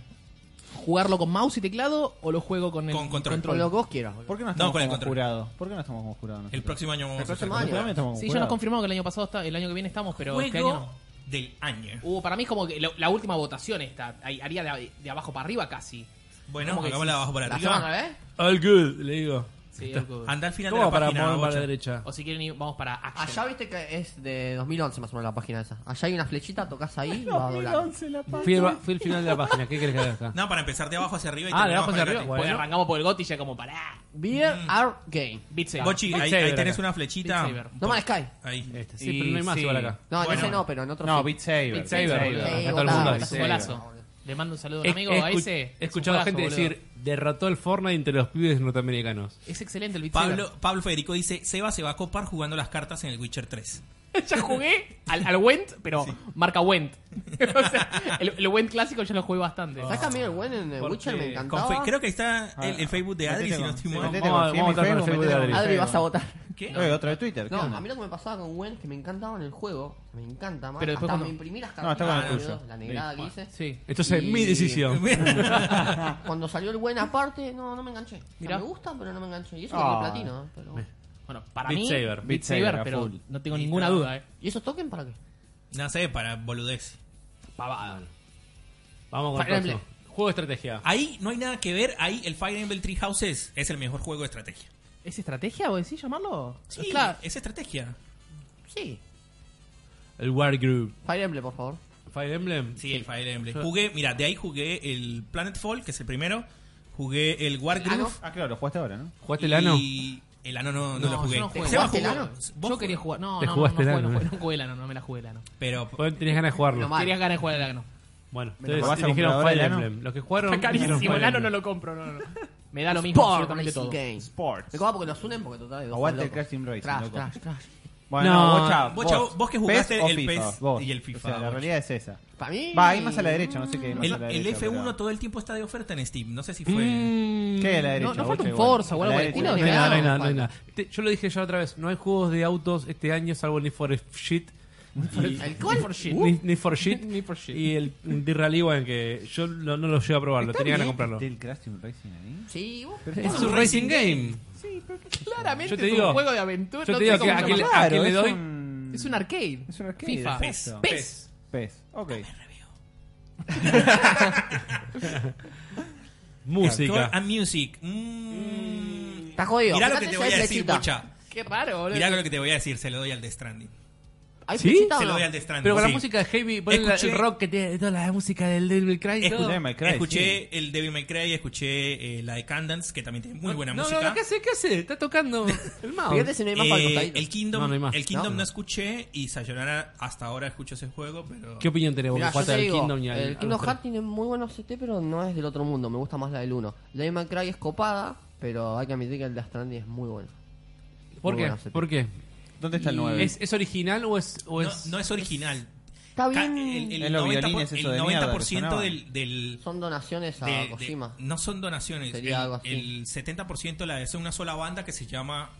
¿Jugarlo con mouse y teclado o lo juego con el
Con control.
Con lo que vos quieras, boludo.
¿Por qué no
No,
estamos
con el
como
control.
jurados? ¿Por qué no estamos como jurados?
El
nosotros?
próximo año vamos a
El
hacer
próximo
otro.
año.
También estamos
Sí,
como
ya nos
jurados.
confirmamos que el año pasado está, el año que viene estamos, pero este año
Juego
no.
del año.
Uh, para mí es como que lo- la última votación esta. Ahí, haría de, de abajo para arriba casi.
Bueno,
¿Cómo que
hagámosla
sí?
abajo para
La
arriba.
semana, ¿eh?
All good, le digo.
Sí,
Está-
algo-
Anda al final de
¿Cómo
la
para
página.
mover para
Bocha.
la derecha?
O si quieren ir, vamos para action.
Allá viste que es de 2011 más o menos la página esa. Allá hay una flechita, tocas ahí y va a doblar.
Fui al, fui al final de la página. ¿Qué querés que haga acá?
No, para empezar de abajo hacia arriba. Y
Ah, de
terminar
abajo hacia arriba.
Porque
Bueno.
arrancamos por el GOTY ya como para.
Beer Art Game.
Beat Saber.
Bochi,
Beat
ahí,
Saber
ahí tenés
acá.
una flechita.
Beat Saber.
No más Sky.
Ahí.
Este, sí, pero no hay más
Sí.
igual acá.
No, en
Bueno.
ese no, pero en otro
No,
sí.
Beat Saber.
Beat Saber, boludo. Acá
Sí,
todo el
botá,
mundo
botá,
dice.
un golazo.
Le mando un saludo a un
He-
amigo,
he
a
escu-
ese. es
He
un
escuchado
golazo,
gente
boludo.
decir, derrotó el Fortnite entre los pibes norteamericanos.
Es excelente el Beat
Pablo, Pablo Federico dice, Seba se va a copar jugando las cartas en el Witcher 3.
Saber. ya jugué al, al Went, pero marca Went. o sea, el, el Went clásico ya lo jugué bastante.
¿Sabes que a mí el buen en el
Porque
Witcher me
Con
encantaba?
fe- creo que ahí está el, el Facebook de Adri,
Metete
si no
con-
estoy
sí,
mal.
metete
Vamos a-
con- sí,
vamos a entrar
mi
con el Facebook de
Facebook, metete con mi
Adri,
Facebook.
vas a votar.
Que ¿Qué?
Oye, otra vez Twitter. ¿qué
No,
onda?
a mí lo que me pasaba con Gwen es que me encantaba en el juego. Me encanta más.
Pero después
Hasta
cuando-
me imprimí las
No, está
cartitas,
con el
boludo,
tuyo.
la negrada que
Sí.
hice.
Sí.
Entonces,
Y-
mi decisión.
Cuando salió el Gwen aparte, no, no me enganché. O sea,
Mirá.
me gusta, pero no me enganché. Y eso
Ah.
que tiene platino. ¿eh? Pero...
Bueno, para
Beat
mí.
Saber.
Beat
Beat
Saber,
Saber a
pero
full.
no tengo ninguna duda, eh.
¿Y esos token para qué?
No sé, para boludez.
Pavada.
Vamos con
Fire
el próximo. Juego de estrategia.
Ahí no hay nada que ver. Ahí el Fire Emblem Three Houses es el mejor juego de estrategia.
¿Es estrategia o decís llamarlo?
Sí,
Claro.
es estrategia.
Sí.
El War Group.
Fire Emblem, por favor.
Fire Emblem.
Sí, el Fire Emblem. Jugué, mira, de ahí jugué el Planetfall, que es el primero. Jugué el Wargroove.
Claro.
Ah, claro, lo jugaste ahora, ¿no?
¿Jugaste el ano?
Y el ano no, no, lo jugué.
yo no jugué.
Seba
¿Jugaste el
jugó.
ano?
Vos
Yo quería jugar. No,
Te
no, no, no,
jugaste el
jugué, no,
ano,
jugué,
eh.
no jugué el ano, no me la jugué el ano.
Pero
Vos tenías ganas de jugarlo.
Mal.
Querías ganas de jugar el ano.
Bueno,
Me lo
ustedes
vas a
eligieron
comprar
Fire
ahora, ¿no?
Emblem. Los que jugaron.
Está carísimo,
eligieron
el
Fire
ano no
Emblem.
lo compro, no, no, no. Me da lo mismo
Sport
absolutamente
Racing
todo.
Game.
Sports.
Me copa porque los unen porque total. hay dos
Aguante el
locos.
Crash Team Racing,
Crash,
loco.
crash, crash.
Bueno,
No,
vos, chao,
vos, chao, vos que jugaste
o
el
FIFA,
PES
vos.
y el FIFA,
O sea, la
vos.
realidad es esa.
Para mí.
Va, ahí más a la derecha, no sé qué. más
el,
a la
el
derecha,
F1
pero-
todo el tiempo está de oferta en Steam. No sé si fue.
Mm,
¿Qué a la derecha?
No, no falta
Bocha,
un
igual.
Forza o
A la
algo por el
derecha.
estilo.
No
no
hay nada, no hay
Claro.
nada, no hay nada. Te- yo lo dije ya otra vez. No hay juegos de autos este año salvo el Need for Shit. Y-
¿El cuál?
Need for Shit.
Need, Need for Shit.
Need for Shit.
Y el D-Rally One, que yo lo- no lo llevo a probar. Lo
¿Está
tenía ganas de
bien
comprarlo.
que esté el Crash Team Racing ahí?
Sí, uh, vos.
Es un racing game.
Sí, pero que claramente
Yo te
es
digo-
un juego de aventura.
yo
no
te
sé
digo
cómo
que
llamarlo.
aquel-
Ah,
¿a quién le
es
doy?
un-
Es un arcade.
Es un arcade.
FIFA.
exacto.
PES.
PES. Ok.
Música.
Actor and Music. Mm.
Está jodido.
Mirá lo que
Fíjate
te
si
voy
hay
a decir,
flechita.
bocha.
Qué raro, boludo.
Mirá lo que te voy a decir. Se lo doy al de Stranding.
¿Hay
¿Sí?
flechita o
Se lo
no?
doy al de Stranding.
Pero con la
sí.
música de Heavy, ponen la-
Escuché-
el rock que tiene toda la música del Devil Cry. y todo.
Escuché My Cry,
escuché el Devil May Cry, escuché eh, la de Candance, que también tiene muy buena
no,
música.
No, no, ¿qué hace? ¿Qué hace? Está tocando el
Fíjate
mouse.
si no hay más para el
Eh,
costadito.
el Kingdom,
No, no hay más.
el Kingdom
No.
no, escuché y Sayonara hasta ahora escucho ese juego, pero
¿Qué opinión tenés vos?
Mirá, yo
¿Jugaste
te
al
digo,
Kingdom y al-
el
al
Kingdom
otro?
Hearts tiene muy buenos CT, pero no es del otro mundo. Me gusta más la del 1. La de Minecraft es copada, pero hay que admitir que el de Stranding es muy bueno.
¿Por
Muy
qué?
buena CT.
¿Por qué?
¿Dónde está el
Y-
9?
¿Es, es original o es.? O
no,
es...
no es original.
Está
Ca-
bien.
El, el
Es los
90%,
violines
por-
eso
el
de mierda que
90%
sonaban.
del, del-
Son donaciones a
de- de-
Kojima.
no son donaciones. el,
Sería algo así.
el 70% la es una sola banda que se llama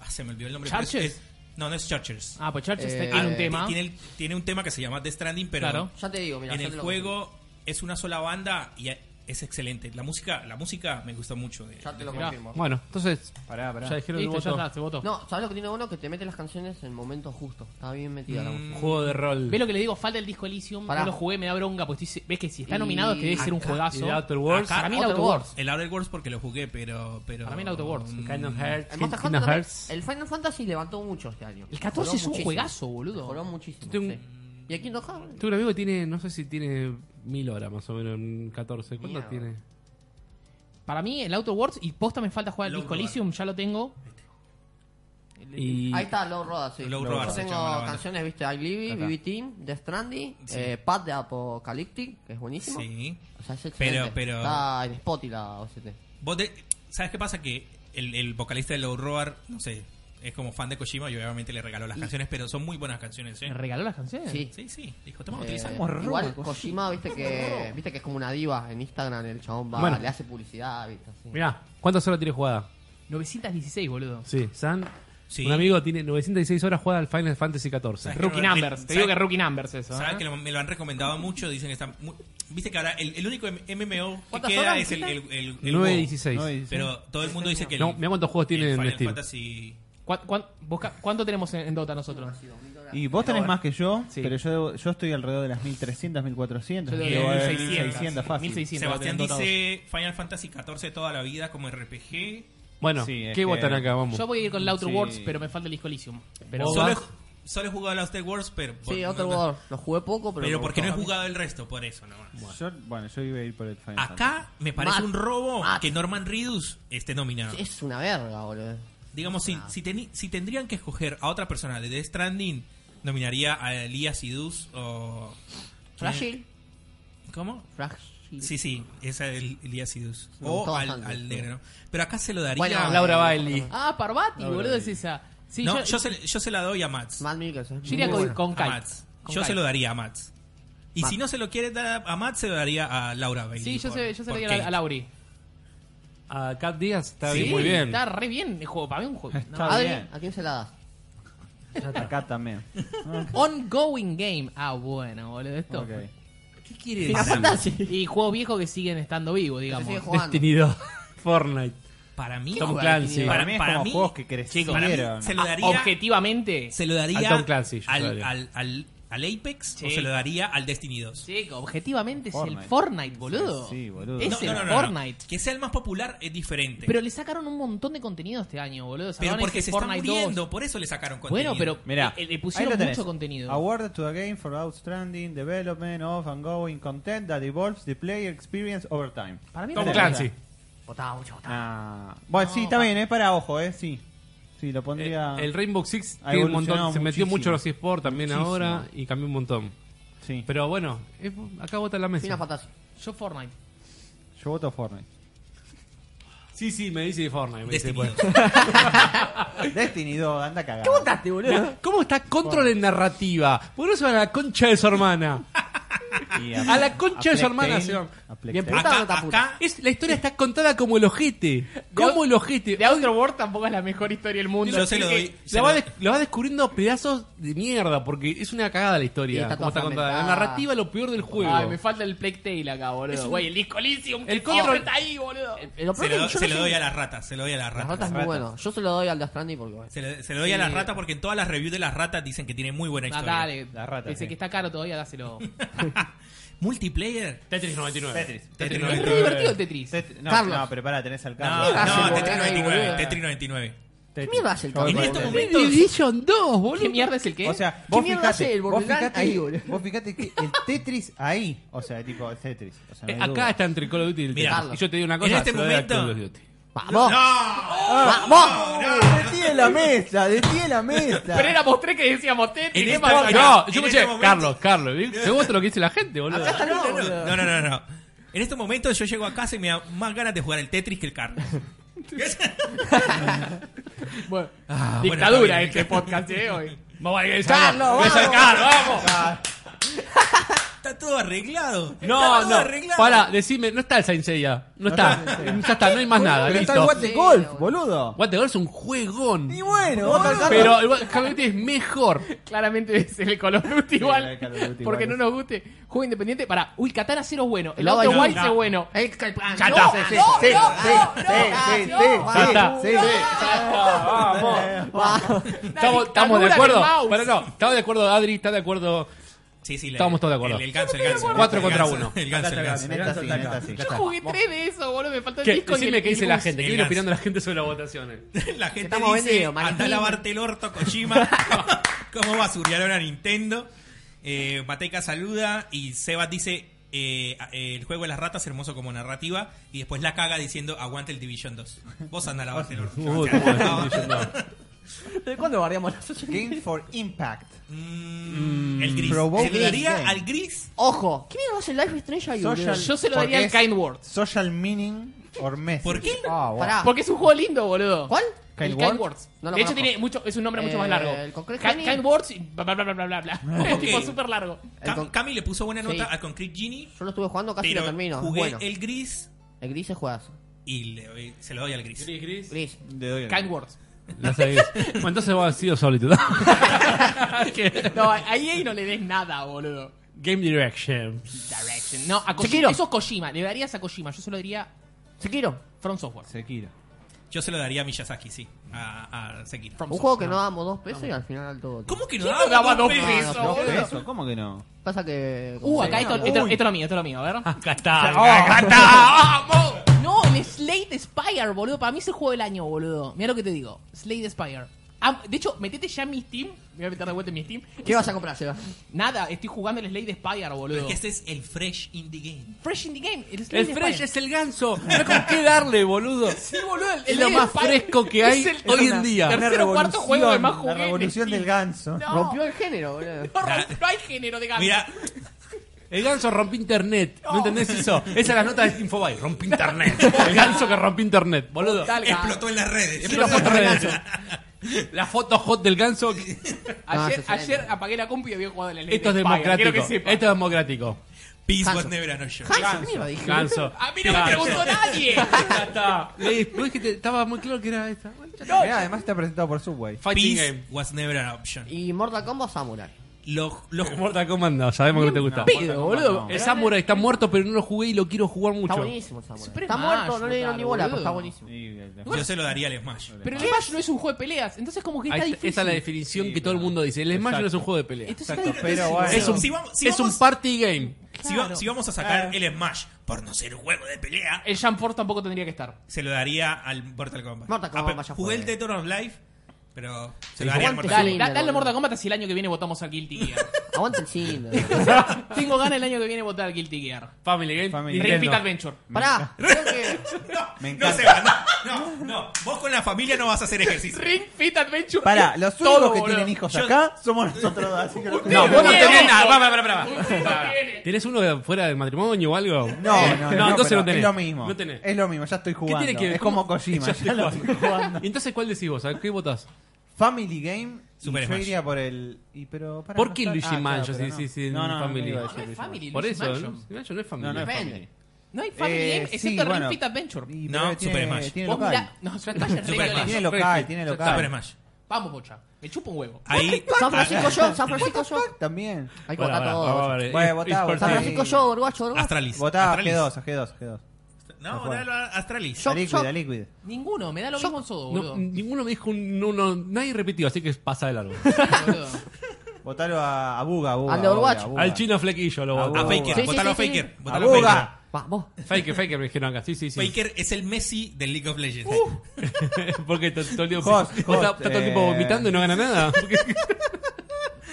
ah, se me olvidó el nombre. pero es-
¿Churches?
es- no, no es Churches.
Ah, pues Churches
Eh,
tiene
ah,
un tema.
Tiene, el- tiene un tema que se llama The Stranding, pero
Claro.
Ya te digo, mira.
en
ya
el
te lo-
juego es una sola banda y es excelente. La música, la música me gusta mucho de,
Ya te lo
Mirá.
confirmo.
Bueno, entonces.
Pará, pará.
Ya dijeron el
Listo, ya
voto.
está, se votó.
No, ¿sabes lo que tiene bueno? Que te mete las canciones en el momento justo. Está bien metida
Mm,
la música.
Juego de rol.
¿Ves lo que le digo? Falta el disco Elysium.
Pará.
No lo jugué, me da bronca. Pues estoy- ves que si está
Y-
nominado es que debe ser un
Acá,
Y
juegazo.
de Outer Worlds.
Acá-
Para mí el
Outer
Outer Worlds.
El Outer Worlds porque lo jugué, pero... pero
Para mí el Outer Worlds.
Mm,
Kingdom Hearts.
El, Monster
Kingdom
Hunter-
Hearts.
el Final Fantasy levantó mucho este año.
El 14
Mejoró
es un
muchísimo.
juegazo, boludo.
Mejoró muchísimo.
Este
Tengo un-
sí. Y aquí no Hearts.
Tengo un amigo que tiene. No sé si tiene mil horas más o menos. en 14. ¿Cuánto
Mierda.
tiene?
Para mí el Outer Worlds y posta me falta jugar el
Low
disco
Roar.
Elysium, ya lo tengo.
Y.
Ahí está, Low Roda, sí.
Low
Yo
Roar, se llama la
tengo
banda.
canciones, viste, I Live,
Acá.
BB Team, The Stranding, eh, Path de Apocalyptic, que es buenísimo.
Sí.
O sea, es
Pero-
excelente.
pero-
Está en Spotify la OCT.
Vos de- ¿Sabes qué pasa? Que el, el vocalista de Low Roar, no sé, es como fan de Kojima y obviamente le regaló las canciones, pero son muy buenas canciones, ¿eh?
¿Me regaló las canciones?
Sí.
Sí, sí. Dijo, toma,
Eh,
utilizamos.
igual Kojima, viste que, viste que es como una diva en Instagram, el chabón va,
Bueno.
le hace publicidad, viste, así.
Mirá, ¿cuántas horas tiene jugada?
916, boludo.
Sí, San.
Sí.
Un amigo tiene 916 horas jugada al Final Fantasy XIV.
¿Sabes
Rookie
que-
Numbers, te
¿sabes-
digo que Rookie Numbers eso.
¿Sabes
¿eh?
que lo- me lo han recomendado mucho? Dicen que está... muy- Viste que ahora el, el único M- MMO que
¿Cuántas
queda
horas
es el... el, el, el WoW.
916.
No, dice-
Pero todo el mundo dice que... El,
No, mira cuántos juegos
el
tiene en
Final
Steam.
Fantasy...
¿Cuán- cuán- vos ca- ¿Cuánto tenemos en, en Dota nosotros?
Y vos tenés más que yo,
Sí.
pero yo, debo- yo estoy alrededor de las 1300, 1400.
Yo
y
doy
debo haber
1600.
1600 fácil.
1600.
Sebastián
en Dota
dice Final Fantasy XIV toda la vida como RPG.
Bueno,
Sí, es
¿qué
que-
votan acá? Vamos.
Yo voy a ir con el Outer
Sí.
Worlds, pero me falta el disco Elysium. Pero
Vos
Solo
vas-
he, solo he jugado a Lost Wars, pero...
Sí,
no-
otro
no-
jugador. Lo jugué poco, pero.
Pero
me
porque no he
gustó.
jugado el resto, por eso nomás.
Yo, bueno, yo iba a ir por el Final
Acá me parece
Mat.
un robo
Mat.
que Norman Reedus esté nominado.
Es una verga, boludo.
Digamos, si, si, teni- si tendrían que escoger a otra persona de Death Stranding, nominaría a Elias Idus o...
Frágil.
¿Cómo?
Frágil.
Sí, sí, es el Elias Idus.
Me
O
gustó
al,
bastante.
al negro. ¿no? Pero acá se lo daría...
Bueno,
Laura Bailey.
Ah, Parvati, boludo, es esa. Sí,
no,
yo,
yo, se, yo se la doy a Mats.
Matt Mikkelsen. es
yo iría
muy
con,
bueno.
con
A
Kai.
Mats.
Con
Yo
Kai.
se lo daría a Mats. Y
Mats.
si no se lo quiere dar a Mats, se lo daría a Laura Bailey.
Sí, yo
por-
se, yo se lo
por
daría a-
Kate.
a Lauri.
a Cat Díaz está
Sí,
bien, muy bien.
Está re bien el juego. Para mí un juego. no.
Está
Adri,
bien.
¿a quién se la das?
Acá también.
Ongoing game. Ah, bueno, boludo. Esto.
Ok.
¿Qué quiere
Final
decir?
Fantasy.
Y juegos viejos que siguen estando vivos, digamos.
sigue jugando.
Destiny 2, Fortnite.
Para mí,
Tom
juega
Clancy.
Destiny
Para mí es como juegos que
chicos, para mí
crecieron.
se lo
Ah,
daría,
Objetivamente.
se lo
Al
daría
Tom Clancy, yo
al,
se lo daría.
al- al- al Apex o
Sí.
se lo daría al Destiny 2.
Chico, objetivamente es
Fortnite.
el Fortnite, boludo.
Sí, boludo.
Es
No,
el
no, no, no.
Fortnite.
Que sea el más popular es diferente.
Pero le sacaron un montón de contenido este año, boludo.
Pero
Sacaron
porque
ese
se está
Fortnite 2.
muriendo, por eso le sacaron contenido.
Bueno, pero
Mirá,
le, le
ahí lo
pusieron
tenés.
mucho contenido.
Awarded to a game for outstanding development of ongoing content that evolves the player experience over time.
Para mí
Tom
no.
Clancy.
Votaba mucho, votaba.
Ah, bueno,
No,
sí, está
pa-
bien, es para ojo, eh, sí. Sí, lo
Eh,
pondría.
el Rainbow Six
Ha
tiene un
evolucionado
montón, se metió
muchísimo.
mucho en los eSports también
Muchísimo.
ahora y cambió un montón.
sí.
Pero bueno, es- acá vota la mesa.
Final Fantasy.
Yo Fortnite.
Yo voto Fortnite.
Sí, sí, me dice Fortnite. Me dice,
Destiny 2.
pues.
Destiny 2, anda cagado.
Mirá, ¿Cómo está control en narrativa? ¿Por qué no se va a la concha de su hermana?
Y
A la concha de su hermana se van.
a
Y
Plextel.
en puta-
Puta,
Acá,
puta,
acá
puta.
es, la historia está contada como el ojete. Como el ojete.
The Outer World tampoco es la mejor historia del mundo.
Yo
así
se lo
que-
doy. se
La
lo-
va, des- la va descubriendo pedazos de mierda porque es una cagada la
Y
historia.
está
como
toda
está contada. La
fragmentada.
narrativa es lo peor del juego.
Ay, me falta el Plague Tale acá, boludo. Güey, el disco Elysium.
El
El
control-
control está ahí, boludo.
Eh, eh, lo
se
peor
lo,
es que yo
se
no
lo
sé-
doy a las ratas, se lo doy a las
Las
ratas.
ratas es muy bueno. Yo se lo doy al de Astrandi porque bueno.
Se lo, se lo doy a las ratas porque en todas las reviews de las ratas dicen que tiene muy buena
Ah,
historia.
dale.
La rata,
Dice
sí.
que está caro todavía, dáselo.
Multiplayer.
Tetris 99.
Tetris.
Tetris
es re
99.
divertido el Tetris.
Tet- No,
Carlos.
no, pero pará, tenés al
No,
Carlos.
mierda
no,
hace
Tetris
el
99.
boludo?
Tetris 99.
Tetris.
mierda hace el
Yo voy
Carlos?
por
En estos
Tetris.
momentos-
Division 2, boludo.
¿Qué mierda es el qué?
O sea,
¿Qué
vos
mierda
fijate,
hace el
vos
Borderlands
fijate,
ahí, boludo?
vos fijate que el Tetris ahí, o sea, tipo el Tetris. O sea, no
Eh,
hay duda.
acá está entre Call of Duty y el
Mirá,
Tetris.
Carlos.
Y yo te digo una cosa.
En este
se lo doy a
momento-
Call of Duty.
¡Vamos!
¡No!
¡Vamos!
Detiene la mesa, detiene la mesa.
Pero éramos tres que decíamos Tetris.
En
¿qué
esta-
pasa?
Mirá,
No,
en
yo
este
escuché.
momento-
Carlos, Carlos. ¿eh? ¿Te gusta lo que dice la gente, boludo?
Acá está no,
No,
boludo.
no, no, no, no. En estos momentos yo llego a casa y me da más ganas de jugar el Tetris que el Carlos.
Bueno,
Ah,
bueno,
dictadura
está bien.
este podcast de hoy.
Vamos a ir
Carlos,
Vamos a ir,
vamos.
Carlos, vamos.
Está todo arreglado. Está
No,
todo
no.
arreglado.
Pará, decime, no está el Saint Seiya. No, está. Ya está, no hay más
Ah,
nada.
Pero
listo.
está el What the
Sí,
Golf,
boludo.
boludo.
What the Girl es un juegón.
Y bueno, vos al Carlos.
Pero el What- Call of Duty es mejor.
Claramente es el Call of Duty
el
igual.
Call of Duty
Porque no
igual.
nos guste. Juego independiente para. Uy, Katana 0 es bueno. El
Lo
Outer
doy.
Wilds
No,
es
no.
bueno.
El Calpán.
Ya
¡No!
está.
Sí, sí,
¡No!
sí,
¡No!
sí,
¡No!
sí,
¡No!
sí,
¡No!
sí,
¡No!
Ya está.
sí,
Sí,
sí.
¡Vamos!
Estamos, estamos de
dictadura
acuerdo.
del mouse.
Pero no, estamos de acuerdo, Adri, está de acuerdo.
Sí, sí, la-
Estábamos todos de acuerdo.
El, el ganso, el ganso.
Cuatro
El
contra
ganso,
uno.
El ganso, el ganso.
En esta sí, en esta sí.
Yo jugué tres de eso, boludo. Me faltó el
¿Qué,
disco y
decime
el-
qué
y el
dice la
bus.
gente. ¿Qué
El
viene
ganso.
opinando la gente sobre las votaciones?
La gente
Estamos
dice,
vendidos,
anda a
maletín".
lavarte el orto, Kojima. ¿Cómo basurearon a Nintendo? Eh, Mateika saluda y Sebas dice, eh, a- eh, el juego de las ratas hermoso como narrativa. Y después la caga diciendo, aguante el Division 2. Vos anda a lavarte el orto.
Uy,
Ya,
¿cómo es?
no.
¿De cuándo bardeamos las
Game for Impact.
Mm, el gris.
Provoke
Se lo daría
Game.
al gris.
Ojo, ¿qué mierda hace el Life Strange ahí, boludo?
Social,
Yo se lo daría
porque
al
es
Kind Words.
Social meaning or message.
¿Por qué?
Ah, wow.
Pará.
Porque es un juego lindo, boludo.
¿Cuál?
El
Kind
Kind
Words.
Words.
No lo
de hecho,
conozco.
tiene mucho, es un nombre mucho
Eh,
más largo.
el Concrete
Ki-
Genie.
Kind Words y bla bla bla bla bla. bla. Es tipo
Ok.
súper largo.
El
Cam-
con-
Cami le puso buena nota
Sí.
al Concrete Genie.
Yo lo estuve jugando, casi
Pero
lo termino. es
jugué
bueno. El,
el gris
gris es juegazo.
y le doy- se lo doy al gris.
Gris.
Le doy el-
Kind Words.
La seguís. Bueno, entonces vos has sido solitudo.
No, a a EA no le des nada, boludo.
Game Directions.
Direction. No, a Kojima.
Sekiro.
Eso es Kojima. Le darías a Kojima. Yo se lo diría
Sekiro.
From Software.
Sekiro.
Yo se lo daría a Miyazaki, sí. A, a Sekiro.
From
Un juego que no damos dos pesos y al final al todo.
¿Cómo que no
¿Quién le daba dos
pesos,
pesos,
No,
¿Qué es
boludo?
eso? ¿Cómo que no?
Pasa que.
Uh, acá
como-
esto, esto, esto es lo mío, esto es lo mío, a ver.
Acá está.
Ah,
acá está, vamos. No, el Slade Spire, boludo. Para mí es el juego del año, boludo. Mira lo que te digo. Slade Spire. Am- de hecho, metete ya en mi Steam. Me voy a meter de vuelta en mi Steam.
¿Qué vas a comprar, Seba?
Nada, estoy jugando el Slade Spire,
Pero
boludo.
es que este es el fresh indie game.
Fresh in the game. El, Slade
El Fresh
Spire.
es el ganso. No hay con qué darle, boludo.
Sí, boludo, el- el
Es lo
Slade
más
Spire
fresco que hay
es el
hoy
tercer-
en día.
tercer- Pero cuarto juego que más
la
jugué en
revolución
Steam.
del ganso.
No.
Rompió el género, boludo.
No, no hay género de gato.
Mira,
El ganso rompió internet. ¿No entendés eso? Esa es la nota de Infobay. Rompió internet. El ganso que rompió internet, boludo.
Tal gato.
explotó en las redes.
Quiero fotos del ganso. La foto hot del ganso.
Ah,
Ayer,
excelente.
ayer apagué la compu y había jugado el Slade
Esto es
Spire, quiero
democrático.
que sepa.
Esto es democrático.
Peace
Hanson.
was never an option.
Hanson, mierda, dije.
Ganso.
A mí no me preguntó nadie.
Ya está. Le- vos dijiste, estaba muy claro que era esta. Bueno, ya está.
Mirá, además está presentado por Subway.
Fighting
Peace
Game.
was never an option.
Y Mortal Kombat Samurai.
Los, los,
Mortal Kombat no, sabemos que no te gusta.
Pido, boludo.
El Samurai está muerto, pero no lo jugué y lo quiero jugar
Está
mucho.
buenísimo el Samurai.
Super
Está
Smash,
muerto, no le dieron ni
Ah, claro,
bola, pero
boludo.
está buenísimo.
yo se lo daría al Smash.
Pero el Smash no es un juego de peleas, entonces como que está
Ahí está-
difícil.
esa es la definición que todo el mundo dice. El Smash no es un juego de pelea.
Entonces está
Exacto,
difícil.
pero bueno.
Es un,
Si vamos- si
es
vamos-
un party game.
Si, va- si vamos a sacar el Smash por no ser un juego de pelea,
El Jean Fort tampoco tendría que estar.
se lo daría al Mortal Kombat. Ah,
Mortal Kombat,
pero
ya
jugué
fue.
el Tetron of Life, pero se lo daría al
aguante,
Mortal
Dale,
Sí,
da-
me
dale a
boludo.
Mortal Kombat si el año que viene votamos a Guilty Gear.
Aguanta el cine.
Tengo ganas el año que viene votar a Guilty Gear.
Family game.
Family
Nintendo.
Repeat Adventure.
Pará, creo que.
Kombat.
Me
No,
encanta.
no se va, no, no, no. Vos con la familia no vas a hacer ejercicio.
Ring Fit Adventure.
Pará, los
Todo,
únicos que
boludo.
tienen hijos
Yo-
acá somos nosotros dos, así que no
Ustedes
vos no
tienen
tenés-
tenés nada.
hijos.
Va, va, va, va.
Ustedes no tienen.
¿Tenés uno de fuera del matrimonio o algo?
No, no, no,
Eh, No, entonces
pero
no tenés.
Es lo mismo.
No tenés.
Es lo mismo, ya estoy jugando.
tiene que ver?
Es como
¿Cómo?
Kojima,
Ya
ya,
estoy
lo estoy jugando.
¿Y entonces cuál decís vos? ¿A qué votás?
Family Game. y
Super
yo
Smash.
iría por el. Y, pero, para,
¿Por
no
qué
está- ah,
Luigi
claro,
Mansion?
pero
Sí,
no.
sí, sí, en
No, no, no,
Family.
no iba a
No
decir
hay
Luigi
family,
Por
Luigi
eso,
Mansion.
¿no? Nacho, no es
No,
familia.
no es
Depende.
Family.
No hay Family
Eh,
Game, excepto
sí,
Ring
bueno.
Fit Adventure.
Y-
No,
pero tiene-
Super Smash.
Tiene
Vos
local.
mirá- No, ya está, ya
Super
re-
Smash.
Tiene
Perfecto.
local, tiene
Ya está,
local.
Super Smash.
Vamos, Bocha. Me chupa un huevo.
Ahí. ah,
San Francisco Show, San Francisco Show.
También.
Hay que
Bueno,
votar
bueno,
todo.
vamos a ver.
Bueno,
Es-
votá,
es
votá.
San
parte-
Francisco Show, Uruguayo, Uruguayo.
Astralis.
Votá
Astralis.
G2, a G2, G2.
No,
Mejor.
dale a Astralis.
Yo-
A Liquid, a Liquid.
Ninguno, me da lo mismo en todo,
No,
boludo.
ninguno me dijo un no, no, nadie repitió, así que pasa de largo.
Boludo.
Votalo a, a Buga, a Buga.
Al
a
de
Buga,
Overwatch.
a Buga.
Al chino flequillo lo
Ah,
voto.
A Faker.
Sí, sí,
Votalo a
sí, sí.
Faker.
A
Votalo a Faker.
Buga.
Vamos.
Faker, Faker me dijeron acá. Sí, sí, sí.
Faker es el Messi del League of Legends.
Porque to- todo el tiempo
Host,
está, está
host,
todo el
eh.
tiempo vomitando y no gana nada. Porque-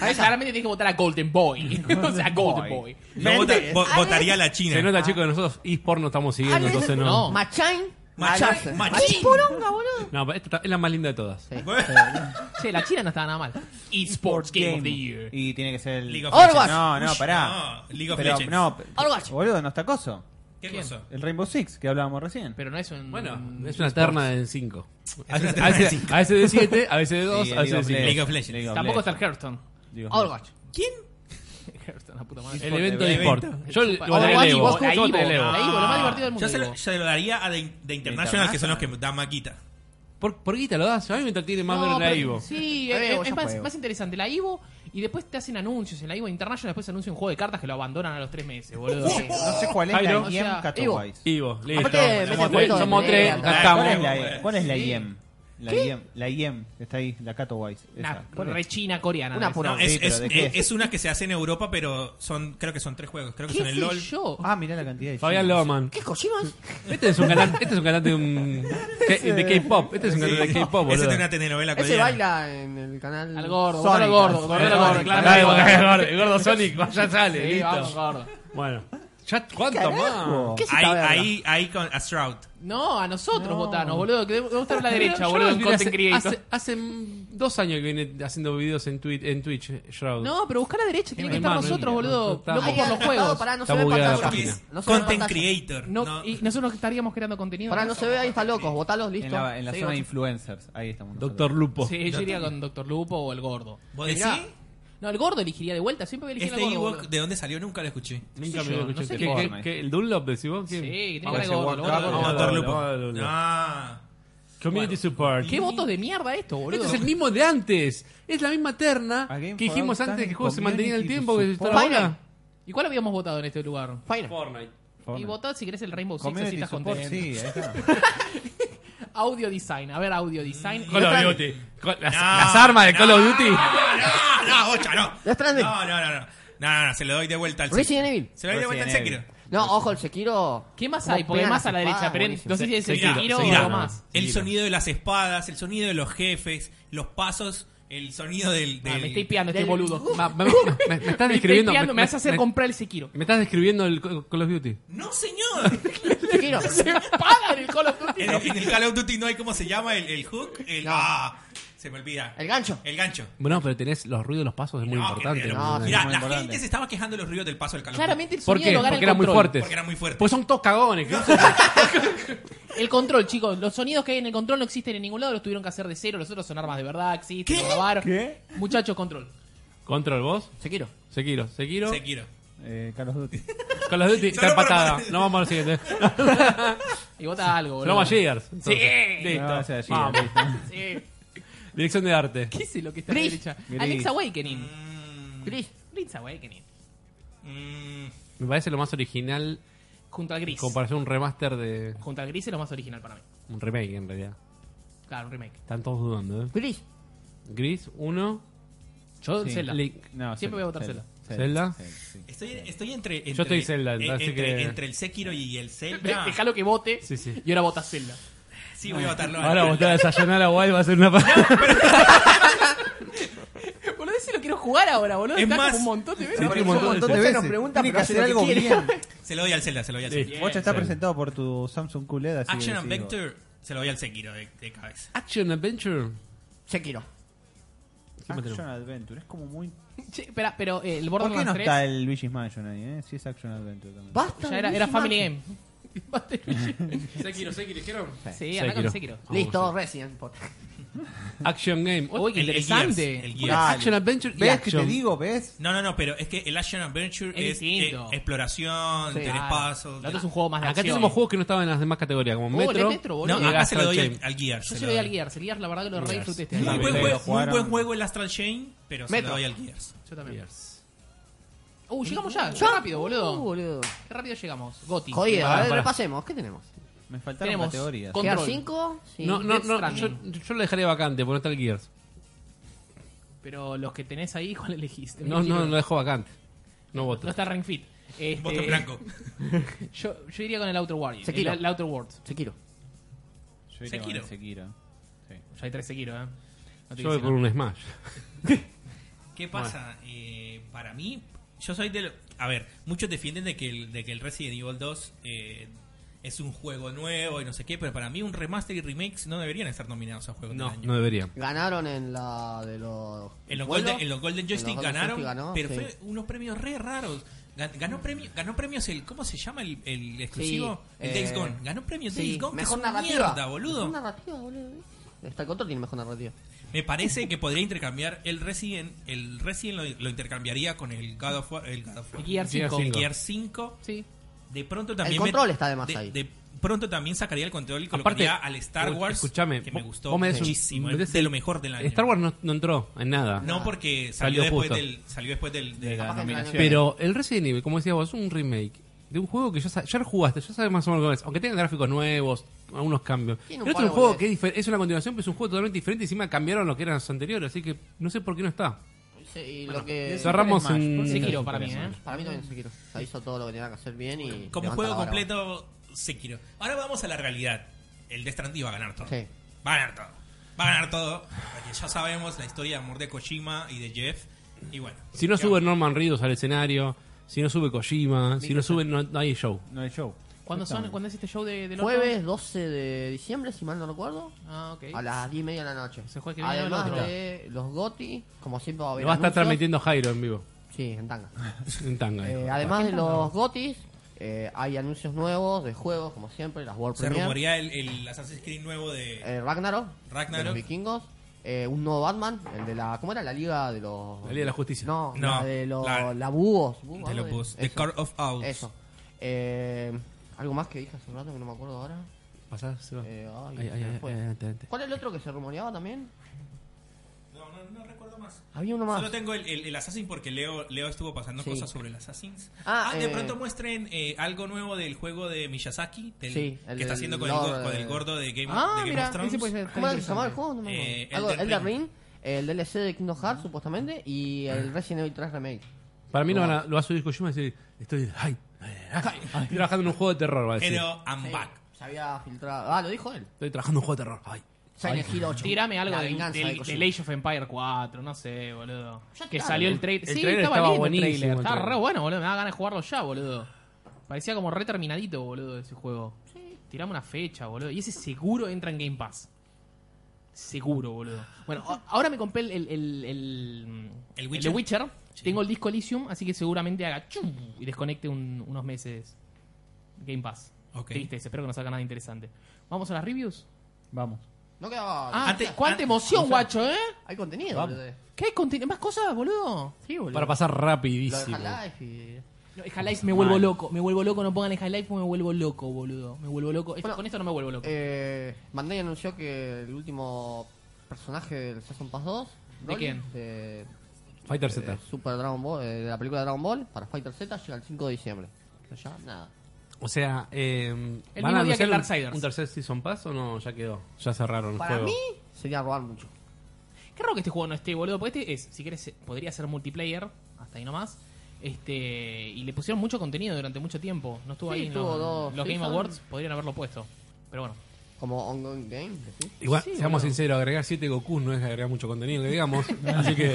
Ahí claramente tienes que votar a Golden Boy. o sea, Golden Boy.
Yo vota-
Mendes.
vo- votaría a la China.
se nota, chicos, que nosotros eSport no estamos siguiendo,
Alex-
entonces
Ah, no.
no.
Machain.
Machín,
Alonso.
machín.
poronga, boludo.
No, pero esta está- es la más linda de todas.
Sí.
Che, la China no estaba nada mal. Esports Game of the Year.
Y tiene que ser el.
League of
Overwatch.
Legends.
No, no,
Uy,
pará.
no, League of
Pero,
Legends.
No, pe-
Overwatch.
boludo, no está coso.
¿Qué cosa?
El Rainbow Six que hablábamos recién.
Pero no es un.
Bueno, es una terna de 5. A
Es una
veces
terna de cinco.
a veces de 7, a veces de 2,
Sí,
a veces de
el
5.
League of Legends.
Tampoco está el Hearthstone.
League of Legends.
Overwatch.
¿Quién?
Hearthstone, la puta madre.
El evento de
El
eSport. Yo le votaría a
Overwatch y
Evo.
vos,
Yo
la Ivo.
votaría a
La Ivo, lo
Evo.
más divertido del
Yo Ah. se lo,
mundo.
se lo daría a The, The International, que son los que dan más guita.
¿Por, por guita lo das? A mí me entretiene más ver
No,
la
pero-
Ivo.
Sí,
La
es,
Ivo,
es
ya
más,
juego.
más interesante. La Ivo y después te hacen anuncios. En la Ivo International después anuncian un juego de cartas que lo abandonan a los tres meses, boludo.
Sí.
No sé cuál es
Jairo.
la
O
IEM
sea,
Katowice.
Ivo, listo.
Aparte, mete
Somos
el
tres,
punto de
somos tres,
pelea.
acá
Ah,
¿Cuál
estamos.
es la, cuál es la IEM? La
¿Qué?
IEM, la IEM, que está ahí, la Katowice.
Una
esa. ¿Cuál es?
rechina coreana.
Una
¿no?
pura-
No,
No,
es,
sí, pero
es-
¿de qué
es-
es?
es una que se hace en Europa, pero son creo que son tres juegos. Creo que
¿Qué
son el
sé
LOL.
yo?
Ah, mirá la cantidad de
Fabián
chinos.
Loman.
¿Qué Kojima?
Este es un cantante, este es un cantante de, un- de K-pop. Este es un cantante de K-pop,
Ese
boludo.
tiene una telenovela
Ese
coreana.
baila en el canal.
Al gordo,
Sonic,
gordo, gordo, gordo,
Sonic,
gordo, gordo, claro,
Sonic,
Dale,
gordo.
porque es gordo, el gordo Sonic, ya sale,
Sí,
listo.
vamos, gordo.
Bueno, ya, ¿cuánto
Carajo.
más?
¿Qué se
Ahí,
está verga?
ahí, ahí con a Stroud.
No, a nosotros votanos, boludo, que debemos estar a la
Yo
derecha, boludo, en
vi
Content
hace,
Creator.
hace, hace dos años que viene haciendo videos en, Twi- en Twitch, eh, Shroud.
No, pero busca a la derecha, tiene que
Es
estar
más,
nosotros,
no, no,
boludo,
está-
locos
Ahí
por los
atrás,
juegos.
Pará, no
Está
se ve
bugueada la
pantalla.
página.
Es No se ve
Content
pantalla.
creator.
No,
No.
Y nosotros estaríamos creando contenido.
Pará, no se ve, ahí está locos. Votalos,
En
listo.
la, en la
Sí,
zona de
voto.
influencers. Ahí estamos.
Doctor
nosotros.
Lupo.
Sí, yo iría con Doctor Lupo o el gordo.
¿Vos
Que mirá,
decís?
No, el gordo elegiría de vuelta, siempre voy a elegir
Este
al gordo.
Ewok,
boludo.
¿de dónde salió? Nunca lo escuché.
Nunca
Sí,
me
yo,
lo
no
escuché.
sé
¿Qué-
qué
qué-
forma.
qué- ¿El Dunlop decís vos?
Sí,
¿Quién?
que
Vamos
tiene
a
que
ese
gordo. lo voy a
World
Ah,
Cup,
poner.
vamos a
No,
Doctor
Doctor Lupo.
Lupo.
Doctor Lupo.
Ah.
Community Support.
¿Qué votos de mierda esto, boludo?
Este es el mismo de antes. Es la misma terna
A Game
que dijimos
for All
antes que el
Time
juego se mantenía en el
Community
tiempo. Que está
Support.
ahora.
¿Y cuál habíamos votado en este lugar?
Final.
Fortnite.
Y
Fortnite.
votad si querés el Rainbow Six, así
Community
estás
support,
contento.
sí, ahí está.
Audio design, a ver, audio design.
Call
Otra-
of Duty. Col- Las,
No.
las armas de Call of Duty.
No, no, bocha, no.
Death Stranding.
No, no, no, no. No, no, no, se lo doy de vuelta al Sekiro.
Resident Evil.
Se lo doy de vuelta al
Resident
Sekiro.
No, ojo, el Sekiro.
¿Qué más
Como
hay? Porque
pegan
más a la
las
derecha,
espadas,
pero
buenísimo.
no sé si es el
Sekiro,
Sekiro
Sekiro.
o más.
El
Sekiro.
sonido de las espadas, el sonido de los jefes, los pasos, el sonido del.
Ah,
del-
me estoy piando este
del-
boludo.
Ma- ma- Me, me estás
Me estoy
describiendo.
piando, me hace hacer comprar el Sekiro.
me estás describiendo el Co- Call of Duty.
No, señor.
Sekiro.
Se paga en el Call of Duty.
en, en el Call of Duty no hay cómo se llama el, el hook. El,
No.
ah, se me olvida.
El gancho.
El gancho.
Bueno, pero tenés los ruidos de los pasos, es muy
No,
importante.
que-
¿no?
no, sí.
Mirá,
Muy
la
importante.
gente se estaba quejando de los ruidos del paso del Call of Duty.
Claramente el
¿Por
sonido
qué?
lo gana
Porque
el
eran muy
control.
fuertes.
Porque eran muy fuertes.
Pues son todos cagones. que-
El control, chicos. Los sonidos que hay en el control no existen en ningún lado. Los tuvieron que hacer de cero. Los otros son armas de verdad. Existen, lo grabaron.
¿Qué?
Muchachos, control.
Control vos.
Sekiro.
Sekiro. Sekiro.
Sekiro.
Eh, Carlos Duty.
Call of Duty está
Solo por-
empatada. No vamos al siguiente.
Y vota algo, boludo.
Vamos a Gears.
Sí.
Listo.
No, o sea, sí,
Vamos.
listo.
Sí.
Dirección de arte.
Gris es lo que está a la
Gris.
derecha.
Gris.
Alex Awakening.
Mm,
Gris.
Gris Awakening.
mm,
Me parece lo más original
Junto al
en
Gris.
comparación a un remaster de.
Junto al Gris es lo más original para mí.
Un remake en realidad.
Claro, un remake.
Están todos dudando, ¿eh?
Gris.
Gris, 1,
Yo,
Sí.
Zelda.
Link.
No,
Siempre voy a votar
Zelda.
sí.
Estoy, estoy entre, entre.
estoy Zelda,
eh,
así
entre,
que-
entre el Sekiro y el
Ve-
Zelda. Ah,
Dejalo que vote.
Sí, sí.
Y ahora vota Zelda.
Sí, voy a votarlo.
Ahora votar a desayunar a Wild va a ser una. pa-
Boludo, ese lo quiero jugar ahora, boludo.
Es
Está
más-
como un montón de veces.
Sí,
Por
tiene
eso-
un montón de
Muchas
nos pregunta,
Tiene
pero
que
hace
hacer
lo
algo
que
bien.
Se lo doy al Zelda, se lo doy al
Sí.
Zelda.
Vos está
Zelda.
presentado por tu Samsung QLED. así
Action
que
and
sigo.
Vector, se lo doy al Sekiro de, de cabeza.
Action Adventure.
Sekiro.
¿Qué más
Action
tenemos?
Adventure. Es como muy.
Che, espera, pero eh, el
¿Por qué
Borderlands
no
3
está el Luigi's Mansion ahí, eh? Si es Action Adventure también.
Basta.
ya
de
era,
Luigi
era Family
Mansion.
Game.
Sekiro, Sekiro, dijeron.
Sí, acá con Sekiro.
Listo, Resident. por-
Action Game.
Uy, qué
El- el
interesante.
Gears, el
Uy,
Gears.
Action Adventure y
¿Ves que te
Action.
digo? ¿Ves?
No, no, no, pero es que el Action Adventure
Es
es,
distinto.
eh, exploración,
Sí,
tenés
claro.
puzzles,
El otro es
tenés-
un juego más de
Acá
acción.
tenemos juegos que no estaban en las demás categorías, como
Oh, el
Metro.
Metro, boludo.
No,
Y
acá se lo
Astral
doy al,
Chain.
al Gears.
Yo
se
se lo doy al Gears. El Gears, la verdad, que lo re disfruté este
Muy
año.
buen,
Lo
juego,
jugaron.
muy buen juego el Astral Chain, pero se
Metro.
lo doy al Gears.
Yo también.
Gears.
Uh, llegamos ya. Qué rápido,
Uh,
boludo.
boludo.
Qué rápido llegamos. Goti.
Jodido,
Pará,
a ver,
pará.
repasemos. ¿Qué tenemos?
Me faltaron
Tenemos
categorías.
con-
¿Gear
Control.
5? Sí.
No, no,
Death
no. Yo,
Stranding.
yo lo dejaría vacante, porque no está el Gears.
Pero los que tenés ahí, ¿cuál elegiste?
No, no, lo dejo vacante. No voto.
No está Ring Fit. Este,
Voto en blanco.
Yo, yo iría con el Outer World. El,
Sekiro.
el Outer Worlds.
Sekiro.
Yo iría con
Sekiro.
el Sekiro.
Ya hay tres Sekiro, ¿eh? No te
Yo voy
dicen
por
nada.
un Smash.
¿Qué pasa? Eh, para mí, yo soy de... lo- A ver, muchos defienden de que el, de que el Resident Evil 2 eh, es un juego nuevo y no sé qué, pero para mí un remaster y remakes no deberían estar nominados a juegos
No,
del año.
no debería.
Ganaron en la de los.
En los,
vuelos.
Golden, en los Golden Joystick
En los Golden
ganaron,
Joystick ganó,
pero
sí.
fue unos premios re raros. Gan- Ganó, premio, ganó premios el... ¿Cómo se llama el, el exclusivo?
Sí,
el
eh,
Days Gone. Ganó premios
Sí,
Days Gone, que es
mejor
una
narrativa.
mierda, boludo.
Mejor narrativa, boludo. Está el control tiene mejor narrativa.
Me parece que podría intercambiar el Resident... El Resident lo, lo intercambiaría con el God of War... El God of War.
El Gear
Gear
5.
el
cinco.
Gear 5.
Sí.
De pronto también.
El
me-
control está de más
de-
ahí.
de pronto también sacaría el control y
Aparte,
colocaría al Star
vos-
Wars.
escuchame,
que me
vos-
gustó
vos me des un-
muchísimo.
me des
de
el-
lo mejor del año.
Star Wars no, no entró en nada.
No, porque
Salió
salió, después
justo.
del, salió después del, de la
Capaz que
nominación.
Pero el Resident Evil, como decías vos, es un remake de un juego que ya, sa- ya lo jugaste, ya sabes más o menos cómo es. Aunque tenga gráficos nuevos, algunos cambios.
Tiene un
Pero este
par
es un
de
juego que es,
boludeces.
difer- es una continuación, pero es un juego totalmente diferente. y Encima cambiaron lo que eran los anteriores, así que no sé por qué no está.
Sí, y lo que.
Cerramos
Super Smash,
en.
por
Sekiro para mí, ¿eh?
Para mí también Sekiro. Se hizo todo lo que tenía que hacer bien y.
Como
levanta
juego
la vara.
completo, Sekiro. Ahora vamos a la realidad. El de Stranding va a ganar todo.
Sí.
Va a ganar todo. Va a ganar todo. Porque ya sabemos la historia de amor de Kojima y de Jeff. Y bueno.
Si no
¿qué
sube Norman Reedus al escenario, si no sube Kojima, si no sube, no, no hay show.
No el show.
¿Cuándo, son, ¿Cuándo es este show de, del orto?
Jueves 12 de diciembre, si mal no recuerdo.
Ah, ok.
A las 10 y media de la noche.
Se juega que viene
Además
el otro.
de los GOTI, como siempre va a haber.
Lo va a estar
anuncios.
transmitiendo Jairo en vivo,
Sí, en tanga.
en tanga.
Eh,
dijo.
además de los GOTIs, eh, hay anuncios nuevos de juegos, como siempre, las World
Se
Premiere.
rumorea el, el Assassin's Creed nuevo de.
Eh, Ragnarok,
Ragnarok.
de los vikingos. eh, un nuevo Batman, el de la. ¿Cómo era? La Liga de los.
La Liga de la Justicia.
No,
No,
la de los.
la-
La, Búhos.
de
Búhos,
los
algo de-
Bulls, The
uh, eso.
Court of Owls.
Eso. Eh, algo más que dije hace un rato que no me acuerdo ahora.
Pasá, se va.
Eh, ay,
Ahí,
se
ahí,
me
ahí,
fue.
ahí, adelante, adelante.
¿Cuál es el otro que se rumoreaba también?
No, no, no recuerdo más.
Había uno más.
Solo tengo el, el, el Assassin porque Leo, Leo estuvo pasando
Sí.
cosas sobre el Assassins. Ah,
Ah,
de
eh.
pronto muestren eh, algo nuevo del juego de Miyazaki, del-
Sí,
que
el
está
del
haciendo con, el,
Lord,
go- con el
eh.
gordo de Game,
Ah,
de Game
mira,
of Thrones.
ese puede ser.
pues, ¿Cómo era que se llamaba el juego? No me acuerdo.
Eh,
Algo,
Elden
Elden
Ring.
Ring, el DLC de Kingdom Hearts, supuestamente, y el Resident Evil 3 Remake.
Para mí lo, van a- lo va a subir Kojima y decir: Estoy. ay, ay, ay, estoy trabajando en un juego de terror, va a decir.
Pero I'm
Sí,
back.
Se había filtrado. Ah, lo dijo él.
Estoy trabajando en un juego de terror. Ay.
Silent Hill 8.
Tirame algo
La
del,
venganza
del-
de Kojima.
del Age of Empire 4, no sé, boludo.
Ya
Que
está,
salió el
el-
trailer.
el
Sí,
trailer
estaba,
estaba
lindo el
buenísimo,
trailer.
el
Estaba
trailer.
re bueno, boludo. Me da ganas de jugarlo ya, boludo. Parecía como re terminadito, boludo, ese juego. Tirame una fecha, boludo. Y ese seguro entra en Game Pass. Seguro, boludo. Bueno, a- ahora me compré el, el, el, el,
El
de
Witcher.
Tengo el disco Elysium, así que seguramente haga chum y desconecte un- unos meses Game Pass.
Ok.
Tristes, espero que no salga nada interesante. Vamos a las reviews.
Vamos.
No quedaba.
Ah,
Antes-
cuánta
antes-
emoción, guacho, ¿eh?
hay contenido,
Vamos.
boludo.
¿Qué hay conten- ¿Más cosas, boludo?
Sí, boludo.
Para pasar
Lo de
rapidísimo.
Half-Life y.
No, el Half-Life me vuelvo loco. Me vuelvo loco. No pongan el Half-Life porque me vuelvo loco, boludo. Me vuelvo loco. Esto-
Bueno,
con esto no me vuelvo loco.
Eh, Bandai anunció que el último personaje del Season Pass 2.
¿De
Broly,
quién?
De,
Fighter
eh,
Z.
Super Dragon Ball, eh, de la película Dragon Ball para Fighter Z llega el 5 de diciembre. Pero ya, nada.
O sea, eh,
El
¿van a
mismo día que
anunciar
el
un-
Darksiders.
¿Un tercer Season Pass o no? Ya quedó. Ya cerraron el
Para
juego.
mí sería robar mucho.
Qué raro que este juego no esté, boludo. Porque este es, si querés, eh, podría ser multiplayer. Hasta ahí nomás. Este, y le pusieron mucho contenido durante mucho tiempo. No estuvo
Sí,
ahí. en
tuvo
los,
dos
los Game
season.
Awards podrían haberlo puesto. Pero bueno.
Como ongoing game, ¿sí?
Igual,
Sí,
seamos
boludo.
sinceros, agregar 7 Gokus no es agregar mucho contenido, que digamos. Así que.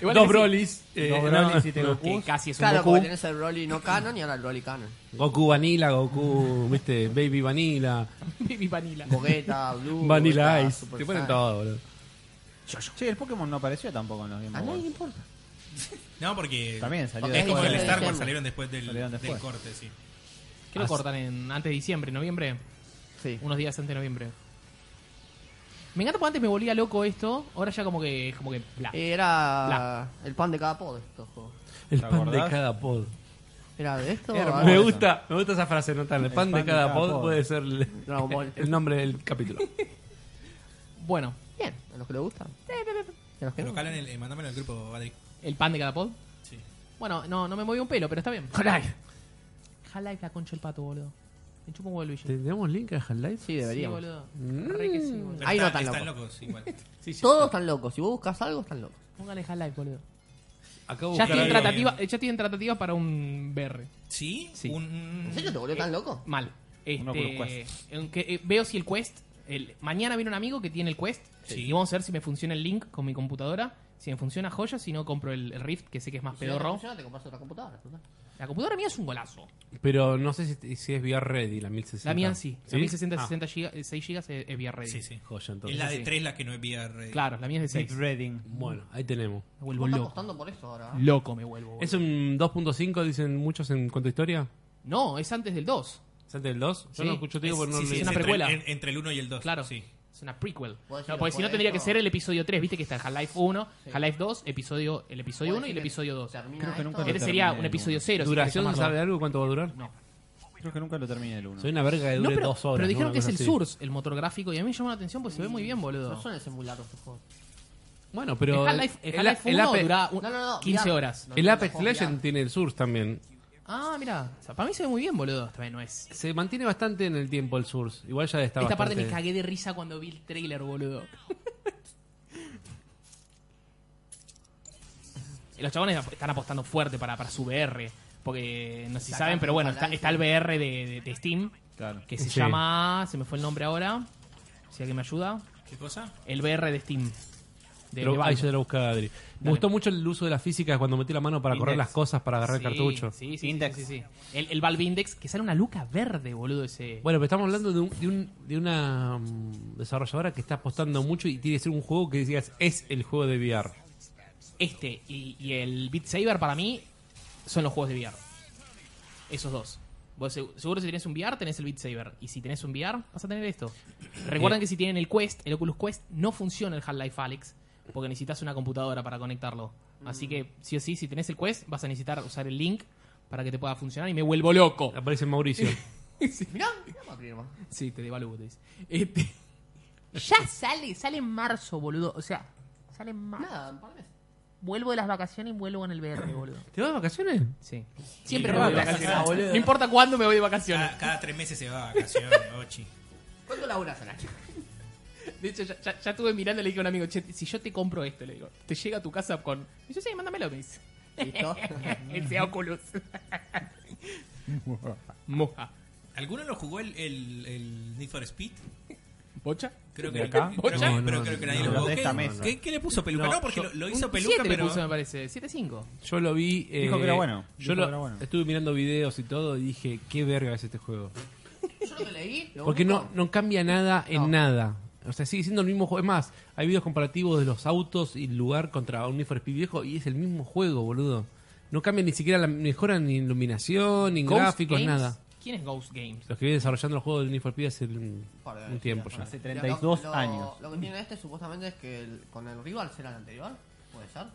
Igual
dos
que sí.
Brolis. eh,
Dos
no,
Broly,
no,
siete
no.
Goku.
Que casi es un
Claro,
Goku.
porque tenés el Broly no canon y ahora el Broly canon.
Goku Vanilla, Goku, viste, Baby Vanilla,
Baby Vanilla.
Gogeta,
Uh,
Blue.
Vanilla
Gogeta,
Ice.
Super
Te ponen
Saiyan.
todo, boludo.
Che, el Pokémon no apareció tampoco en los Game
A nadie le
Awards.
importa.
No, porque.
También salió
Ok,
Es como el
después.
Star Wars, salieron después del,
Salieron después.
del corte, sí.
¿Qué lo cortan en, antes de diciembre, noviembre?
Sí.
Unos días antes de noviembre. Me encanta porque antes me volvía loco esto. Ahora ya como que. Como que bla.
Eh, Era
La-
el pan de cada pod estos juegos.
El
¿Te
pan de
acordás?
cada pod.
Era de esto.
Hermoso. Ah,
Me
ahora-
gusta, me gusta esa frase, no tan. El pan de cada pod puede ser el,
Dragon Ball.
el nombre del capítulo.
Bueno,
Bien, a los que les gusta. Y a los que no.
Pero calen el, eh, mándamelo al grupo, Patrick.
el pan de cada pod.
Sí.
Bueno, no, no me moví un pelo, pero está bien. Half-Life. Half-Life la concha del pato, boludo. Me chupa un huevo Luigi.
¿Tenemos link a Half-Life?
Sí,
Sí,
deberíamos.
boludo. Re que sí, boludo.
Pero
Ahí no
está-
están
están locos, igual.
Todos están locos. Si vos buscas algo, están locos.
Póngale Half-Life, boludo.
Acabo
Ya
de buscar
tienen,
algo.
tratativa, ya tienen tratativa para un BR.
¿Sí?
Sí.
Un,
¿En serio te volvió tan loco?
Mal.
Un
Este,
Oculus Quest.
aunque, eh, veo si el Quest. el- mañana viene un amigo que tiene el Quest.
Sí.
Y vamos a ver si me funciona el link con mi computadora. Si me funciona joya, si no compro el, el Rift, que sé que es más
Si no te
pedorro.
funciona, te compras otra computadora. total.
La computadora mía es un golazo.
Pero no sé si, si es VR ready, la 1060.
La mía sí. La 1060,
Ah,
60 giga- eh, 6 GB es, es VR ready.
Sí, sí.
joya,
Es
entonces.
la de
Sí.
3 la que no es eh. VR.
Claro, la mía es de
Death
6.
Reading.
Bueno, ahí tenemos.
Me vuelvo
Vos estás
loco.
apostando por eso ahora. ¿eh?
Loco me vuelvo. boludo.
¿Es un 2.5, dicen muchos, en cuanto a historia?
No, es antes del 2.
¿Es antes del 2?
Sí.
Yo no escucho, tío,
Es-
porque no
sí, sí,
leí.
es una
entre-
precuela.
en- entre el 1 y el 2.
Claro.
Sí.
Es una prequel.
¿Puedo decir
No, porque
que
si no
por
tendría que
esto-
ser el episodio 3, viste que está Half-Life 1,
Sí.
Half-Life 2, episodio, el episodio
¿Puedo
1 y el
decir que
episodio 2.
termina
Creo que
esto?
nunca lo
Este sería un
terminé,
episodio 0.
¿Duración sabe algo? ¿Cuánto va a durar?
No.
Creo que nunca lo terminé el 1.
Soy una verga que
No,
dure
pero,
dos horas.
pero
¿no?
dijeron
Una
que es
cosa
el
así.
Source, el motor gráfico, y a mí me llamó la atención porque se ve muy bien,
No
boludo.
son el emulador estos juegos.
Bueno, pero.
el Half-Life
el-
el Half-Life
el
1
Ape-
dura un-
No, no, no,
15
mirá.
horas.
No,
El
no,
Apex
no,
Legend
mirá.
tiene el Source también.
Ah, mira, para mí se ve muy bien, boludo. Esta vez no es.
Se mantiene bastante en el tiempo el Source. Igual ya está
Esta parte
bastante...
me cagué de risa cuando vi el trailer, boludo. Y Los chabones ap- están apostando fuerte para, para su VR. Porque no sé si
Sacaron
saben, pero bueno, está,
Half-Life.
está el VR de, de- de Steam.
Claro.
Que se
Sí.
llama. Se me fue el nombre ahora. Si alguien me ayuda.
¿Qué cosa?
El VR de Steam. De,
Pero
de
ahí
Valve.
ya lo busca Adri. Me gustó mucho el uso de la física cuando metí la mano para correr
Index.
las cosas, para agarrar
Sí,
el cartucho.
Sí, sí,
Index.
sí, sí, sí. El, el Valve Index, que sale una luca verde, boludo, ese.
Bueno, pero estamos hablando de, un- de, un- de una mm, desarrolladora que está apostando mucho y tiene que ser un juego que digas es el juego de VR.
Este y, y el Beat Saber para mí son los juegos de VR. Esos dos. Vos seg- seguro si tenés un VR tenés el Beat Saber y si tenés un VR vas a tener esto. Recuerden que si tienen el Quest, el Oculus Quest no funciona el Half-Life Alyx porque necesitas una computadora para conectarlo. Así que sí o sí si tenés el Quest vas a necesitar usar el link para que te pueda funcionar y me vuelvo loco.
Aparece Mauricio.
Sí.
Mirá, mirá para arriba.
Sí, te devalúo, te dice. Este, ya sale, sale en marzo, boludo. O sea, sale en marzo.
Nada, un par de meses.
Vuelvo de las vacaciones y vuelvo en el VR, boludo.
¿Te vas de vacaciones?
Sí. Siempre
Siempre me
me
voy
voy
de
de
vacaciones,
vacaciones. No importa cuándo me voy de vacaciones.
Cada, cada tres meses se va a vacaciones, Ochi.
¿Cuánto laburas al año?
De hecho, ya, ya, ya estuve mirando y le dije a un amigo, che, si yo te compro esto, le digo, te llega a tu casa con. Y dice, sí, mándamelo, me dice.
¿Listo?
Ese Oculus. Moja.
¿Alguno lo jugó el, el, el Need for Speed?
¿Bocha?
Creo
¿De
que,
acá?
creo que-
No,
pero
no,
creo que
no,
nadie
no,
lo jugó.
de esta
¿Qué-
mesa.
¿Qué, qué le puso peluca? No, porque lo, lo hizo
Un
peluca,
siete le
pero.
puso, me parece. 7-5.
Yo lo vi. eh,
Dijo que era bueno.
Yo
Dijo
lo,
que era bueno.
estuve mirando videos y todo y dije, qué verga es este juego.
Yo lo que leí. lo
Porque no,
único-
no cambia nada en
No.
nada. O sea, sigue siendo el mismo juego. Es más, hay videos comparativos de los autos y el lugar contra un Need for Speed viejo y es el mismo juego, boludo. No cambia ni siquiera la mejora ni iluminación, ni gráficos, nada.
¿Quién es Ghost Games?
Los que vienen desarrollando el juego del Need for Speed hace un,
Par de
un
veces,
tiempo
ya,
ya.
hace
Hace 32
Lo-
años.
Lo que tiene este supuestamente es que el- con el rival será el anterior. ¿Puede ser?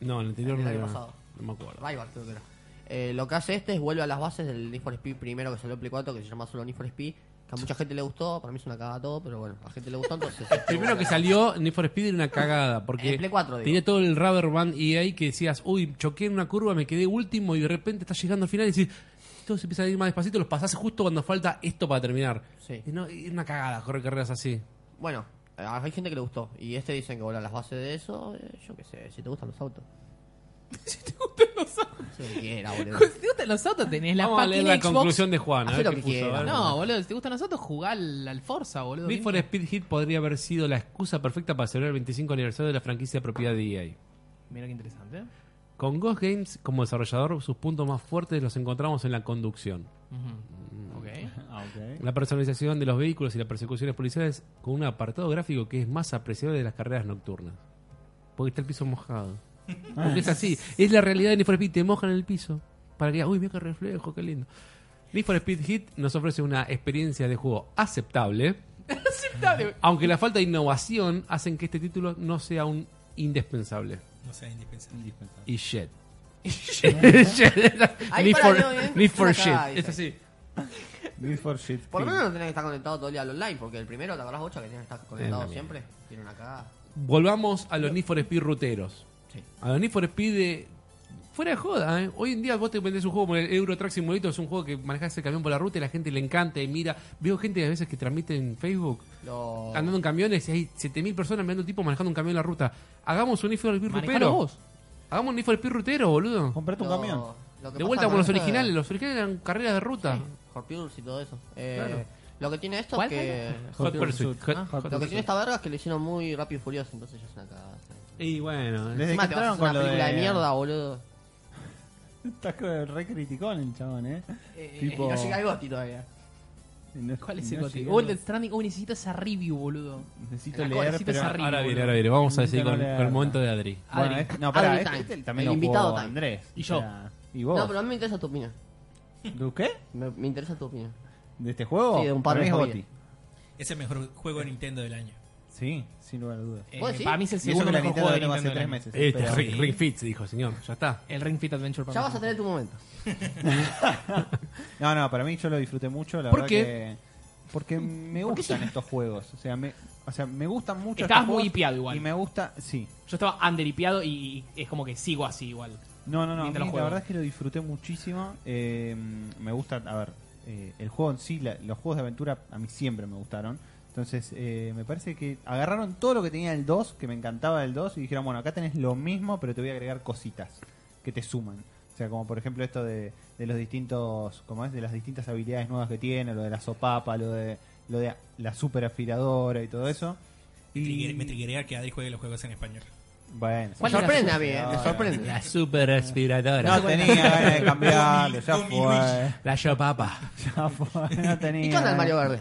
No, el anterior
El
no,
año
era-
pasado.
no me acuerdo.
Rival creo que era. Eh, lo que hace este es vuelve a las bases del Need for Speed primero que salió en Play 4, que se llama solo Need for Speed. Que a mucha gente le gustó, para mí es una cagada todo, pero bueno, a gente le gustó entonces. este,
Primero que salió Need for Speed era una cagada, porque
En Play 4, digo.
tenía todo el rubber band EA que decías, uy, choqué en una curva, me quedé último y de repente estás llegando al final y decís, todo se empieza a ir más despacito, los pasás justo cuando falta esto para terminar.
Sí.
Y no, y era una cagada correr carreras así.
Bueno, eh, hay gente que le gustó. Y este dicen que vuelve a las bases de eso. eh, yo qué sé, si te gustan los autos. si te gustan los autos. quiera, boludo.
Si te gustan los autos, tenés la
Vamos a leer
fucking
la
Xbox.
conclusión de Juan. a
Hacé
ver
lo
qué
que
puso,
quieras.
a ver.
No, boludo, si te gustan los autos, jugá al, al Forza, boludo.
Need for Speed Hit podría haber sido la excusa perfecta para celebrar el 25 aniversario de la franquicia de propiedad de EA.
Mira qué interesante. ¿eh?
Con Ghost Games como desarrollador, sus puntos más fuertes los encontramos en la conducción.
Ujú. Ok.
Ah, ok.
La personalización de los vehículos y las persecuciones policiales con un apartado gráfico que es más apreciable de las carreras nocturnas. Porque está el piso mojado.
Ah.
Porque es así. Es la realidad de Need for Speed. Te mojan el piso. Para que, uy, mira qué reflejo, qué lindo. Need for Speed Hit nos ofrece una experiencia de juego aceptable.
Aceptable.
Aunque la falta de innovación hacen que este título no sea un indispensable.
No sea indispensable.
Indispensable.
Y shit.
Ahí
Need
para,
for,
no, eh,
need for
una
shit.
cagada, dice.
Es así.
Need for shit.
Por lo menos no tenés que estar conectado todo el día al online, porque el primero, ¿te acordás, Bocha, que tiene que estar conectado
Es la
siempre? Tiene una cagada.
Volvamos a los Need for Speed ruteros.
Sí.
A los Need for Speed de- Fuera de joda, ¿eh? Hoy en día vos te vendés un juego como el Euro Truck Simulator, es un juego que manejás el camión por la ruta y la gente le encanta y mira. Veo gente a veces que transmite en Facebook
Lo...
andando en camiones y hay 7000 personas mirando un tipo manejando un camión en la ruta. Hagamos un Need for Speed
Manejalo
rutero.
vos.
Hagamos un Need for Speed rutero, boludo.
Comprate un
lo-
camión.
lo que
De
pasa
vuelta con
con
los
esto de-
originales, los originales eran carreras de ruta.
Hot Pursuit y todo eso. Eh,
Claro.
Lo que tiene esto
¿Cuál
es que.
Hot Pursuit. Hot-
Ah,
Hot
Lo que
Pursuit.
tiene esta verga es que lo hicieron muy rápido y furioso, entonces ya es una cagada.
Y bueno, eh.
Desde
Encima
que
te vas
entraron
a hacer una
con lo
película de...
de
mierda, boludo.
Estás con- re criticón el chabón, eh.
Eh,
Tipo-
No llega el Gotti todavía.
No-
¿Cuál es
no
el goti?
llegué.
Oh, el Death Stranding. Oh, necesito esa review, boludo.
Necesito
La
leer,
colecita
pero...
es arriba.
Ahora
boludo.
viene, ahora viene. Vamos a
Necesito
decir con,
hablar.
con el momento de Adri.
Bueno,
Adri.
este- no, pará,
Adri
este,
time.
este también
El
lo
invitado
jugó
time.
Andrés.
Y yo.
O sea, ¿Y vos?
No, pero a mí me interesa tu opinión.
¿De qué?
Me, me interesa tu opinión.
¿De este juego?
Sí, de un par
Para
de
mí es
joyas.
Gotti.
Es el mejor juego de Nintendo del año.
Sí, sin lugar a dudas.
Eh,
¿Vos decís?
para mí es el
Y eso
segundo
que la
mejor
Nintendo
juego
la
de
tengo hace
Nintendo
tres
del año.
meses. eh,
Este,
pero-
Ring, Ring Fit, dijo, señor. Ya está.
El Ring Fit Adventure para
Ya
mí.
vas a tener tu momento.
No, no, para mí yo lo disfruté mucho, la
¿Por
verdad
qué?
que porque me gustan estos juegos, o sea, me o sea, me gustan mucho
Estabas
estos
muy
juegos
hipeado igual.
Y me gusta, sí.
Yo estaba underhipeado y es como que sigo así igual.
No, no, no, a
Mientras los
mí la
juegos.
verdad es que lo disfruté muchísimo. eh, me gusta, a ver, eh, el juego en sí, la- los juegos de aventura a mí siempre me gustaron. Entonces, eh, me parece que agarraron todo lo que tenía el 2, que me encantaba del 2, y dijeron, bueno, acá tenés lo mismo, pero te voy a agregar cositas que te suman. O sea, como por ejemplo esto de, de los distintos, como es, de las distintas habilidades nuevas que tiene, lo de la sopapa, lo de lo de la super afiladora y todo eso.
Me
Y,
triggeré- Me triguea que Adri juegue los juegos en español.
bueno,
Me
¿Cuál era
sorprende
su-
a mí, eh, me
Ah,
sorprende.
La super aspiradora.
no pues. tenía ganas de cambiarlo, ya
Gumi, Gumi,
fue.
La yopapa.
Ya fue, no tenía.
¿Y qué onda el Mario Verde?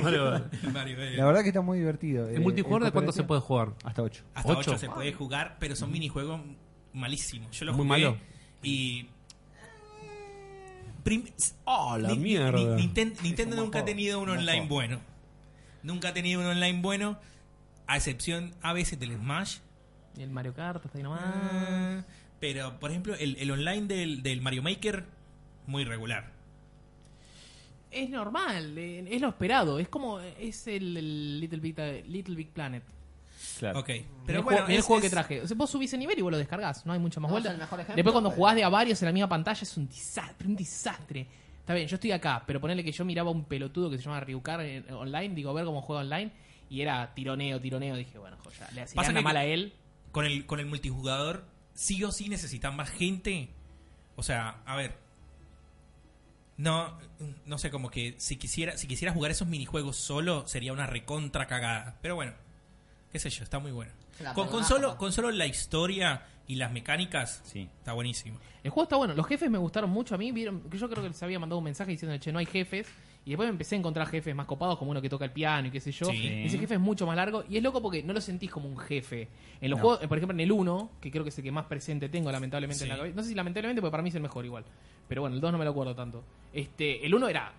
Mario, eh,
La verdad que está muy divertido.
¿El multijugador de cuánto se
cooperativo?
puede jugar?
Hasta 8.
Ah,
Hasta 8
ocho.
se puede jugar, pero son minijuegos malísimos. Yo los
Muy
jugué
malo.
Y. Prim-
¡Oh, la
Ni- ni-
mierda!
ni- Ninten- Nintendo
un
nunca ha
moco,
tenido un
un
online
moco.
bueno. Nunca ha tenido un online bueno, a excepción a veces del Smash.
Y el Mario Kart está ahí nomás.
Ah, Pero, por ejemplo, el, el online del, del Mario Maker, muy regular.
Es normal, eh, es lo esperado. Es como. Es el, el Little, Big, Little Big Planet.
Claro.
Ok.
Pero
Pero
el
bueno,
juego, mirá el
es-
juego
es-
que traje. O sea, vos subís el nivel y vos lo descargás. No hay mucha más
No,
vuelta.
es el mejor ejemplo,
Después, cuando
pero-
jugás de a varios en la misma pantalla, es un desastre. Un desastre. Está bien, yo estoy acá, pero ponele que yo miraba un pelotudo que se llama Ryukar en- online. Digo, a ver cómo juega online. Y era tironeo, tironeo. Dije, bueno, joya. Le hacía
Pasa
anda
que-
mal a él.
con el, con el multijugador, sí o sí necesitan más gente. O sea, a ver. No, no sé, como que si quisiera, si quisiera jugar esos minijuegos solo, sería una recontra cagada. Pero bueno, qué sé yo, está muy bueno.
Se la
Con, con
perdonás,
solo,
papá.
con solo la historia y las mecánicas,
Sí.
está buenísimo.
El juego está bueno. Los jefes me gustaron mucho a mí. Vieron, que yo creo que les había mandado un mensaje diciendo, che, no hay jefes. Y después me empecé a encontrar jefes más copados, como uno que toca el piano y qué sé yo.
Sí.
Ese jefe es mucho más largo y es loco porque no lo sentís como un jefe. En los
No.
juegos, eh, por ejemplo, en el 1, que creo que es el que más presente tengo, lamentablemente, en
Sí.
la cabeza. No sé si lamentablemente, porque para mí es el mejor igual. Pero bueno, el 2 no me lo acuerdo tanto. Este, el 1 era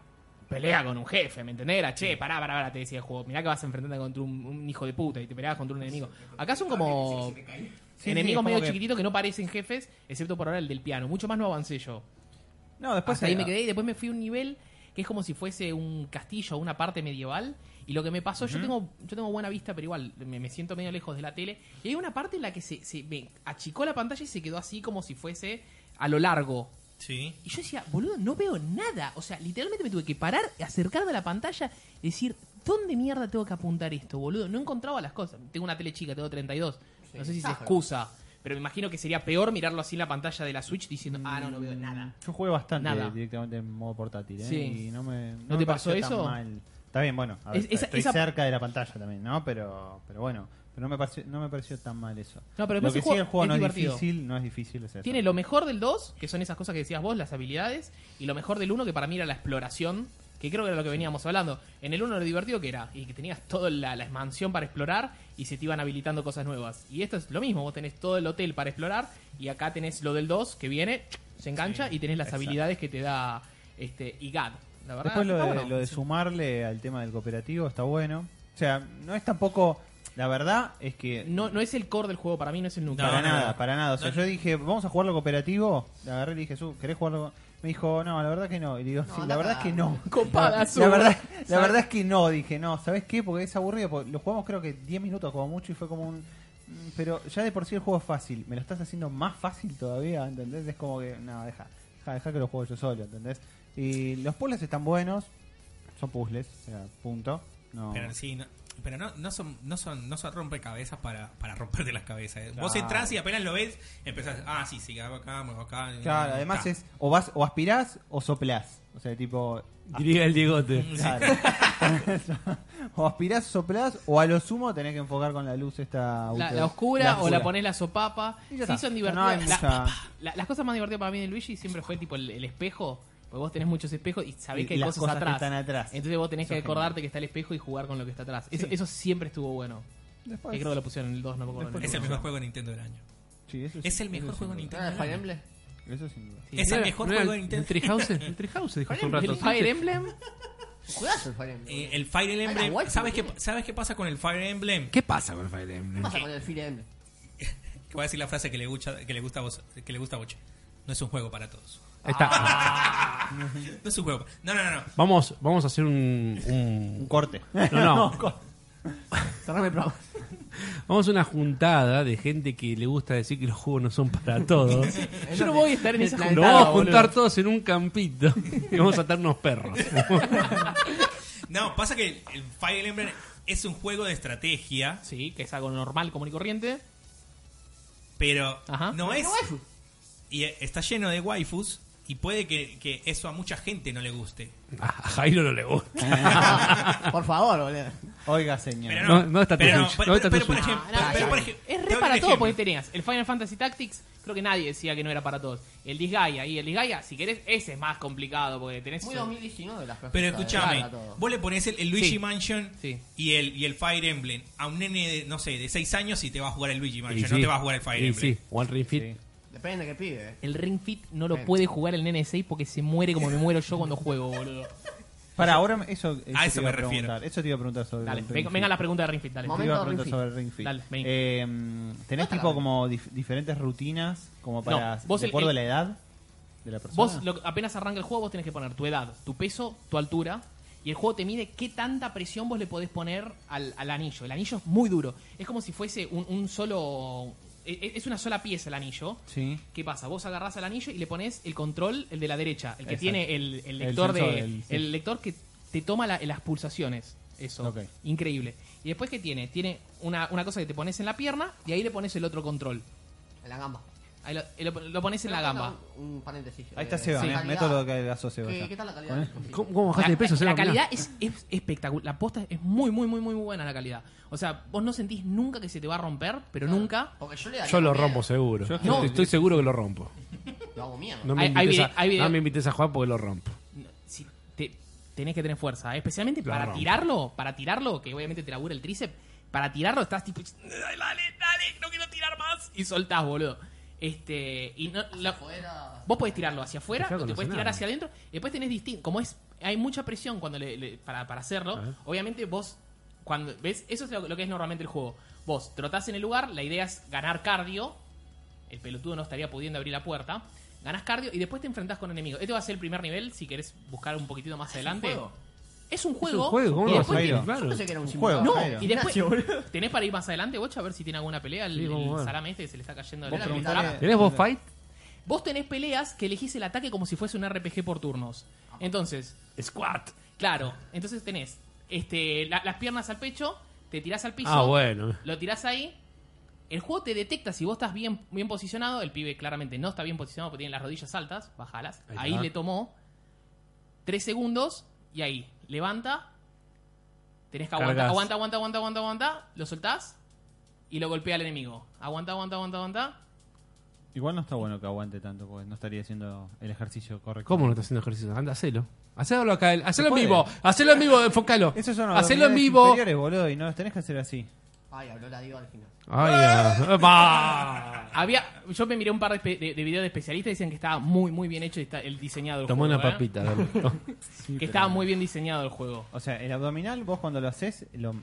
pelea con un jefe, ¿me entendés? Era, che, pará, pará, pará, te decía el juego. Mirá que vas a enfrentarte contra un, un hijo de puta y te peleabas contra un enemigo. Acá son como...
Sí, sí, es
enemigos
como
medio
que-
chiquititos que no parecen jefes, excepto por ahora el del piano. Mucho más no avancé yo.
No, después
Hasta ahí
eh,
me quedé y después me fui a un nivel que es como si fuese un castillo, una parte medieval. Y lo que me pasó, yo tengo yo tengo buena vista, pero igual me, me siento medio lejos de la tele. Y hay una parte en la que se, se me achicó la pantalla y se quedó así como si fuese a lo largo.
Sí.
Y yo decía, boludo, no veo nada. O sea, literalmente me tuve que parar, acercarme a la pantalla y decir, ¿dónde mierda tengo que apuntar esto, boludo? No encontraba las cosas. Tengo una tele chica, tengo 32. no sé si se
Ah,
excusa. Pero me imagino que sería peor mirarlo así en la pantalla de la Switch diciendo, ah, no, no veo nada.
Yo jugué bastante
Nada.
directamente en modo portátil, ¿eh?
Sí.
Y no me.
¿No
me
te pasó
pareció tan
eso?
mal. Está bien, bueno. a ver,
Es- esa-
estoy
esa-
cerca de la pantalla también, ¿no? Pero, pero bueno. Pero no me pareció, no me pareció tan mal eso.
No, pero
Lo
después
que
el
sí,
juego
el juego
es
no es
divertido.
difícil, no es difícil. es eso.
Tiene lo mejor del 2, que son esas cosas que decías vos, las habilidades, y lo mejor del 1, que para mí era la exploración, que creo que era lo que veníamos hablando. En el 1 lo divertido que era, y que tenías toda la, la expansión para explorar y se te iban habilitando cosas nuevas. Y esto es lo mismo, vos tenés todo el hotel para explorar, y acá tenés lo del 2, que viene, se engancha, y tenés las
exacto.
habilidades que te da este IGAD. La verdad,
Después lo
Ah, está
de,
bueno.
lo de sumarle al tema del cooperativo está bueno. O sea, no es tampoco. La verdad es que.
no, no es el core del juego, para mí no es el núcleo.
para
no,
nada,
no.
para nada. O sea,
No,
yo dije, vamos a jugarlo cooperativo. Le agarré y le dije, Su, ¿querés jugarlo? co-?" Me dijo, no, la verdad que no. Y le digo,
No,
sí, la
anda
verdad es que no.
Copada,
la,
Su.
la verdad, la
¿Sabes?
verdad es que no. Dije, no, ¿sabes qué? Porque es aburrido. porque lo jugamos creo que 10 minutos como mucho y fue como un. "Mm, Pero ya de por sí el juego es fácil. Me lo estás haciendo más fácil todavía, ¿entendés? Es como que, no, deja, deja, deja que lo juego yo solo, ¿entendés? Y los puzzles están buenos. Son puzzles, o sea, punto. No.
Pero sí, no, pero no, no son, no son, no son rompecabezas para, para romperte las cabezas. ¿eh? Vos
Claro.
entras y apenas lo ves, empezás, ah, sí, sí, hago acá, muevo acá.
Claro, además es o vas o aspirás o soplás. O sea, tipo,
Diría el Diegote.
Claro. o aspirás, soplás, o a lo sumo tenés que enfocar con la luz esta.
La,
ultra-
la oscura
la
o la pones la sopapa.
Y
Sí,
ya está.
son
No hay
divertidas. La-
mucha-
la- las cosas más divertidas para mí de Luigi siempre fue tipo el, el espejo. Porque vos tenés muchos espejos y sabés
Y
que hay
las
cosas,
cosas que
atrás.
están atrás.
Entonces vos tenés
Eso
que
es genial.
acordarte que está el espejo y jugar con lo que está atrás. Eso,
Sí.
eso siempre estuvo bueno.
Después-
Que creo que lo pusieron en el 2, no me acuerdo.
Después
en
Es
el
el
uno.
mejor juego de Nintendo del año.
Sí, eso
Es
sí,
el mejor
eso sin
juego de
duda.
Nintendo.
¿Era el Fire Emblem?
Eso sin duda.
Ah, Sí.
Es el mejor
¿No era
juego de Nintendo.
¿El Treehouse? ¿El Treehouse? Dijo hace un
¿El
rato.
Fire Emblem?
Juegazo el Fire Emblem.
Eh, el Fire
Ah,
Ay,
Emblem,
la guay,
¿sabes qué,
¿por qué?
¿sabes qué pasa con el Fire Emblem?
¿Qué pasa con el Fire
¿Qué
Emblem?
pasa con el Fire Emblem?
Que voy a decir la frase que le gusta, que le gusta a vos, que le gusta a Bocha. No es un juego para todos.
Está.
No es un juego. pa- No, no, no. no.
Vamos, vamos a hacer un,
Un
un-
corte.
No, no.
Cerrame el programa.
Vamos a una juntada de gente que le gusta decir que los juegos no son para todos.
Yo no voy a estar en esa
Lo
juntada,
vamos a juntar
boludo.
todos en un campito y vamos a atar unos perros.
No, pasa que el Fire Emblem es un juego de estrategia,
Sí, que es algo normal, común y corriente.
pero
Ajá.
no es.
waifu.
Y eh, está lleno de waifus y puede que, que eso a mucha gente no le guste.
A Jairo no le gusta.
Por favor, boludo.
Oiga, señor.
Pero
No,
no,
no está tu
pero no,
Switch,
pero-
no está tu
pero por
Switch.
ejemplo,
No, no,
Ah, pero por
no.
ejem-
Ah, Es
te
re
doy
para
un
todo porque
ejemplo.
tenías el Final Fantasy Tactics, creo que nadie decía que no era para todos. El Disgaea y el Disgaea, si querés, ese es más complicado porque tenés...
Muy 2019 las cosas.
Pero escúchame,
Claro, todo.
vos le pones el, el Luigi
Sí.
Mansion
Sí.
y, el, y el Fire Emblem a un nene, de, no sé, de 6 años y te va a jugar el Luigi
Y
Mansion, no
sí.
te va a jugar el Fire
Y
Emblem.
sí, o el Ring Fit.
Depende de qué pibe, eh.
El Ring Fit no lo
Bien.
puede jugar el nene 6 porque se muere como me muero yo cuando juego, boludo.
Para ahora, me- eso, eso
A eso
te iba
me refiero.
preguntar. Eso te iba a preguntar sobre.
Dale,
el Ring
venga,
Fit.
venga la pregunta de Ring Fit, dale.
Te
Momento
iba a
Ring
preguntar
Fit.
sobre el Ring Fit.
Dale, venga.
Eh, ¿Tenés
Otra
tipo
vez.
como dif- diferentes rutinas como para
No, vos
de
el-
acuerdo
el-
a la edad de la persona?
Vos lo- apenas arranca el juego, vos tenés que poner tu edad, tu peso, tu altura. Y el juego te mide qué tanta presión vos le podés poner al, al anillo. El anillo es muy duro. Es como si fuese un, un solo... e- e- Es una sola pieza el anillo.
Sí.
¿Qué pasa? Vos agarrás el anillo y le pones el control, el de la derecha, el que
Exacto.
tiene el, el
El
lector
sensor,
de.
el-
El,
sí.
lector que te toma la- las pulsaciones. Eso.
Ok.
Increíble. Y después, ¿qué tiene? Tiene una, una cosa que te pones en la pierna y ahí le pones el otro control.
En la gamba.
Ahí lo, lo- lo pones en la gamba.
Un, un paréntesis.
Ahí está
Eh,
Seba,
sí.
eh.
Calidad.
meto lo que adelgazó Seba.
¿Qué,
ya.
¿Qué tal la calidad?
Con
del
él.
conflicto?
¿Cómo, cómo bajaste de peso?
La,
Seba?
la
Mirá.
calidad es, es espectacular. La posta es muy, muy, muy, muy buena la calidad. O sea, vos no sentís nunca que se te va a romper, pero nunca.
Porque yo le daría
Yo lo
miedo.
rompo seguro.
Yo-
No, estoy seguro que lo rompo.
Lo hago mierda.
No me,
Hay- hay
invites,
vide-
a,
hay vide-
no me invites a jugar porque lo rompo.
No, si te- tenés que tener fuerza, ¿eh? especialmente
Claro.
para tirarlo, para tirarlo, que obviamente te labura el tríceps, para tirarlo estás tipo, dale, dale, no quiero tirar más, y soltás, boludo. Este, y no, la-
Fuera.
vos podés tirarlo hacia afuera,
Claro,
o te
no
podés
sé
tirar
nada.
hacia adentro, y después tenés distinto, como es, hay mucha presión cuando le- le- para, para hacerlo,
A ver.
obviamente vos, cuando, ¿ves? Eso es lo, lo que es normalmente el juego. Vos trotás en el lugar, la idea es ganar cardio. El pelotudo no estaría pudiendo abrir la puerta. Ganás cardio y después te enfrentás con enemigos. Este va a ser el primer nivel, si querés buscar un poquitito más adelante.
juego?
Es un
Es
juego.
un juego, ¿cómo
y
lo vas
después
a ir?
tiene-
Claro.
Yo pensé que era un
Un
simulador.
juego.
No,
Claro.
y después.
Ignacio, boludo.
¿Tenés para ir más adelante, Bocha? A ver si tiene alguna pelea el,
Sí, vamos a
el
ver.
salame este que se le está cayendo de
Vos
la
preguntale-
ventana.
¿Tenés boss fight?
Vos tenés peleas que elegís el ataque como si fuese un RPG por turnos. Entonces,
Squat.
claro, entonces tenés este, la- las piernas al pecho, te tirás al piso,
Ah, bueno.
lo tirás ahí. El juego te detecta si vos estás bien, bien posicionado. El pibe claramente no está bien posicionado porque tiene las rodillas altas, bajalas.
Ahí
Ahí
está.
le tomó tres segundos y ahí levanta. Tenés que aguantar,
Cargas.
aguanta, aguanta, aguanta, aguanta, aguanta. Lo soltás y lo golpea al enemigo. Aguanta, aguanta, aguanta, aguanta.
Igual no está bueno que aguante tanto, porque no estaría haciendo el ejercicio correcto.
¿Cómo no estás haciendo ejercicio? Anda, hacelo. Hacelo acá, él. hacelo en
puede.
vivo. Hacelo en vivo, enfócalo.
Esos son
Hacelo en
abdominales
vivo.
inferiores, boludo, y no los tenés que hacer así.
Ay, habló la diva al final.
Ay, ah, va.
Había, yo me miré un par de, espe- de- de videos de especialistas y dicen que estaba muy, muy bien hecho y está, el diseñado. El
Tomó
juego,
una
¿eh?
papita. dale.
Que estaba muy bien diseñado el juego.
O sea, el abdominal, vos cuando lo haces, lo,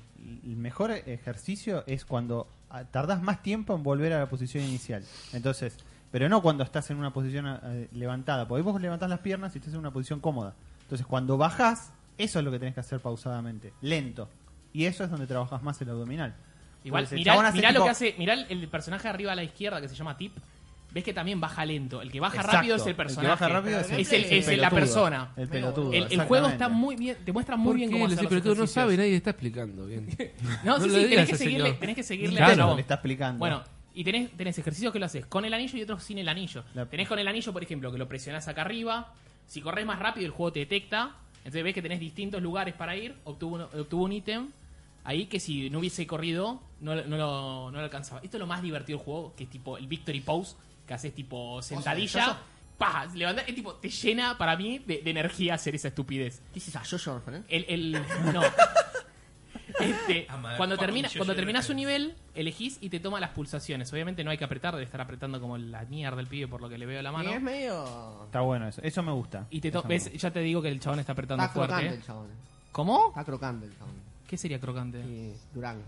el mejor ejercicio es cuando ah, tardás más tiempo en volver a la posición inicial. Entonces, pero no cuando estás en una posición eh, levantada, porque vos levantás las piernas y estás en una posición cómoda. Entonces, cuando bajás, eso es lo que tenés que hacer pausadamente, lento. Y eso es donde trabajás más el abdominal.
Igual,
Pues el
mirá,
chabón hace
mirá lo
tipo-
que hace, mirá el, el personaje arriba a la izquierda que se llama Tip. Ves que también baja lento. El que baja
Exacto,
rápido es el
que baja
personaje.
rápido
es,
el-
el-
el
es el- la
pelotudo.
persona.
El
Medio
pelotudo.
boludo.
El, el juego está
exactamente.
muy bien, te muestra muy
¿Por
bien
qué?
cómo
Le
hacer
decís,
los
Pero tú no
ejercicios.
sabes, nadie le está explicando bien.
No,
No
sí,
le
sí, tenés
digas
que
a ese
seguirle,
señor.
tenés que seguirle
Claro,
el
le
chabón.
está explicando.
Bueno, y tenés, tenés ejercicios que lo haces con el anillo y otros sin el anillo.
La-
Tenés con el anillo, por ejemplo, que lo presionás acá arriba. Si corres más rápido, el juego te detecta. Entonces ves que tenés distintos lugares para ir. Obtuvo, un- obtuvo un ítem ahí que si no hubiese corrido, no, lo- no lo, no lo alcanzaba. Esto es lo más divertido del juego, que es tipo el Victory Pose, que haces tipo
yo-
sentadilla. Pa, levantás, es tipo, te llena para mí de- de energía hacer esa estupidez.
¿Qué es esa? Yo, yo, ¿no?
El, el- no. Este,
Amar,
cuando
fucking
termina,
yo-yo
cuando
de
terminas un
referencia.
nivel, elegís y te toma las pulsaciones. Obviamente no hay que apretar, debe estar apretando como la mierda del pibe por lo que le veo a la
Y es
mano.
medio.
Está bueno eso. Eso me gusta.
Y te to-
Eso me
ves,
gusta.
ya te digo que el chabón está apretando
Está
fuerte.
crocante
¿eh?
el chabón.
¿Cómo?
Está crocante el chabón.
¿Qué sería crocante?
Y Durán.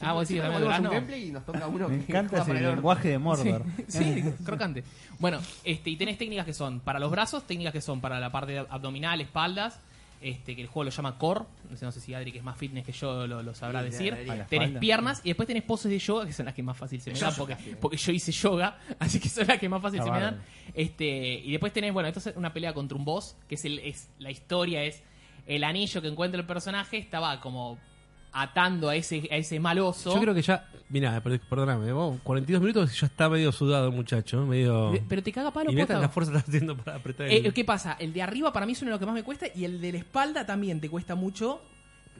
Ah, vos decís que
Siempre
también
ponemos
Durán,
un
no.
gameplay y nos toca uno
Me
que
encanta
juega
ese
para el orto.
lenguaje de Mordor.
Sí,
Eh.
crocante. Bueno, este, y tenés técnicas que son para los brazos, técnicas que son para la parte abdominal, espaldas, este, que el juego lo llama core. No sé, no sé si Adri, que es más fitness que yo, lo, lo sabrá
Sí,
decir.
debería.
A la
Tenés
espalda.
piernas y después tenés poses de yoga, que son las que más fácil se me
Yo
dan,
yoga,
porque,
¿eh?
sí.
porque yo hice yoga, así que son las que más fácil
Está
se me dan.
bárbaro.
Este, y después tenés, bueno, esto es una pelea contra un boss, que es, el, es la historia, es el anillo que encuentra el personaje, estaba como atando a ese, a ese mal oso.
Yo creo que ya. Mirá, per- perdóname, vos, 42 minutos ya está medio sudado el muchacho, medio.
Pero te caga palo,
Y mira
posta.
la fuerza que está haciendo para apretar
Eh,
el.
¿Qué pasa? El de arriba para mí es uno de los que más me cuesta y el de la espalda también te cuesta mucho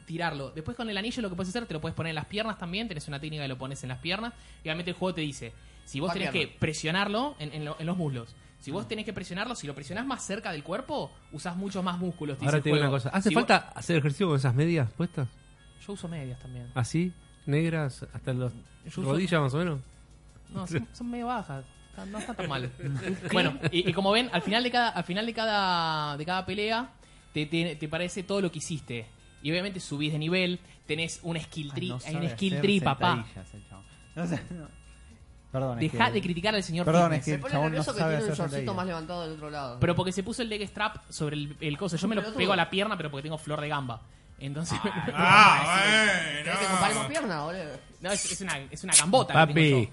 tirarlo. Después con el anillo lo que puedes hacer, te lo puedes poner en las piernas también, tenés una técnica que lo pones en las piernas. Y obviamente el juego te dice, si vos tenés que
Patearlo.
presionarlo en, en lo- en los muslos, si
Mm.
vos tenés que presionarlo, si lo presionás más cerca del cuerpo, usás muchos más músculos. dice
Ahora
el
te digo una
juego.
cosa. ¿Hace
Si vos-
falta hacer ejercicio con esas medias puestas?
Yo uso medias también.
Así, negras, hasta las
uso-
rodillas más o menos.
No, son, son medio bajas. Está- No está tan mal. bueno, y, y como ven, al final de cada, al final de cada, de cada pelea, te, te, te parece todo lo que hiciste. Y obviamente subís de nivel, tenés un skill tree,
No
hay
sabe
un skill
hacer
tree, papá.
sentadillas el chabón. No sé, no. Perdón. es
Dejá
que-
de criticar al señor
Perdón,
Fitness.
es
Se
El
pone
chabón
nervioso
no
que
sabe
tiene un
hacer
shortcito
sentadillas.
más levantado del otro lado.
Pero porque se puso el leg strap sobre el, el coso. Yo me lo
Pelotudo.
pego a la pierna, pero porque tengo flor de gamba. Entonces.
Ah,
¿Querés que comparemos piernas, boludo?
no, es, es una, es una gambota. que
Papi.
tengo yo.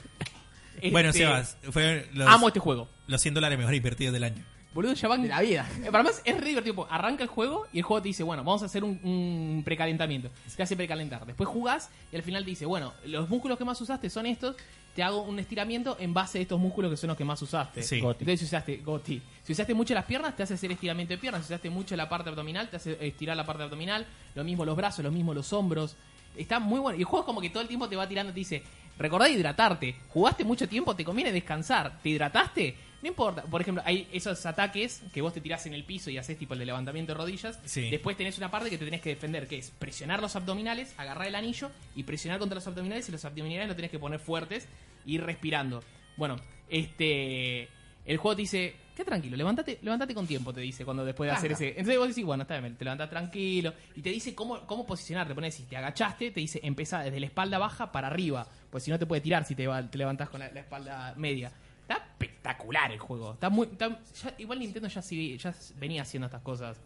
Este,
Bueno, Sebas, fue los,
Amo este juego.
los 100 dólares mejor invertidos del año.
Boludo, ya van.
De la vida.
Eh, Para más es re divertido. porque Arranca el juego y el juego te dice, bueno, vamos a hacer un, un precalentamiento. Te hace precalentar. Después jugás y al final te dice, bueno, los músculos que más usaste son estos. Te hago un estiramiento en base a estos músculos que son los que más usaste.
Sí.
Goti.
Entonces si usaste goti. Si usaste mucho las piernas, te hace hacer estiramiento de piernas. Si usaste mucho la parte abdominal, te hace estirar la parte abdominal. Lo mismo los brazos, lo mismo los hombros. Está muy bueno. Y el juego es como que todo el tiempo te va tirando, te dice, recordá hidratarte. Jugaste mucho tiempo, te conviene descansar. ¿Te hidrataste? No importa. Por ejemplo, hay esos ataques que vos te tirás en el piso y haces tipo el de levantamiento de rodillas.
Sí.
Después tenés una parte que te tenés que defender, que es presionar los abdominales, agarrar el anillo y presionar contra los abdominales y los abdominales lo tenés que poner fuertes y ir respirando. Bueno, este el juego te dice, qué tranquilo, levántate, levántate con tiempo, te dice cuando después de hacer
Claro.
ese. Entonces vos decís, bueno, está bien, te levantás tranquilo y te dice cómo cómo posicionarte, pones si te agachaste, te dice, empezá desde la espalda baja para arriba, Pues si no te puede tirar si te, va- te levantas con la, la espalda media. Está espectacular el juego. Está muy, está- ya- igual Nintendo ya, sí- ya venía haciendo estas cosas.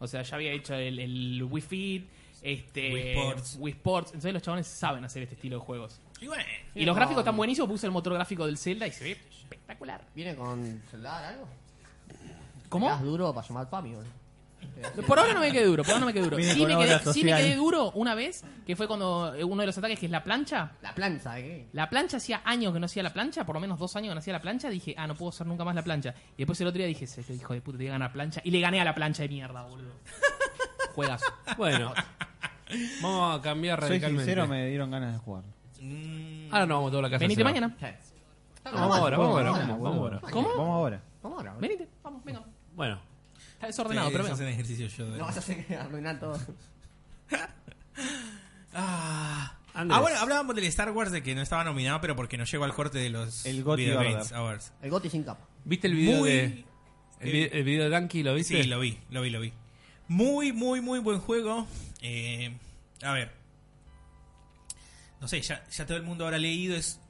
O sea, ya había hecho el, el Wii Fit, este,
Wii Sports.
Wii Sports. Entonces los chavales saben hacer este estilo de juegos.
Y bueno,
Y los gráficos están buenísimos. Puse el motor gráfico del Zelda y se ve espectacular.
¿Viene con celular algo? Es
¿Cómo?
duro para llamar Pami, boludo.
Por ahora no me quedé duro, por ahora no me quedé duro.
Viene
Sí
con
me
obra
quedé, sí me
social.
quedé duro una vez, que fue cuando eh, uno de los ataques, que es la plancha,
La plancha, ¿eh?
La plancha hacía años que no hacía la plancha, por lo menos dos años que no hacía la plancha. Dije, ah, no puedo hacer nunca más la plancha. Y después el otro día dije, "Se- hijo de puta, te voy a ganar plancha. Y le gané a la plancha de mierda, boludo. Juegas.
Bueno, vamos a cambiar
Soy
radicalmente.
sincero, me dieron ganas de jugar.
mm,
Ahora no vamos a toda la casa.
Venite
se va.
mañana.
Está
No, vamos
bien.
ahora, vamos ahora,
Vamos,
vamos,
vamos.
vamos ahora.
¿Cómo?
Vamos ahora.
Vamos ahora. boludo.
Venite, vamos, venga.
Bueno,
Está desordenado,
ustedes
pero venga.
hacen ejercicio yo. de-
No vas a hacer que arruinar todo.
Ah,
Andrés.
Ah, bueno, hablábamos del Star Wars de que no estaba nominado, pero porque no llegó al corte de los
El GOTY
Video
Order.
Games Awards.
El goti sin capa.
¿viste el video
Muy-
de. El, vi- el video de Danky, ¿lo
Sí,
viste?
lo vi, lo vi, lo vi. Muy, muy, muy buen juego. Eh, a ver. No sé, ya, ya todo el mundo habrá leído. Es,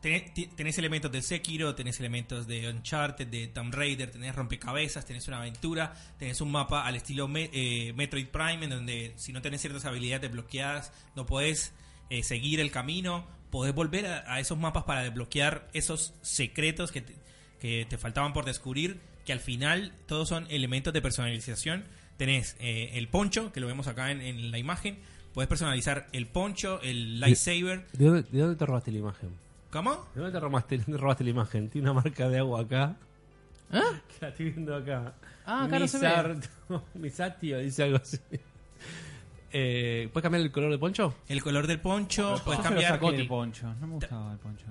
tenés, ti- tenés elementos de Sekiro, tenés elementos de Uncharted, de Tomb Raider, tenés rompecabezas, tenés una aventura, tenés un mapa al estilo Me- eh, Metroid Prime, en donde si no tenés ciertas habilidades desbloqueadas, no podés eh, seguir el camino. Podés volver a, a esos mapas para desbloquear esos secretos que te, que te faltaban por descubrir, que al final todos son elementos de personalización. Tenés eh, el poncho, que lo vemos acá en, en la imagen. Podés personalizar el poncho, el lightsaber.
¿De dónde, de dónde te robaste la imagen?
¿Cómo?
¿De dónde te robaste, te robaste la imagen? Tiene una marca de agua acá.
¿Ah?
Que la estoy viendo acá.
Ah, acá no se ve.
Misarto- Misatio dice algo así. Eh, ¿Puedes cambiar el color del poncho?
El color del poncho, puedes
Yo se lo
cambiar.
saqué
Goti.
el poncho. No me gustaba el poncho.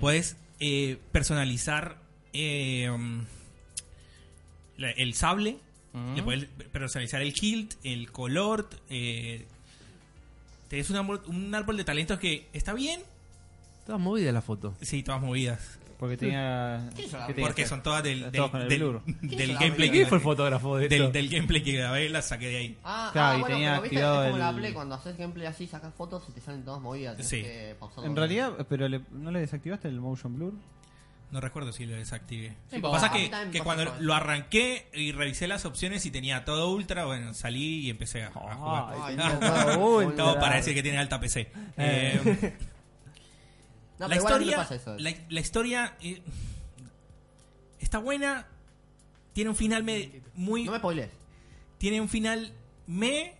Puedes eh, personalizar eh, um, la- el sable. Le puedes personalizar el kilt, el color. Eh, tenés un árbol, un árbol de talentos que está bien.
Toda movida la foto.
Sí, todas movidas.
Porque tenía.
¿Qué hizo la
¿qué tenía
Porque
que
son
hacer?
todas del,
Todos con
del,
el
del,
blur.
del
la
gameplay
vida?
¿Quién fue el
que,
fotógrafo de esto?
del, del gameplay que grabé, las saqué de ahí.
Ah,
Claro,
ah,
y
bueno,
tenía
pero viste,
activado
es como la
el-
Play, cuando haces gameplay así, sacas fotos y te salen todas movidas. tenés
Sí.
que pausarlo.
En realidad, pero le- ¿no le desactivaste el motion blur?
No recuerdo si lo desactivé.
No
Lo que
importa.
pasa es que,
A mí también
que
me
cuando
pasó eso.
lo arranqué y revisé las opciones y tenía todo ultra, bueno, salí y empecé a, a jugar.
Ay,
Ah,
no, no,
Todo
no,
para
no.
decir que tiene alta PC. Eh,
No,
la,
pero igual a mí me
historia,
pasa eso.
la, la historia eh, está buena. Tiene un final me- muy.
No me spoilees.
Tiene un final me.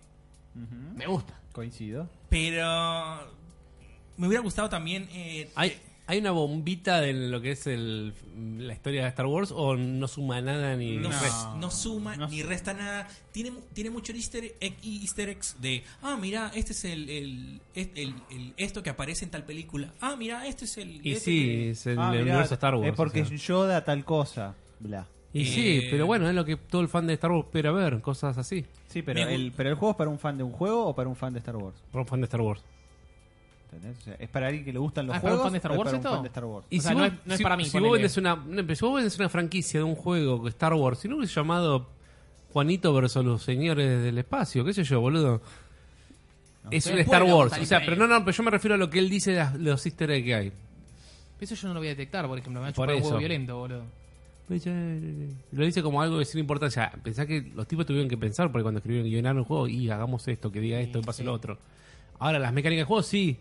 Me gusta.
Coincido.
Pero. Me hubiera gustado también. eh,
¿Hay, ¿Hay una bombita de lo que es el, la historia de Star Wars o no suma nada ni
no,
no.
res- no suma
no
ni resta nada. Tiene, mu- tiene mucho easter egg y easter eggs de, ah, mira, este es el, el- est- el- el- esto que aparece en tal película. Ah, mira, este es el...
Y
este
sí,
que-
es el,
Ah,
el
mirá,
universo Star Wars.
Es porque
o sea.
Yoda tal cosa. Bla.
Y sí,
Eh,
pero bueno, es lo que todo el fan de Star Wars espera ver, cosas así.
Sí, pero
Me-
el, pero el juego es para un fan de un juego o para un fan de Star Wars.
Para un fan de Star Wars.
¿Entendés? O sea, es para alguien que le gustan los
Ah, ¿es para un
juegos.
fan de Star
o es
Wars
para un
esto?
fan de Star Wars.
O sea, no es- no es
si-
para mí,
Si vos,
ponele.
vendes una, no, pero si vos vendes una franquicia de un juego Star Wars, si no hubiese llamado Juanito versus los señores del espacio, qué sé yo, boludo. es
sé.
un Star
Bueno,
Wars.
salí
O sea,
por
pero
ahí.
no, no, pero yo me refiero a lo que él dice de las- los easter egg que hay.
Eso yo no lo voy a detectar, por ejemplo. Me va a
Por
chupar un huevo
eso.
violento, boludo.
Pues ya, eh, Lo dice como algo de sin importancia. Pensá que los tipos tuvieron que pensar, porque cuando escribieron guionaron un juego, y hagamos esto, que diga esto, que pase lo otro. Ahora, las mecánicas del juego, sí.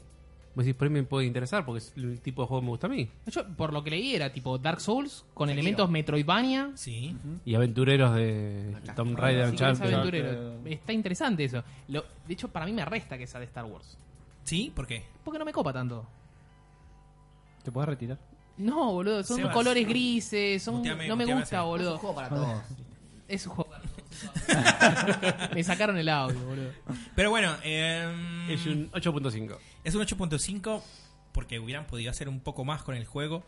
Vos decís, por ahí me puede interesar, porque es el tipo de juego que me gusta a mí.
Yo, por lo que leí, era tipo Dark Souls con elementos Metroidvania.
Sí.
Y aventureros de Tomb Raider,
Si querés
Uncharted.
aventurero. Está interesante eso. Lo- de hecho, para mí me resta que sea de Star Wars.
Sí, ¿por qué?
Porque no me copa tanto.
¿Te puedes retirar?
No, boludo, son
Sebas,
colores grises, son,
muteame,
no me
muteame,
gusta,
Sebas.
Es un
boludo.
juego para todos.
Es un juego. me sacaron el audio, boludo.
Pero bueno, em,
Es un 8.5.
Es un 8.5 porque hubieran podido hacer un poco más con el juego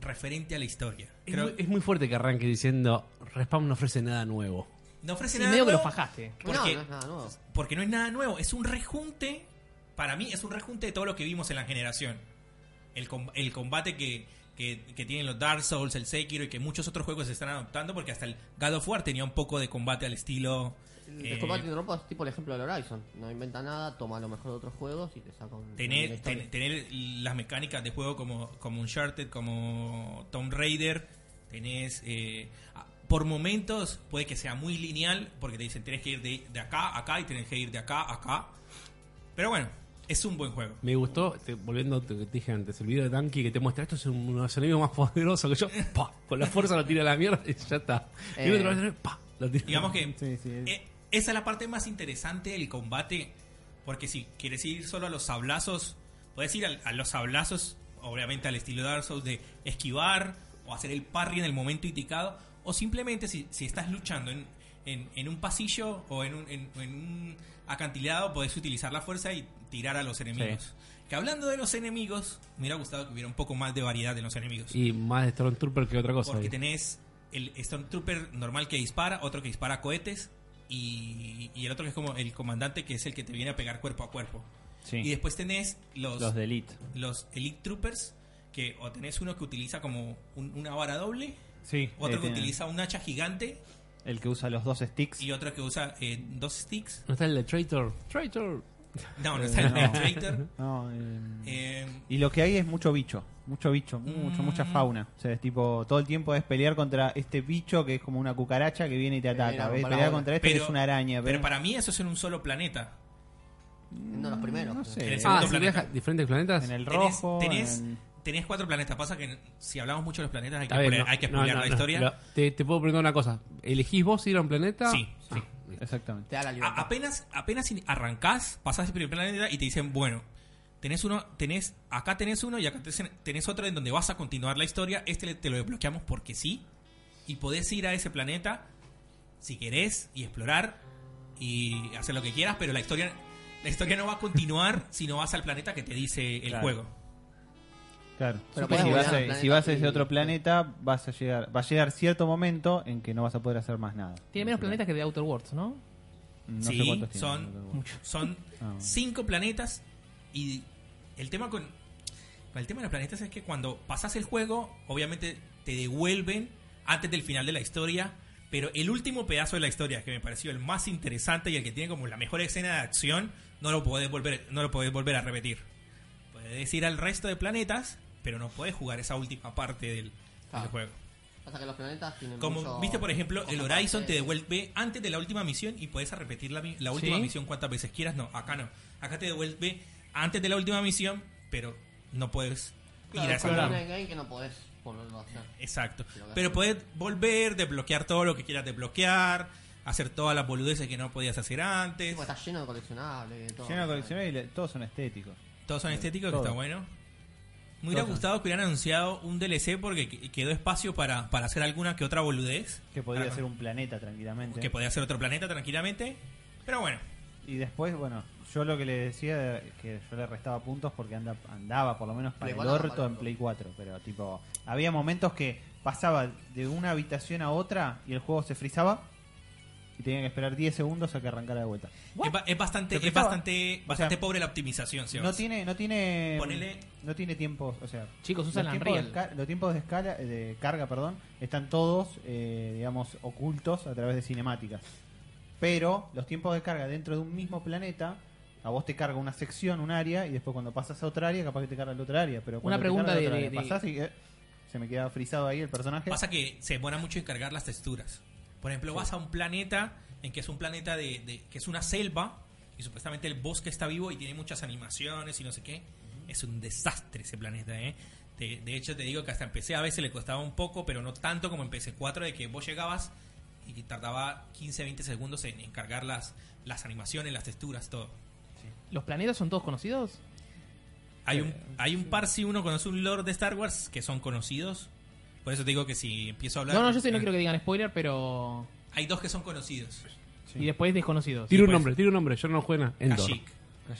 referente a la historia.
Es,
Creo-
muy- es muy fuerte que arranque diciendo Respawn no ofrece nada nuevo.
no ofrece
Sí,
nada
medio que lo
nuevo
fajaste.
No, no
Porque, eh,
es nada nuevo.
porque no es nada nuevo, es un rejunte, para mí es un rejunte de todo lo que vimos en la generación. El, com- el combate que, que que, que tienen los Dark Souls, el Sekiro y que muchos otros juegos se están adoptando porque hasta el God of War tenía un poco de combate al estilo... eh,
El combate de ropa es tipo el ejemplo del Horizon. No inventa nada, toma lo mejor de otros juegos y te saca un. una
tener,
historia.
ten- tener las mecánicas de juego como, como Uncharted, como Tomb Raider, tenés... eh, a- por momentos puede que sea muy lineal, porque te dicen tenés que ir de, de acá a acá y tenés que ir de acá a acá. Pero bueno, es un buen juego.
Me gustó, te- volviendo a lo que te dije antes, el video de Tanky que te muestra esto es un, un enemigo más poderoso que yo. pa, Con la fuerza lo tira a la mierda y ya está. Y el
Eh.
otro lo pa, lo tira.
Digamos que
Sí, sí, es-
eh, esa es la parte más interesante del combate. Porque si quieres ir solo a los sablazos, puedes ir al- a los sablazos, obviamente al estilo Dark Souls, de esquivar o hacer el parry en el momento indicado. O simplemente si, si estás luchando en, en- en un pasillo o en un, en- en un acantilado, puedes utilizar la fuerza y tirar a los enemigos. Que hablando de los enemigos, me hubiera gustado que hubiera un poco más de variedad de los enemigos.
Y más de Stormtrooper que otra cosa.
Porque
ahí.
tenés el Stormtrooper normal que dispara, otro que dispara cohetes y, y el otro que es como el comandante que es el que te viene a pegar cuerpo a cuerpo.
sí.
Y después tenés los,
Los de Elite.
los Elite Troopers, que o tenés uno que utiliza como un- una vara doble,
Sí,
otro
eh,
que
tienen
utiliza un hacha gigante
El que usa los dos sticks.
y otro que usa eh, dos sticks.
¿No está el de Traitor? Traitor.
No, no
Eh,
está el
no.
Night Traitor.
No, eh,
Eh,
Y lo que hay es mucho bicho, mucho bicho, mucho, mucha
Mm.
fauna. O sea, es tipo, todo el tiempo es pelear contra este bicho que es como una cucaracha que viene y te
viene a
ataca. ¿ves?
romper la
Pelear
bola.
contra este que es una araña.
pero para mí eso es en un solo planeta.
Uno de los primeros.
No sé.
En el
Ah,
segundo
¿se
planeta.
viaja diferentes planetas?
En el
Tenés-
rojo.
tenés-
en-
Tenés cuatro planetas. Pasa que si hablamos mucho de los planetas hay que,
Está bien,
spoilear-
no,
hay que
no,
spoilear
no,
la
no.
historia.
Lo- te, te puedo preguntar una cosa. ¿Elegís vos ir a un planeta?
Sí, sí.
Exactamente.
Te da la libertad.
A- apenas, apenas in- arrancás, pasás el primer planeta y te dicen, bueno, tenés uno, tenés, acá tenés uno y acá tenés, tenés otro en donde vas a continuar la historia. Este le- te lo desbloqueamos porque sí. Y podés ir a ese planeta si querés y explorar y hacer lo que quieras, pero la historia, la historia no va a continuar si no vas al planeta que te dice el
Claro.
juego.
Claro.
Pero
Sí,
podés
si,
volar
vas
a
a,
un planeta
si vas a
y-
ese otro planeta, vas a llegar, va a llegar cierto momento en que no vas a poder hacer más nada.
Tiene menos planetas que de Outer Worlds, ¿no?
No
Sí,
sé cuántos tiene,
son-
no sé cuántos.
Mucho.
Son
Ah.
cinco planetas y el tema con, con el tema de los planetas es que cuando pasas el juego, obviamente te devuelven antes del final de la historia, pero el último pedazo de la historia que me pareció el más interesante y el que tiene como la mejor escena de acción, no lo podés volver, no lo podés volver a repetir. Puedes ir al resto de planetas, pero no podés jugar esa última parte del,
Ah.
del juego.
Pasa que los planetas tienen.
Como
mucho-
viste, por ejemplo, el
cosas
Horizon
para
te
hacer.
devuelve antes de la última misión y puedes repetir la, mi- la última
Sí.
misión cuantas veces quieras. No, acá no. Acá te devuelve antes de la última misión, pero no puedes
Claro,
ir a
es
esa
como
última-
un endgame que no podés volverlo a hacer.
Exacto.
Lo que
Pero
hace.
puedes volver, desbloquear todo lo que quieras desbloquear, hacer todas las boludeces que no podías hacer antes.
Tipo, pues, Está lleno de coleccionables. de todo.
Lleno de colecciones y le- todos son estéticos.
Todos son estéticos,
Todo.
que está bueno. Me hubiera
Todo.
gustado que hubieran anunciado un DLC porque qu- quedó espacio para, para hacer alguna que otra boludez.
Que podría
Para-
ser un planeta tranquilamente.
Que podía ser otro planeta tranquilamente. Pero bueno.
Y después, bueno, yo lo que le decía eh, que yo le restaba puntos porque anda, andaba por lo menos para
Le
el
volaba para
orto
el
en
orto.
Play 4, pero tipo, había momentos que pasaba de una habitación a otra y el juego se frizaba y tenía que esperar 10 segundos a que arrancara de vuelta.
Es, ba- es bastante,
Lo que
es
estaba-
bastante,
o
bastante
sea,
pobre la optimización, Sebas.
No tiene no tiene
Ponele-
no tiene tiempos, o sea,
Chicos, usan
los tiempos, de,
Unreal.
esca- los tiempos de escala eh, de carga, perdón, están todos eh, digamos ocultos a través de cinemáticas. Pero los tiempos de carga dentro de un mismo planeta a vos te carga una sección, un área, y después cuando pasas a otra área, capaz que te carga la otra área. Pero cuando te
pregunta
carga la
de-
otra
de-
área,
de-
pasás y, eh, se me queda frisado ahí el personaje.
Pasa que se demora mucho en cargar las texturas. Por ejemplo, vas a un planeta en que es un planeta de, de- que es una selva y supuestamente el bosque está vivo y tiene muchas animaciones y no sé qué. Es un desastre ese planeta, ¿eh? De, de hecho, te digo que hasta empecé a veces le costaba un poco, pero no tanto como en PC4, de que vos llegabas y que tardaba 15, 20 segundos en, en cargar las, las animaciones, las texturas, todo.
¿Los planetas son todos conocidos?
Hay un, hay un par si uno conoce un lore de Star Wars que son conocidos. Por eso te digo que si empiezo a hablar.
No, no, yo sé, no quiero que digan spoiler, pero.
Hay dos que son conocidos.
Sí.
Y después desconocidos.
Tira un
pues.
nombre, tira un nombre. Yo no juego nada. Endor.
Kashyyyk.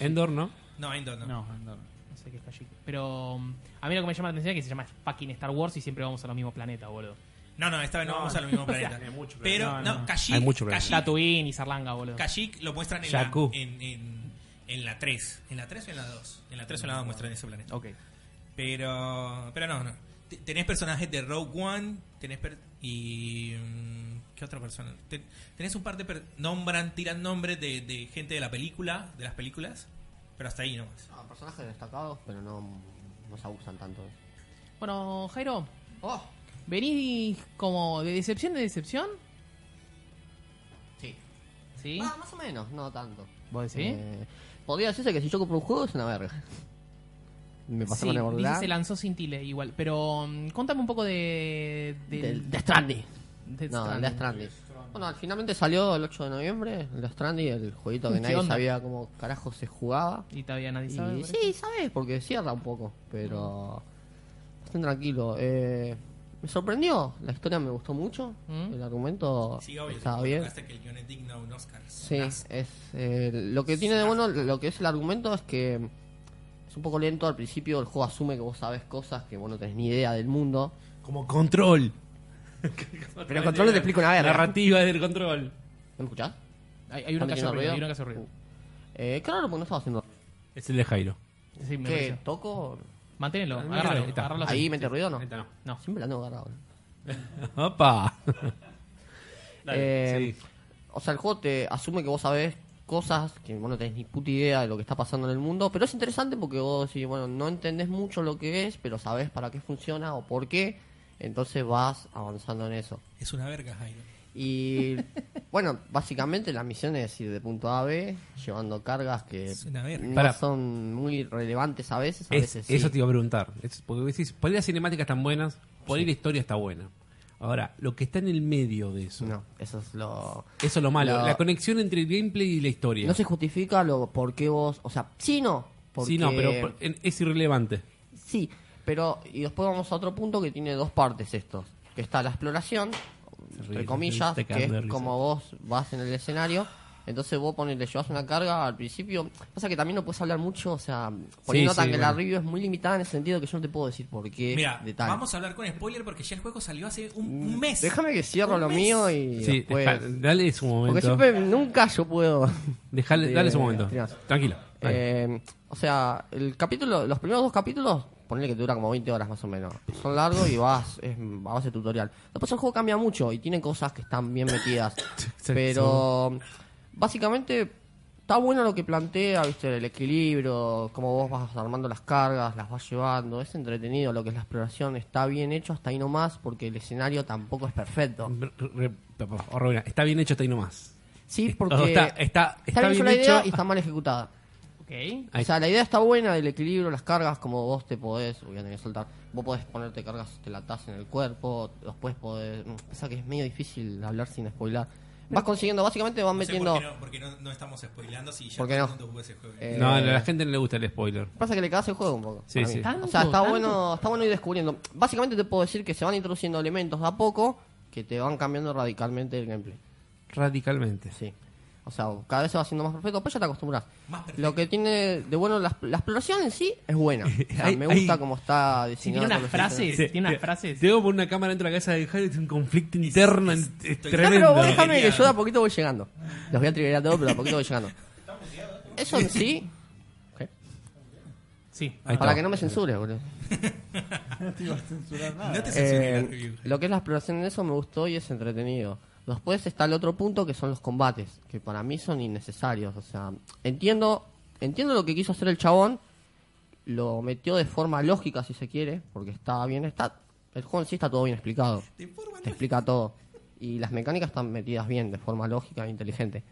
Endor, ¿no?
No, Endor no.
No, no, no.
No sé qué es Kashyyyk. Pero um, a mí lo que me llama la atención es que se llama fucking Star Wars y siempre vamos a los mismos planetas, boludo.
No, no, esta vez no, vamos al mismo planeta.
hay mucho
Pero,
planeta.
no,
No, no.
Kashyyyk.
Hay mucho planeta.
Kashyyyk-
Tatooine y Sarlanga, boludo.
Kashyyyk lo muestran en la,
Jakku.
en, en- en la 3. ¿En la 3 o en la 2? En la 3 o en la 2 muestran ese planeta.
Ok.
Pero, pero no, no. T- Tenés personajes de Rogue One, tenés per- y mm, ¿qué otra persona? Ten- tenés un par de per- nombran, tiran nombres de, de gente de la película, de las películas, pero hasta ahí nomás.
Ah, personajes destacados, pero no, no se abusan tanto.
Bueno, Jairo,
¡Oh!
¿venís como de decepción de decepción?
Sí.
¿Sí?
Ah, más o menos, no tanto.
¿Vos decís?
Eh, podría decirse que si yo compro un juego es una verga. Me
Sí,
pasó con el
dice,
Borderlands.
se lanzó sin tile igual. Pero mm, contame un poco de. del-
Del Death Stranding.
Death
no, el
Stranding.
Death Stranding. Bueno, finalmente salió el 8 de noviembre, el Death Stranding, el jueguito que
¿Qué
nadie
onda?
sabía cómo carajo se jugaba.
Y todavía nadie
Y
sabe. parece.
sí, sabes, porque cierra un poco, pero
Mm.
bastante tranquilo. Eh, me sorprendió, la historia me gustó mucho,
Mm.
el argumento
Sí, obvio,
estaba
si
bien.
tocaste que el guion es digno de un Oscar.
Sí,
Sonazo.
es eh, lo que tiene de bueno, lo que es el argumento es que es un poco lento al principio, el juego asume que vos sabes cosas que vos no tenés ni idea del mundo.
Como control.
Pero control no te explico una verga.
Narrativa del control.
¿No me escuchás?
Hay, hay uno que hace
¿Están
ruido,
metiendo Uh.
hay uno que hace ruido.
Eh, claro, porque no estaba haciendo
Es el de Jairo.
Sí, me
¿Qué?
pareció.
¿Toco?
Manténlo,
Ahí
agárralo,
está.
agárralo así.
¿Ahí mete ruido o no?
Ahí está,
No.
Siempre la tengo agarrada.
no. Opa.
Eh, O sea, el juego te asume que vos sabés cosas que vos no tenés ni puta idea de lo que está pasando en el mundo, pero es interesante porque vos decís, bueno, no entendés mucho lo que es, pero sabés para qué funciona o por qué, entonces vas avanzando en eso.
Es una verga, Jairo.
Y bueno, básicamente la misión es ir de punto A a B, llevando cargas que
Es una verga.
no
Pará.
son muy relevantes a veces, a
Es-
veces sí.
Eso te iba a preguntar. Es- porque decís, por ahí las cinemáticas están buenas, por ahí la historia está buena. Ahora, lo que está en el medio de eso.
No, eso es lo...
Eso es lo malo.
Lo-
La conexión entre el gameplay y la historia.
No se justifica lo por qué vos... O sea, sí no. Porque...
Sí, no, pero por- en- es irrelevante.
Sí, pero y después vamos a otro punto que tiene dos partes estos, que está la exploración,
ríe,
entre comillas,
se está
que
cagando de
es
risa.
como vos vas en el escenario, entonces vos pones, le llevas una carga al principio, pasa que también no puedes hablar mucho, o sea, poniendo
sí,
tan que la
bueno.
review es muy limitada en el sentido que yo no te puedo decir por qué
Mira,
de tal. Mm,
vamos a hablar con spoiler porque ya el juego salió hace un, un mes.
Déjame que cierro
Un
lo
mes.
mío y
Sí,
después-
deja- dale su
Porque
momento.
siempre, nunca yo puedo...
Dejale-
de-
dale su momento.
trinas.
Tranquilo. dale.
Eh, o sea, el capítulo, los primeros dos capítulos, ponle que dura como 20 horas más o menos. Son largos y vas es a base de tutorial. Después el juego cambia mucho y tiene cosas que están bien metidas. pero básicamente está bueno lo que plantea, viste, el equilibrio, cómo vos vas armando las cargas, las vas llevando. Es entretenido lo que es la exploración, está bien hecho hasta ahí nomás porque el escenario tampoco es perfecto.
Re- re- papá, oh, Robina, está bien hecho hasta ahí nomás.
Sí,
O
porque
sea, está, está,
está
está
bien hecho
bien
la idea
hecho.
y está mal ejecutada.
Ok.
Ahí
O sea, la idea está buena del equilibrio, las cargas, como vos te podés, voy a tener que soltar, vos podés ponerte cargas, te la atás en el cuerpo, después podés, mm, pasa que es medio difícil hablar sin spoilar. Vas consiguiendo, básicamente vas
No sé por
metiendo,
qué no, porque no, no estamos spoileando si ya
¿Por qué
todo
no?
el mundo jugó ese juego.
eh,
No, a la gente no le gusta el spoiler.
pasa que le cagás el juego un poco.
Sí,
para
sí.
mí.
Tanto,
O sea, está
tanto.
bueno, está bueno ir descubriendo. Básicamente te puedo decir que se van introduciendo elementos de a poco que te van cambiando radicalmente el gameplay.
Radicalmente.
Sí. O sea, cada vez se va haciendo más perfecto, pues ya te acostumbras.
Más perfecto.
Lo que tiene de bueno la, la exploración en sí es buena. O sea,
Hay-
me
hay-
gusta cómo está
Si
diseñada.
tiene unas
con los
frases,
Sí.
tiene unas frases.
Tengo por una cámara dentro de la cabeza de Jairo, es un conflicto interno
es-
en- es
estoy-
No,
tremendo.
pero vos déjame que
Genial.
yo de a poquito voy llegando. Los voy a triviar a todos, pero de a poquito voy llegando. Eso en sí.
Sí.
Ahí está.
Para que no me censure, boludo.
No te iba a censurar nada.
No te censuré la
Eh,
review.
lo que es la exploración en eso me gustó y es entretenido. Después está el otro punto que son los combates, que para mí son innecesarios. O sea, entiendo, entiendo lo que quiso hacer el chabón, lo metió de forma lógica si se quiere, porque está bien, está, el juego en sí está todo bien explicado.
De forma
te
no-
explica todo. Y las mecánicas están metidas bien, de forma lógica e inteligente.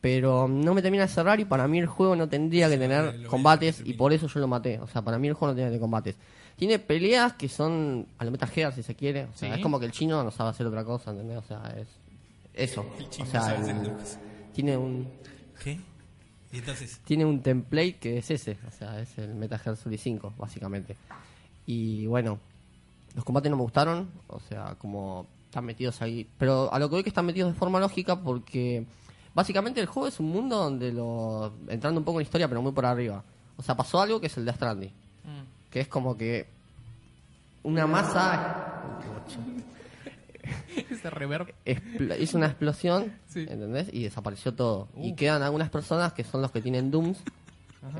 Pero um, no me termina de cerrar y para mí el juego no tendría que
lo
tener
voy a
combates
terminar.
y por eso yo lo maté. O sea, para mí el juego no tiene combates. Tiene peleas que son a lo Metal Gear, si se quiere. O sea,
Sí.
es como que el chino no sabe hacer otra cosa, ¿entendés? O sea, es eso.
El chino
O
no
sea,
sabe hacer
el-
otra cosa.
tiene un
¿Qué? Y entonces,
tiene un template que es ese, o sea, es el Metal Gear Solid 5, básicamente. Y bueno, los combates no me gustaron, o sea, como están metidos ahí, pero a lo que veo que están metidos de forma lógica porque básicamente el juego es un mundo donde lo entrando un poco en historia, pero muy por arriba. O sea, pasó algo que es el de Stranding, que es como que una masa
Ese reverb.
expl- hizo una explosión,
Sí. Uh.
¿entendés? Y desapareció todo. Y quedan algunas personas que son los que tienen Dooms,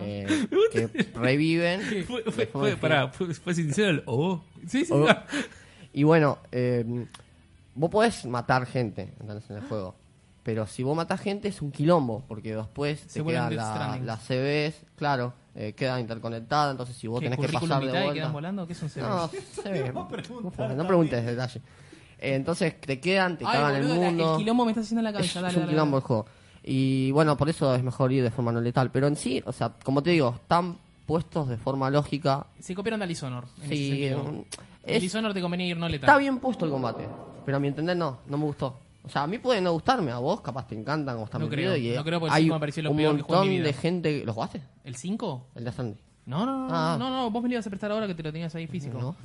eh, que reviven.
Fue, fue, fue- pará, fue- fue sincero el oh.
Sí, sí.
O- Y bueno, eh, vos podés matar gente ¿entendés? en el juego. Pero si vos matás gente es un quilombo, porque después
Se
te
vuelve
quedan
un Death
la-
Stranding.
las CVs, claro, eh, quedan interconectadas, entonces si vos
¿Qué,
tenés que
currículum
pasar de
vitae, quedan
vuelta...
volando? ¿Qué son CVs?
No, CVs. No, preguntes detalle. Eh, entonces te quedan, te
Ay,
cagan el
boludo, la-
mundo.
el quilombo me está haciendo en la
Es,
cabeza.
es
Dale,
un
dale,
quilombo el
dale.
juego. Y bueno, por eso es mejor ir de forma no letal. Pero en sí, o sea, como te digo, están puestos de forma lógica.
Se copiaron al Dishonor. En ese
Sí,
sentido.
un-
El
es-
Dishonor te convenía ir no letal.
Está bien puesto el combate, pero a mi entender no, no me gustó. O sea, a mí puede no gustarme, a vos capaz te encantan o están
No creo,
metido y eh,
no creo porque
hay
encima me pareció lo
un
peor que jugué en
montón
mi vida.
de gente... ¿Los jugaste?
¿El 5?
El de Sandy.
No, no, no,
Ah.
no, no, vos me lo ibas a prestar ahora que te lo tenías ahí físico.
¿No?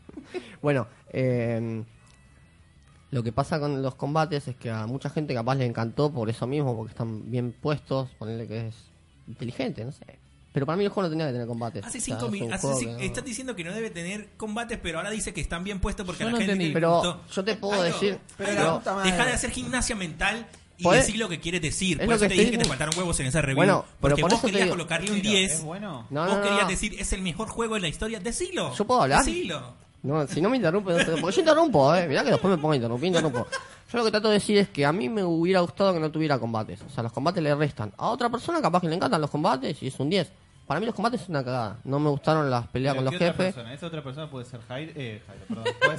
bueno, eh, lo que pasa con los combates es que a mucha gente capaz le encantó por eso mismo, porque están bien puestos, ponerle que es inteligente, no sé. Pero para mí el juego no tenía que tener combates.
Hace
O sea,
cinco este
es un
minutos.
juego que no-
Estás diciendo que no debe tener combates, pero ahora dice que están bien puestos porque
Yo
a la
no
gente
entendí.
le
Pero
gustó.
yo te puedo
Ay, no.
decir...
Pero
pero-
la puta madre.
Deja de hacer gimnasia mental y
Podés-
decir lo que quieres decir.
Pues, Es
Por
lo
eso
que
te
estoy
dije que te
diciendo.
faltaron huevos en esa review.
Bueno, pero
porque
por
vos
eso te
querías
digo.
colocarle un
Pero,
10.
¿Es bueno?
No,
vos
no, no,
querías
no.
decir, es el mejor juego de la historia. Decilo.
¿Yo puedo hablar?
Decilo.
No, si no me interrumpe, no te- porque yo interrumpo, eh. Mirá que después me pongo a interrumpir, interrumpo. Yo lo que trato de decir es que a mí me hubiera gustado que no tuviera combates. O sea, los combates le restan. A otra persona capaz que le encantan los combates y es un 10. Para mí los combates es una cagada. No me gustaron las peleas
Pero
con los
¿qué otra
jefes.
persona? Esa otra persona puede ser Jairo. Eh, Jairo, perdón. Puede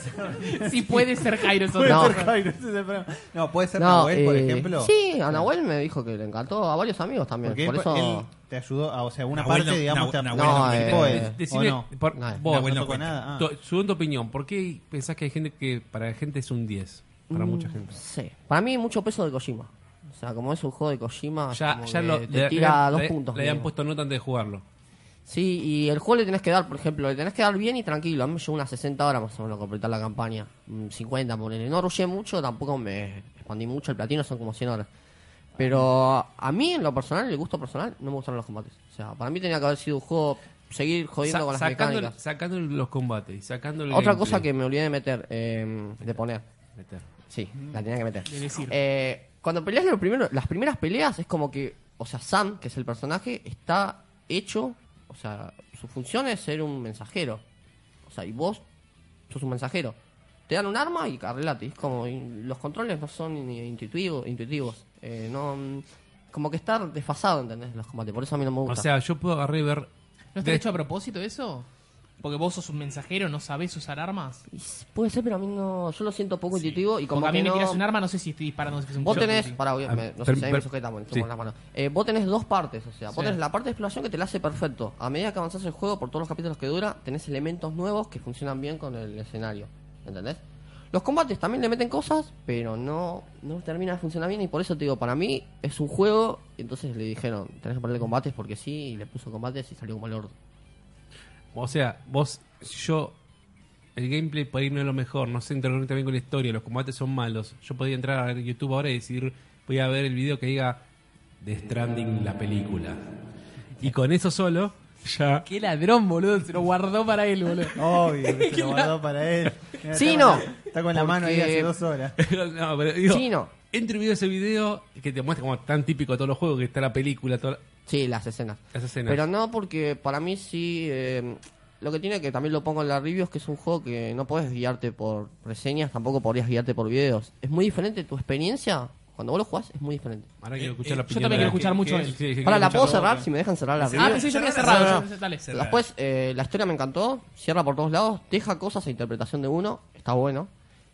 ser,
Sí puede ser Jairo eso
puede
No.
ser Jairo, ese es el problema. No, puede ser
No,
Nahuel, por
eh,
ejemplo.
Sí, a Nahuel me dijo que le encantó a varios amigos también.
Porque
Por
él,
eso...
él te ayudó, a, o sea, una
Nahuel
parte,
no-
digamos,
Nahu-
te
Nahuel
no
te
eh,
apoyó,
eh,
¿o
Decime,
no?
por-
No, eh.
vos,
Nahuel
no
no
tocó
cuenta.
nada. Ah.
tu, según tu opinión, ¿por qué pensás que hay gente que para la gente es un 10? Para
Mm.
mucha gente.
Sí. Para mí mucho peso de Kojima. O sea, como es un juego de Kojima,
Ya,
como
ya
que
lo,
te
le-
tira
le-
dos
le-
puntos.
Le habían
mínimo.
puesto nota antes de jugarlo.
Sí, y el juego le tenés que dar, por ejemplo, le tenés que dar bien y tranquilo. A mí me llevó unas 60 horas más o menos completar la campaña. Mm, 50, ponele. No rushé mucho, tampoco me expandí mucho. El platino son como 100 horas. Pero a mí, en lo personal, en el gusto personal, no me gustaron los combates. O sea, para mí tenía que haber sido un juego, seguir jodiendo
Sa-
con las
sacando,
mecánicas.
sacando los combates y sacando el
Otra
gameplay.
cosa que me olvidé de meter, eh, de poner.
Meter.
Sí, la tenía que meter.
De decir.
Eh, cuando peleas lo primero, las primeras peleas es como que, o sea, Sam, que es el personaje, está hecho, o sea, su función es ser un mensajero. O sea, y vos sos un mensajero. Te dan un arma y arreglate. Es como, y los controles no son ni intuitivo- intuitivos. Eh, no, mm, como que está desfasado, ¿entendés? Los combates. Por eso a mí no me
O
gusta.
sea, yo puedo agarrar y ver.
¿No está
de-
hecho a propósito eso? Porque vos sos un mensajero, no sabés usar armas.
Y s- puede ser, pero a mí no. Yo lo siento poco intuitivo y como
Porque a mí
que
me
no-
tirás un arma, no sé si estoy disparando. No sé si es un
Vos
tiro,
tenés,
sí.
pará, voy a-
Ah,
me- no
per-
sé si ahí
per-
me sujeta, bueno,
sí.
con la mano. Eh, vos tenés dos partes, o sea, vos
Sí.
tenés la parte de exploración que te la hace perfecto. A medida que avanzás el juego, por todos los capítulos que dura, tenés elementos nuevos que funcionan bien con el escenario. ¿Entendés? Los combates también le meten cosas, pero no, no termina de funcionar bien y por eso te digo, para mí es un juego, y entonces le dijeron, tenés que ponerle combates porque sí, y le puso combates y salió como el orto.
O sea, vos, si yo. El gameplay por ahí no es lo mejor, no se interconecta bien con la historia, los combates son malos. Yo podría entrar a YouTube ahora y decir, voy a ver el video que diga The Stranding, la película. Y con eso solo, ya.
Qué ladrón, boludo. Se lo guardó para él, boludo.
Obvio, que se lo guardó para él. Mira,
Sí,
está con
no.
la- Está con la mano ahí
Porque-
hace dos horas.
no, pero digo,
Sí, no.
Entre video ese video que te muestra como tan típico de todos los juegos que está la película, toda la-
Sí, las escenas.
las escenas.
Pero no, porque para mí sí. eh, lo que tiene que también lo pongo en la review es que es un juego que no puedes guiarte por reseñas, tampoco podrías guiarte por videos. Es muy diferente tu experiencia. Cuando vos lo jugás, es muy diferente.
Ahora quiero escuchar la
yo
opinión
Eh, también
de
quiero
alguien.
escuchar mucho
Sí,
él.
sí, sí,
Ahora,
quiero
¿la puedo
escuchar-
cerrar si me dejan cerrar la
Ah,
review?
pensé que yo había
Cerrala,
cerrado.
cerrala.
Dale.
Cerrala.
Después, eh, la historia me encantó. Cierra por todos lados. Deja cosas a interpretación de uno. Está bueno.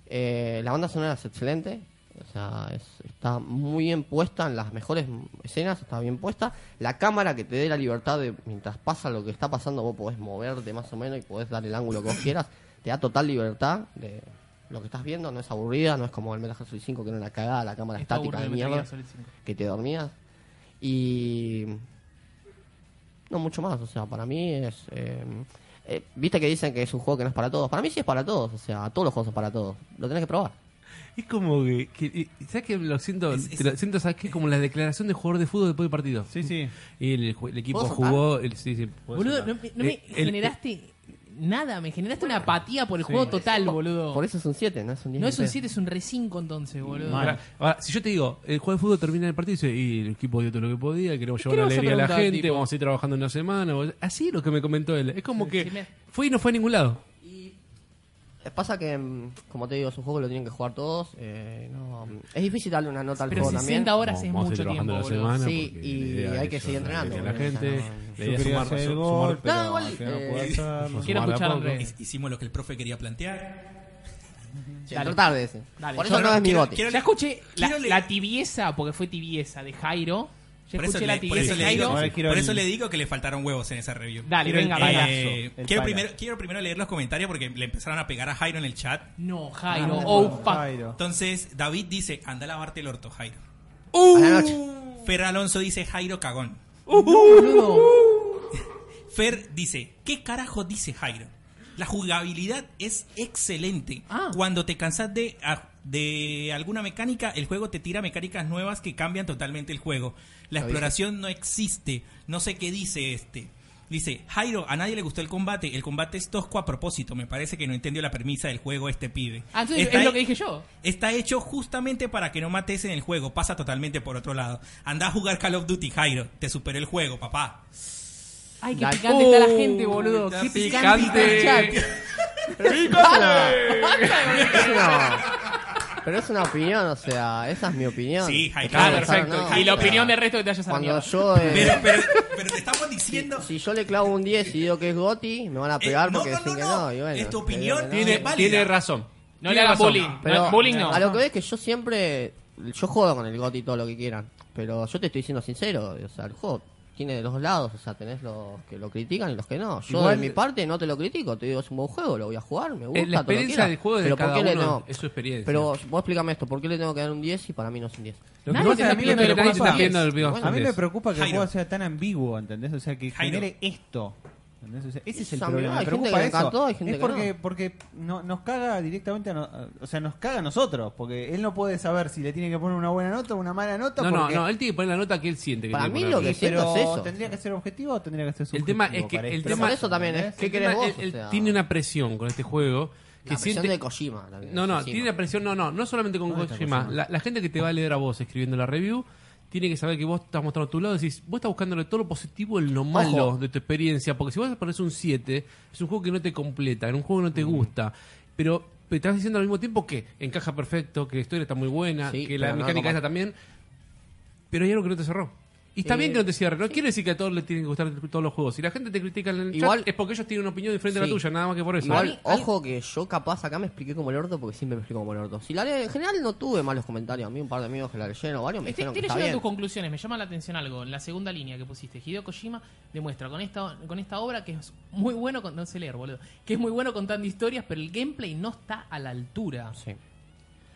Eh, la banda sonora es excelente. O sea, es- está muy bien puesta en las mejores m- escenas. Está bien puesta. La cámara que te dé la libertad de mientras pasa lo que está pasando, vos podés moverte más o menos y podés dar el ángulo que vos quieras. Te da total libertad de lo que estás viendo. No es aburrida, no es como el Metal Gear Solid 5 que era una cagada, la cámara
Está
estática de
aburrido, me
mierda
tenía Solid cinco.
que te dormías y no mucho más o sea para mí es eh, eh, viste que dicen que es un juego que no es para todos para mí sí es para todos o sea todos los juegos son para todos lo tenés que probar
Es como que, que- y- ¿sabes que lo siento?
Es- es-
te lo siento, ¿sabes qué? Como la declaración de jugador de fútbol después del partido.
Sí, sí.
Y el, ju- el equipo
¿Puedo saltar?
jugó, el, sí, sí, puedes
Boludo, no,
saltar.
me- no me
Eh, el-
generaste nada, me generaste una apatía por el juego total, boludo.
Por eso es un 7, no es un 10.
no es un 7, es un re 5 entonces, boludo.
Ahora, ahora, si yo te digo, el juego de fútbol termina el partido y dice, y el equipo dio todo lo que podía, queremos
¿Qué
llevar
le vas a
alegría a la
preguntar,
gente,
tipo?
vamos a ir trabajando una semana. o- Así es lo que me comentó él. Es como
sí, me-
que fue y no fue a ningún lado.
Pasa que, mm, como te digo, es un juego que lo tienen que jugar todos. eh, no, es difícil darle una nota al
Pero
juego
60
también.
horas es
Vamos a ir
mucho tiempo,
trabajando la
boludo.
semana
Sí,
porque
y
la idea
hay
es
que
eso,
seguir
la idea
entrenando,
de La
boludo,
gente,
ya no-
la
Yo
idea es
quería
sumar-
hacer el
sumar-
gol, pero
No, igual,
al final no
eh,
pude hacerlo.
Quiero
Sumar a
escuchar al
poco.
rey.
Es-
Hicimos lo que el profe quería plantear.
Sí, Pero tarde ese.
Dale,
Por
yo
eso no es mi
quiero-
bote.
quiero-
Ya escuché la,
Quiero le-
la tibieza, porque fue tibieza de Jairo. Ya
Por eso,
escuché
le,
la
por
tibieza
eso
de
le digo, eh.
Jairo.
Ahora quiero
por
el-
eso le digo que le faltaron huevos en esa review.
Dale,
Quiero el-
venga,
eh,
balazo.
Eh,
El
quiero,
palazo.
primero, quiero primero leer los comentarios porque le empezaron a pegar a Jairo en el chat.
No, Jairo.
Ah,
oh,
no,
fuck.
Jairo.
Entonces, David dice, anda a lavarte el orto, Jairo.
A la noche.
Fer Alonso dice, Jairo cagón.
Uh-huh. Boludo. Uh-huh.
Fer dice, ¿qué carajo dice Jairo? La jugabilidad es excelente.
Ah.
Cuando te cansas de, a- de alguna mecánica, el juego te tira mecánicas nuevas que cambian totalmente el juego. La
Lo
exploración no existe. No sé qué dice este. Dice, Jairo, a nadie le gustó el combate. El combate es tosco a propósito. Me parece que no entendió la premisa del juego este pibe.
Ah, entonces
Está
es lo
ahí-
que dije yo.
Está hecho justamente para que no mates en el juego. Pasa totalmente por otro lado. Anda a jugar Call of Duty, Jairo. Te superó el juego, papá.
Ay, qué
Dale.
picante está la
Oh,
gente, boludo.
está
Qué picante,
picante.
está el chat.
Es una- Pero es una opinión, o sea, esa es mi opinión.
Sí, Jairo.
Claro,
Ah, perfecto.
no,
y la
o sea,
opinión del resto que te hayas
Cuando
armado.
yo. eh,
Pero, pero, pero te estamos diciendo...
Si yo le clavo un 10 y digo que es Goti, me van a pegar
Eh,
porque dicen que no. y bueno,
es tu
te
opinión.
digo que no.
es
Tiene,
válida.
tiene razón.
No
Tiene
le hagas
razón.
bullying.
Pero
No, bullying no.
a lo que veo es que yo siempre. Yo juego con el Goti todo lo que quieran. Pero yo te estoy siendo sincero. O sea, el juego tiene de los lados. O sea, tenés los que lo critican y los que no. Yo
Igual-
de mi parte no te lo critico. Te digo, es un buen juego, lo voy a jugar, me gusta.
Eh, la
todo lo que
experiencia
quiera.
del juego es de
Pero ¿por
cada
qué le
uno,
no?
es su experiencia.
Pero vos explícame esto. ¿Por qué le tengo que dar un 10 y para mí no es un 10?
Lo que
Nadie
pasa
te
es
está
que
pidiendo
nadie
que lo
te está
cojas.
pidiendo el video.
A mí me preocupa que
Jairo.
el juego sea tan ambiguo, ¿entendés? O sea, que
Jairo.
genere esto. ¿entendés? O sea, ese es el
Esa
problema.
mirada,
Me
hay gente
preocupa
que le
eso.
encantó, hay gente
es
que
porque,
no.
porque no- nos caga directamente a, no- o sea, nos caga a nosotros. Porque él no puede saber si le tiene que poner una buena nota o una mala nota.
No, no,
porque-
no, él tiene que poner la nota que él siente. que
Para
tiene
mí
poner.
lo que-
Y, pero
siento es eso.
¿Tendría que ser objetivo o tendría que ser
El
subjetivo?
tema es que
parece?
el
Pero
tema-
por eso también es. ¿Qué
El
querés
tema-
vos?
él- él
O sea,
tiene una presión con este juego que
la presión
siente
de Kojima. también,
No, no,
encima.
tiene la presión, no, no, no solamente con
¿Dónde está
Kojima.
Kojima?
La, la gente que te va a leer a vos escribiendo la review tiene que saber que vos estás mostrando tu lado. Decís, vos estás buscándole todo lo positivo en lo malo de tu experiencia. Porque si vos pones un 7, es un juego que no te completa, es un juego que
Mm.
no te gusta. Pero te estás diciendo al mismo tiempo que encaja perfecto, que la historia está muy buena,
Sí,
que la
pero no
mecánica
como-
esa también. Pero hay algo que no te cerró. Y está
Eh,
bien que no te cierre. No quiere decir que a todos les tienen que gustar todos los juegos. Si la gente te critica en el chat,
Igual-
es porque ellos tienen una opinión diferente a la
Sí.
tuya, nada más que por eso.
Igual, ojo que yo capaz acá me expliqué como el orto porque siempre me explico como el orto. Si la leo, en general no tuve malos comentarios. A mí un par de amigos que la leyeron, varios me
Estoy,
dijeron que
Este, estoy
está
leyendo
bien.
tus conclusiones, me llama la atención algo. En la segunda línea que pusiste, Hideo Kojima demuestra con esta, con esta obra que es muy bueno, con, no sé leer, boludo, que es muy bueno contando historias, pero el gameplay no está a la altura.
Sí.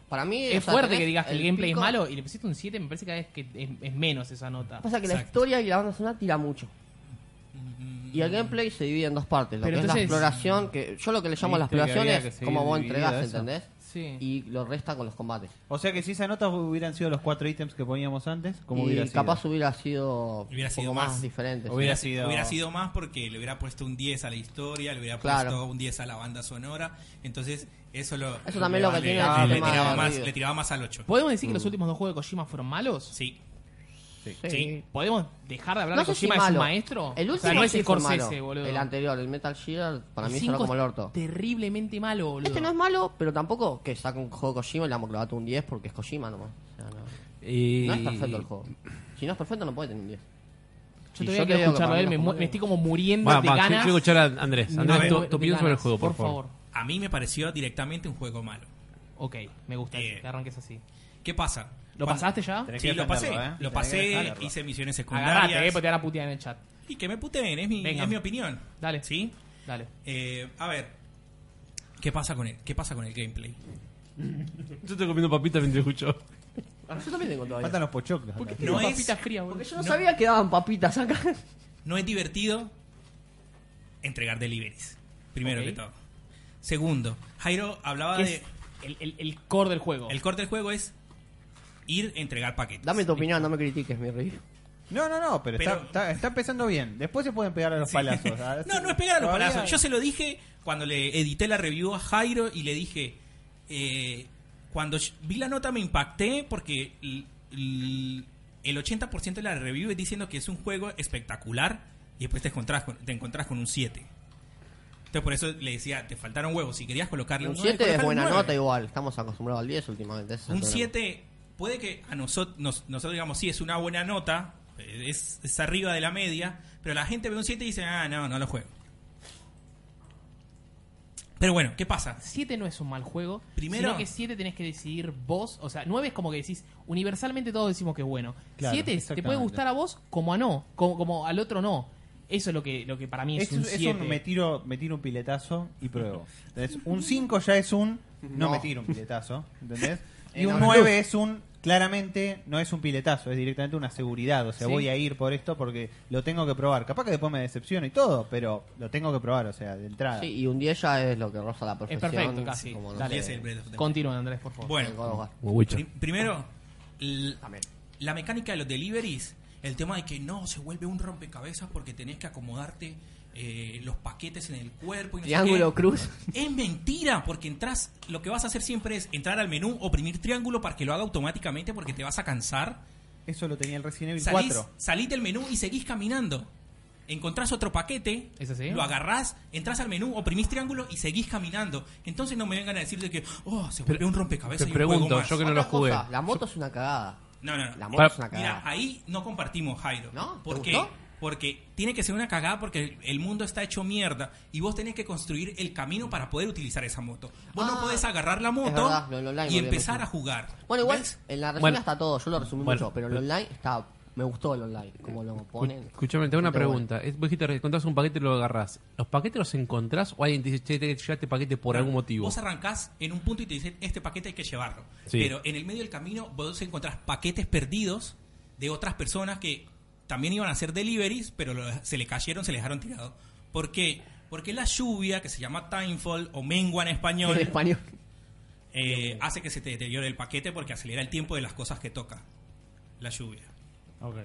Para mí
Es
o sea,
fuerte
tenés
que digas que el,
el
gameplay
pico-
es malo y le pusiste un 7, me parece que es, que es, es menos esa nota.
Pasa que la
Exacto.
historia y la banda sonora tira mucho. Y el gameplay se divide en dos partes. Lo
Pero
que es
entonces-
la exploración, que yo lo que le llamo la
Viste que
exploración
había que
es
seguir
cómo vos
dividido
entregás,
eso.
¿entendés?
Sí.
Y lo resta con los combates.
O sea que si esas notas hubieran sido los cuatro ítems que poníamos antes, ¿cómo
y
hubiera sido?
capaz hubiera sido
Hubiera
un
sido
poco
más.
más, diferente. sí.
Hubiera sido-
Hubiera sido más porque le hubiera puesto un 10 a la historia, le hubiera
Claro.
puesto un 10 a la banda sonora. Entonces, eso lo.
Eso también lo que
le-
tiene
le-
el
le,
tema
tiraba
de
más,
Río.
le tiraba más al 8.
¿Podemos decir que los últimos dos juegos de Kojima fueron malos?
Sí.
Mm. Sí.
Sí. ¿Podemos dejar de hablar
No
de
sé si
Kojima es
malo.
un maestro?
El último
o sea, no es
sí
el
fue
Corsese,
malo.
boludo.
El anterior, el Metal Gear, para
El
mí sonó
cinco
como el
es
orto.
Terriblemente malo, boludo.
Este no es malo, pero tampoco que saca un juego de Kojima y le vamos a clavar un 10 porque es Kojima nomás. O sea, no,
Y-
no es perfecto
eh,
el juego. Si no es perfecto, no puede tener un 10.
Yo todavía
Y yo te
quiero
digo que
escucharlo a
para
él,
mí
me,
no
mu-
fue
me estoy como muriendo
Va,
de
va, quiero-
ganas.
quiero escuchar a Andrés.
No, eh,
Andrés,
de-
tu,
de
tu opinión sobre el
ganas,
juego, por, favor.
A mí me pareció directamente un juego malo.
Ok, me gusta
Eh.
que arranques así.
¿Qué pasa?
¿Lo
Cuando-
pasaste ya?
Tenés
Sí,
que
lo pasé.
defenderlo,
Lo
¿eh? Tenés que
pasé,
defenderlo.
hice misiones secundarias.
Agarrate, eh, porque te van a putear en el chat.
Y que me puteen, es mi,
Venga.
es mi opinión.
Dale.
¿Sí?
Dale.
Eh, a ver. ¿Qué pasa con el, qué pasa con el gameplay?
Yo estoy comiendo papita mientras escucho.
Ah, Yo también tengo todavía.
Faltan los pochoclos. acá.
No
Tengo
es-
papitas frías, boludo.
Porque yo no,
No.
sabía que daban papitas acá.
No es divertido entregar deliveries. Primero
Ok.
que todo. Segundo, Jairo hablaba
Es
de.
el, el, el core del juego.
El corte del juego es ir a entregar paquetes.
Dame tu opinión, no me critiques, mi rey.
No, no, no, pero,
Pero-
Está, está- está empezando bien. Después se pueden pegar a los palazos. Ah,
No, no es pegar a los
todavía-
palazos. Yo se lo dije cuando le edité la review a Jairo y le dije. eh, cuando sh- vi la nota me impacté porque l- l- el 80% de la review es diciendo que es un juego espectacular y después te encontrás con, te encontrás con un 7. Entonces por eso le decía, te faltaron huevos. Si querías colocarle
Un
nueve,
7 es
colocale un
buena
nueve.
nota igual. Estamos acostumbrados al 10 últimamente. ese es el
Un
problema.
7 puede que a nosotros, nosotros digamos, sí, es una buena nota, eh, es, es arriba de la media, pero la gente ve un 7 y dice, ah, no, no lo juego. Pero bueno, ¿qué pasa?
7 no es un mal juego.
Primero-
Sino que 7 tenés que decidir vos. O sea, 9 es como que decís, universalmente todos decimos que es bueno.
Claro,
7 te puede
exactamente.
gustar a vos como a no, como, como al otro no. Eso es lo que, lo que para mí es,
Es,
un
un- es
7.
un me tiro, me tiro un piletazo y pruebo. ¿Entendés? Un 5 ya es un no,
No.
me tiro un piletazo. ¿Entendés? Y
En
un
absoluto.
9 es un claramente no es un piletazo, es directamente una seguridad. O sea,
Sí.
voy a ir por esto porque lo tengo que probar. Capaz que después me decepciono y todo, pero lo tengo que probar, o sea, de entrada.
Sí, y un 10 ya es lo que roza la
Es
perfección.
perfecto, casi.
como no
Dale.
sé,
el Breath of the Wild.
Continúa, Andrés, por favor.
el God
Bueno,
of War.
pri- primero, l- la mecánica de los deliveries, el tema de que no se vuelve un rompecabezas porque tenés que acomodarte eh, los paquetes en el cuerpo. Y no sé
Triángulo
qué.
Cruz.
Es mentira, porque entras, lo que vas a hacer siempre es entrar al menú, oprimir triángulo para que lo haga automáticamente porque te vas a cansar.
Eso lo tenía el Resident Evil
Salís,
4.
salís del menú y seguís caminando. Encontrás otro paquete,
¿Es así?
lo agarrás, entras al menú, oprimís triángulo y seguís caminando. Entonces no me vengan a decirte que, oh, se volvió un rompecabezas.
Te
y un juego
pregunto,
más".
yo que no
Otra
lo jugué.
cosa, la moto es una cagada.
No, no, no.
La moto
Para-
es una cagada.
Mira, ahí no compartimos, Jairo.
¿No? ¿Te
¿Por qué?
gustó?
Porque tiene que ser una cagada porque el- el mundo está hecho mierda y vos tenés que construir el camino para poder utilizar esa moto. Vos no
Ah,
podés agarrar la moto
verdad, lo- lo online
y
volvemos,
empezar
sí.
a jugar.
Bueno, igual
¿Ves?
en la reseña
Bueno.
está todo, yo lo resumí
Bueno.
mucho, pero el online está. Me gustó el online, como lo ponen.
Escuchame, tengo una
Está bueno.
pregunta. Es- Vos dijiste, encontrás un paquete y lo agarrás. ¿Los paquetes los encontrás o alguien te dice, che, te llevaste este paquete por algún motivo?
Vos arrancás en un punto y te dicen, este paquete hay que llevarlo.
Sí.
Pero en el medio del camino vos encontrás paquetes perdidos de otras personas que también iban a hacer deliveries, pero lo- se le cayeron, se le dejaron tirado. ¿Por qué? Porque la lluvia, que se llama timefall o mengua en
En
español,
español.
eh, hace que se te deteriore el paquete porque acelera el tiempo de las cosas que toca la lluvia.
Bueno,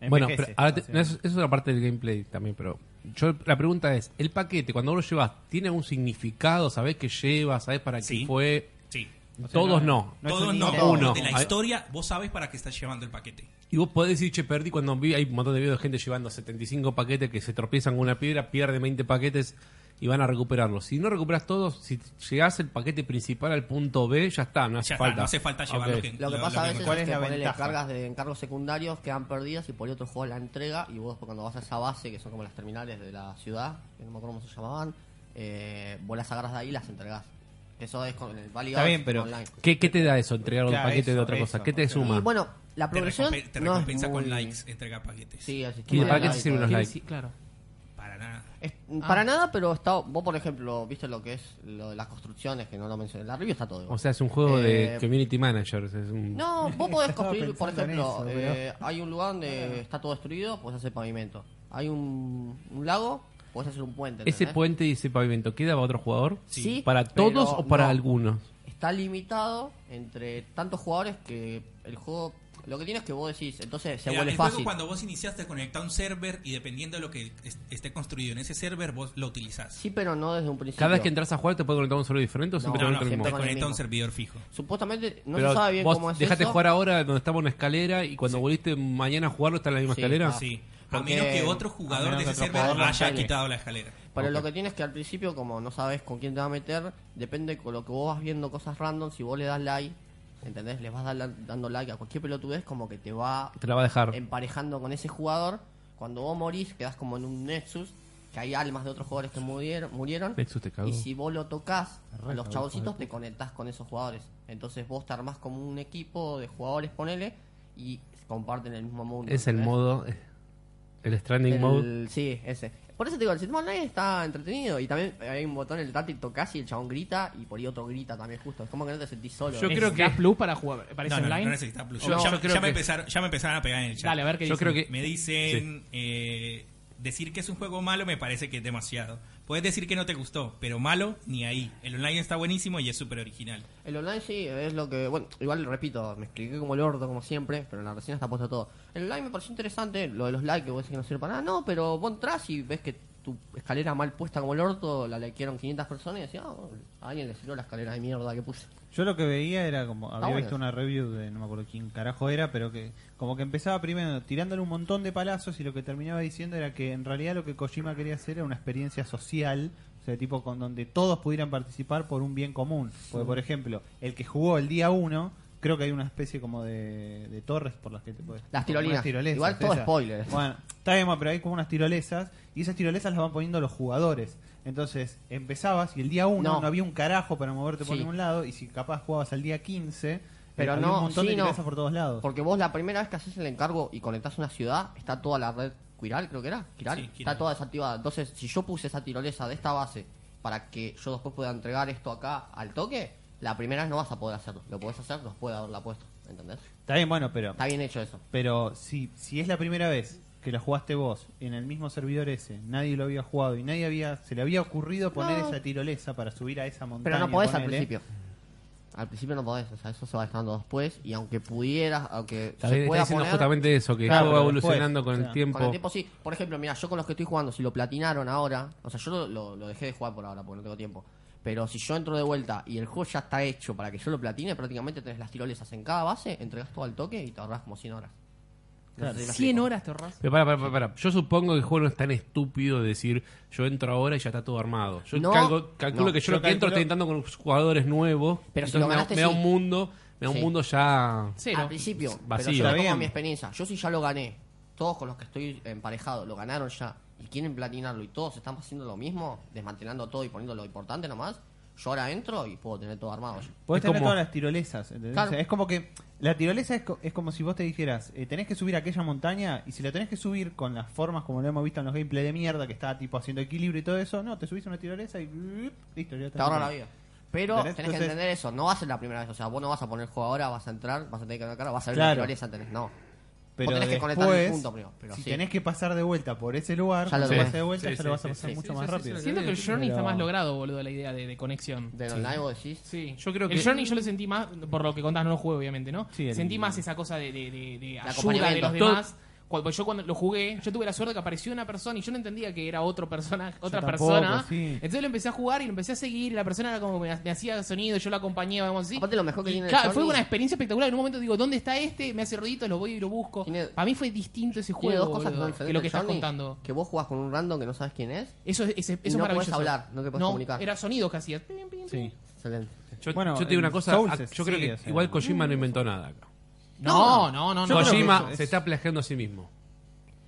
Envejece,
pero ahora te- no,
básicamente.
eso, eso es la parte del gameplay también, pero yo la pregunta es, el paquete cuando vos lo llevas tiene un significado, sabés que lleva, sabés para
Sí.
qué fue.
Sí.
O sea,
Todos no.
es
Todos
un
no,
ítem.
Uno.
de la
Ahí-
historia vos sabes para qué estás llevando el paquete.
Y vos podés decir, che, perdí cuando vi, hay un montón de videos de gente llevando 75 paquetes que se tropiezan con una piedra, pierden 20 paquetes y van a recuperarlos. Si no recuperas todos, si llegás el paquete principal al punto B, ya está, no hace
Ya está,
falta.
no hace falta llevar
Ok.
lo que-
Lo que
lo-
pasa
lo
a veces
¿Cuál
es
es
que
la
ponele
ventaja?
cargas de encargos secundarios quedan perdidas y por otro juego la entrega y vos cuando vas a esa base que son como las terminales de la ciudad, que no me acuerdo cómo se llamaban, eh, vos las agarras de ahí y las entregás. Eso es con el válido
Está bien, pero-
online.
¿Qué, qué te da eso, entregar un
Claro,
paquete de
eso,
otra cosa?
eso,
¿Qué te
o sea,
suma?
Y bueno, la
Te,
progresión
recompe- te
no es
recompensa con
muy-
likes entregar paquetes.
Sí, el
¿Y
sistema
para qué
de
te
likes,
sirven los
todo.
Quiero
likes?
decir- claro.
Para nada.
Es-
Ah.
Para nada, pero está, vos por ejemplo, viste lo que es lo de las construcciones que no lo mencioné. La review está todo. igual.
O sea, es un juego de
Eh,
community manager. Es un...
No, vos podés
Estaba
construir, por
pensando en
ejemplo,
eso, pero-
eh, hay un lugar donde está todo destruido, podés hacer pavimento. Hay un, un lago, podés hacer un puente.
Ese
¿entendés?
puente y ese pavimento, ¿queda para otro jugador?
Sí,
¿Para
pero
todos o para
no.
algunos?
Está limitado entre tantos jugadores que el juego... Lo que tiene es que vos decís, entonces se
Mira,
vuelve
el juego
fácil.
cuando vos iniciaste conecta un server y dependiendo de lo que es- esté construido en ese server vos lo utilizás.
Sí, pero no desde un principio.
¿Cada vez que entras a jugar te puede conectar un servidor diferente o siempre
No,
te
No, no,
conecta
te
el mismo?
siempre con el
conecta un
mismo.
servidor fijo.
Supuestamente no
Pero
se sabe bien
vos
cómo es
dejate
eso.
jugar ahora donde estaba una escalera y cuando volviste mañana a jugarlo está en la misma
Sí,
escalera.
ah,
Sí. A
Porque-
menos que otro jugador
a
de
menos
ese
que otro
server
jugador lo
haya
instale.
quitado la escalera.
Pero lo que tienes que al principio, como no sabes con quién te va a meter, depende con lo que vos vas viendo cosas random, si vos le das like, ¿entendés? Les vas dala- dando like a cualquier pelotudez, como que te va
Te la va a dejar.
emparejando con ese jugador. Cuando vos morís, quedás como en un Nexus, que hay almas de otros jugadores que murieron. murieron
Nexus te cagó.
y si vos lo tocas,
Arranca,
a los
vos,
chaboncitos te conectás con esos jugadores. Entonces vos te armás como un equipo de jugadores, ponele, y comparten el mismo mundo.
Es el
¿entendés?
modo. eh, El stranding
El-
mode.
Sí, ese. Por eso te digo, el sistema online está entretenido y también hay un botón en el táctil tocas y el chabón grita y por ahí otro grita también justo. Es como que no te sentís solo.
Yo
¿eh?
creo
¿Necesitas
que-
Plus para jugar, para
No,
ese
no, no
online?
necesitas plus.
Yo-
Ya-
yo
ya,
creo
me
que-
empezaron, ya me empezaron a pegar en el chat.
Dale, a ver qué
Yo
dice.
creo que-
Me dicen, eh, decir que es un juego malo me parece que es demasiado. Puedes decir que no te gustó, pero malo, ni ahí. El online está buenísimo y es súper original.
El online sí, es lo que. Bueno, igual repito, me expliqué como el orto, como siempre, pero en la reseña está puesto todo. El online me pareció interesante, lo de los likes, que vos decís que no sirve para nada, no, pero vos entras y ves que tu escalera mal puesta como el orto, la likearon 500 personas y decías, ah, bueno, a alguien le sirvió la escalera de mierda que puse.
Yo lo que veía era como. Había
bueno.
visto una review de no me acuerdo quién carajo era, pero que como que empezaba primero tirándole un montón de palazos y lo que terminaba diciendo era que en realidad lo que Kojima quería hacer era una experiencia social. O sea, tipo con donde todos pudieran participar por un bien común. Porque, por ejemplo, el que jugó el día 1, creo que hay una especie como de, de torres por las que te puedes.
Las tirolinas.
unas tirolesas,
Igual todo
esas.
spoiler.
Bueno, está bien, pero hay como unas tirolesas y esas tirolesas las van poniendo los jugadores. Entonces empezabas y el día 1 no.
No.
había un carajo para moverte por
Sí.
ningún lado y si capaz jugabas al día 15,
Pero
eh, había
no,
un montón
sí,
de
no.
tirolesas por todos lados.
Porque vos la primera vez que haces el encargo y conectás una ciudad, está toda la red Quiral, creo que era. Quiral.
Sí, Quiral.
está toda desactivada. Entonces, si yo puse esa tirolesa de esta base para que yo después pueda entregar esto acá al toque, la primera vez no vas a poder hacerlo. Lo podés hacer después de haberla puesto. ¿Entendés?
Está bien, bueno, pero
Está bien hecho eso.
pero si si es la primera vez que la jugaste vos en el mismo servidor ese, nadie lo había jugado y nadie había se le había ocurrido poner
No.
esa tirolesa para subir a esa montaña.
Pero no podés al
ponele.
principio. Al principio no podés. O sea, eso se va estando después. Y aunque pudieras, aunque
Está,
se
está
pueda
diciendo
poner...
justamente eso, que
Claro,
el juego va
pero después,
evolucionando con,
o sea,
el tiempo.
Con el tiempo sí. Por ejemplo, mira, yo con los que estoy jugando, si lo platinaron ahora, o sea, yo lo, lo- lo dejé de jugar por ahora porque no tengo tiempo. Pero si yo entro de vuelta y el juego ya está hecho para que yo lo platine, prácticamente tenés las tirolesas en cada base, entregas todo al toque y te ahorras como 100 horas. No sé si me explico.
100 horas te ahorras.
Pero para, para, para, para. Yo supongo que el juego no es tan estúpido de decir yo entro ahora y ya está todo armado. Yo
No,
calco- calculo
no.
que yo, lo
Yo
que entro
calculo-
estoy entrando con jugadores nuevos.
Pero si
entonces
lo
me da-
ganaste,
me, da,
sí.
un mundo, me da un
Sí.
mundo ya.
Cero.
Al principio,
Vacío.
pero yo
Está
lo pongo a
bien.
mi experiencia. Yo si ya lo gané, todos con los que estoy emparejado lo ganaron ya y quieren platinarlo y todos están haciendo lo mismo, desmantelando todo y poniendo lo importante nomás, yo ahora entro y puedo tener todo armado. ya.
Podés
Es
tener
como-
todas las tirolesas, ¿entendés? O
Claro.
sea, es como que la tirolesa es, co- es como si vos te dijeras, eh, tenés que subir a aquella montaña y si la tenés que subir con las formas como lo hemos visto en los gameplay de mierda, que está tipo haciendo equilibrio y todo eso, no, te subís a una tirolesa y blup, listo, ya
Te ahorra la
montaña.
vida. Pero
¿Entendés?
tenés que
Entonces-
entender eso, no va a ser la primera vez. O sea, vos no vas a poner juego ahora, vas a entrar, vas a tener que dar cara, vas a ver
Claro.
la tirolesa, tenés. No.
Pero
Vos tenés que
después,
conectar el punto primero, pero
si
sí.
tenés que pasar de vuelta por ese lugar,
Ya lo
cuando
tenés.
pases de vuelta
Sí,
ya
sí,
lo vas a
sí,
pasar
sí,
mucho
sí,
más
sí,
rápido.
sí,
Siento que el Journey
Pero-
está más logrado, boludo, la idea de, de conexión.
Del online vos decís.
Este
Sí,
Yo creo
el
que-
Journey yo lo sentí más, por lo que contás, no lo jugué obviamente, ¿no?
Sí, el-
Sentí más esa cosa de, de, de- de ayuda de
acompañamiento.
los
Todo-
demás. Cuando yo cuando lo jugué, yo tuve la suerte que apareció una persona y yo no entendía que era otro personaje, otra
tampoco,
persona.
sí.
Entonces lo empecé a jugar y lo empecé a seguir y la persona era como me, me hacía sonido, yo la acompañaba, vamos así.
Aparte, lo mejor que
Y
tiene el
claro, fue
Journey-
una experiencia espectacular. En un momento digo, ¿dónde está este? Me hace ruiditos, lo voy y lo busco.
Tiene-
Para mí fue distinto ese
Tiene
juego
dos cosas que
boludo,
son
que
diferentes.
lo que estás
Johnny,
contando.
Que vos jugás con un random que no sabes quién es.
Eso, es- ese- eso
Y
es
no podés
maravilloso.
hablar, no te podés comunicar.
Era sonido que hacías. Pim, pim, pim.
Excelente.
Yo,
Bueno,
yo te digo
el
una cosa,
Souls
ah,
es-
yo creo
sí,
que
o sea,
igual Kojima no inventó nada acá.
No, no, no, no.
creo que
Kojima
eso es-
se está plagiando a sí mismo.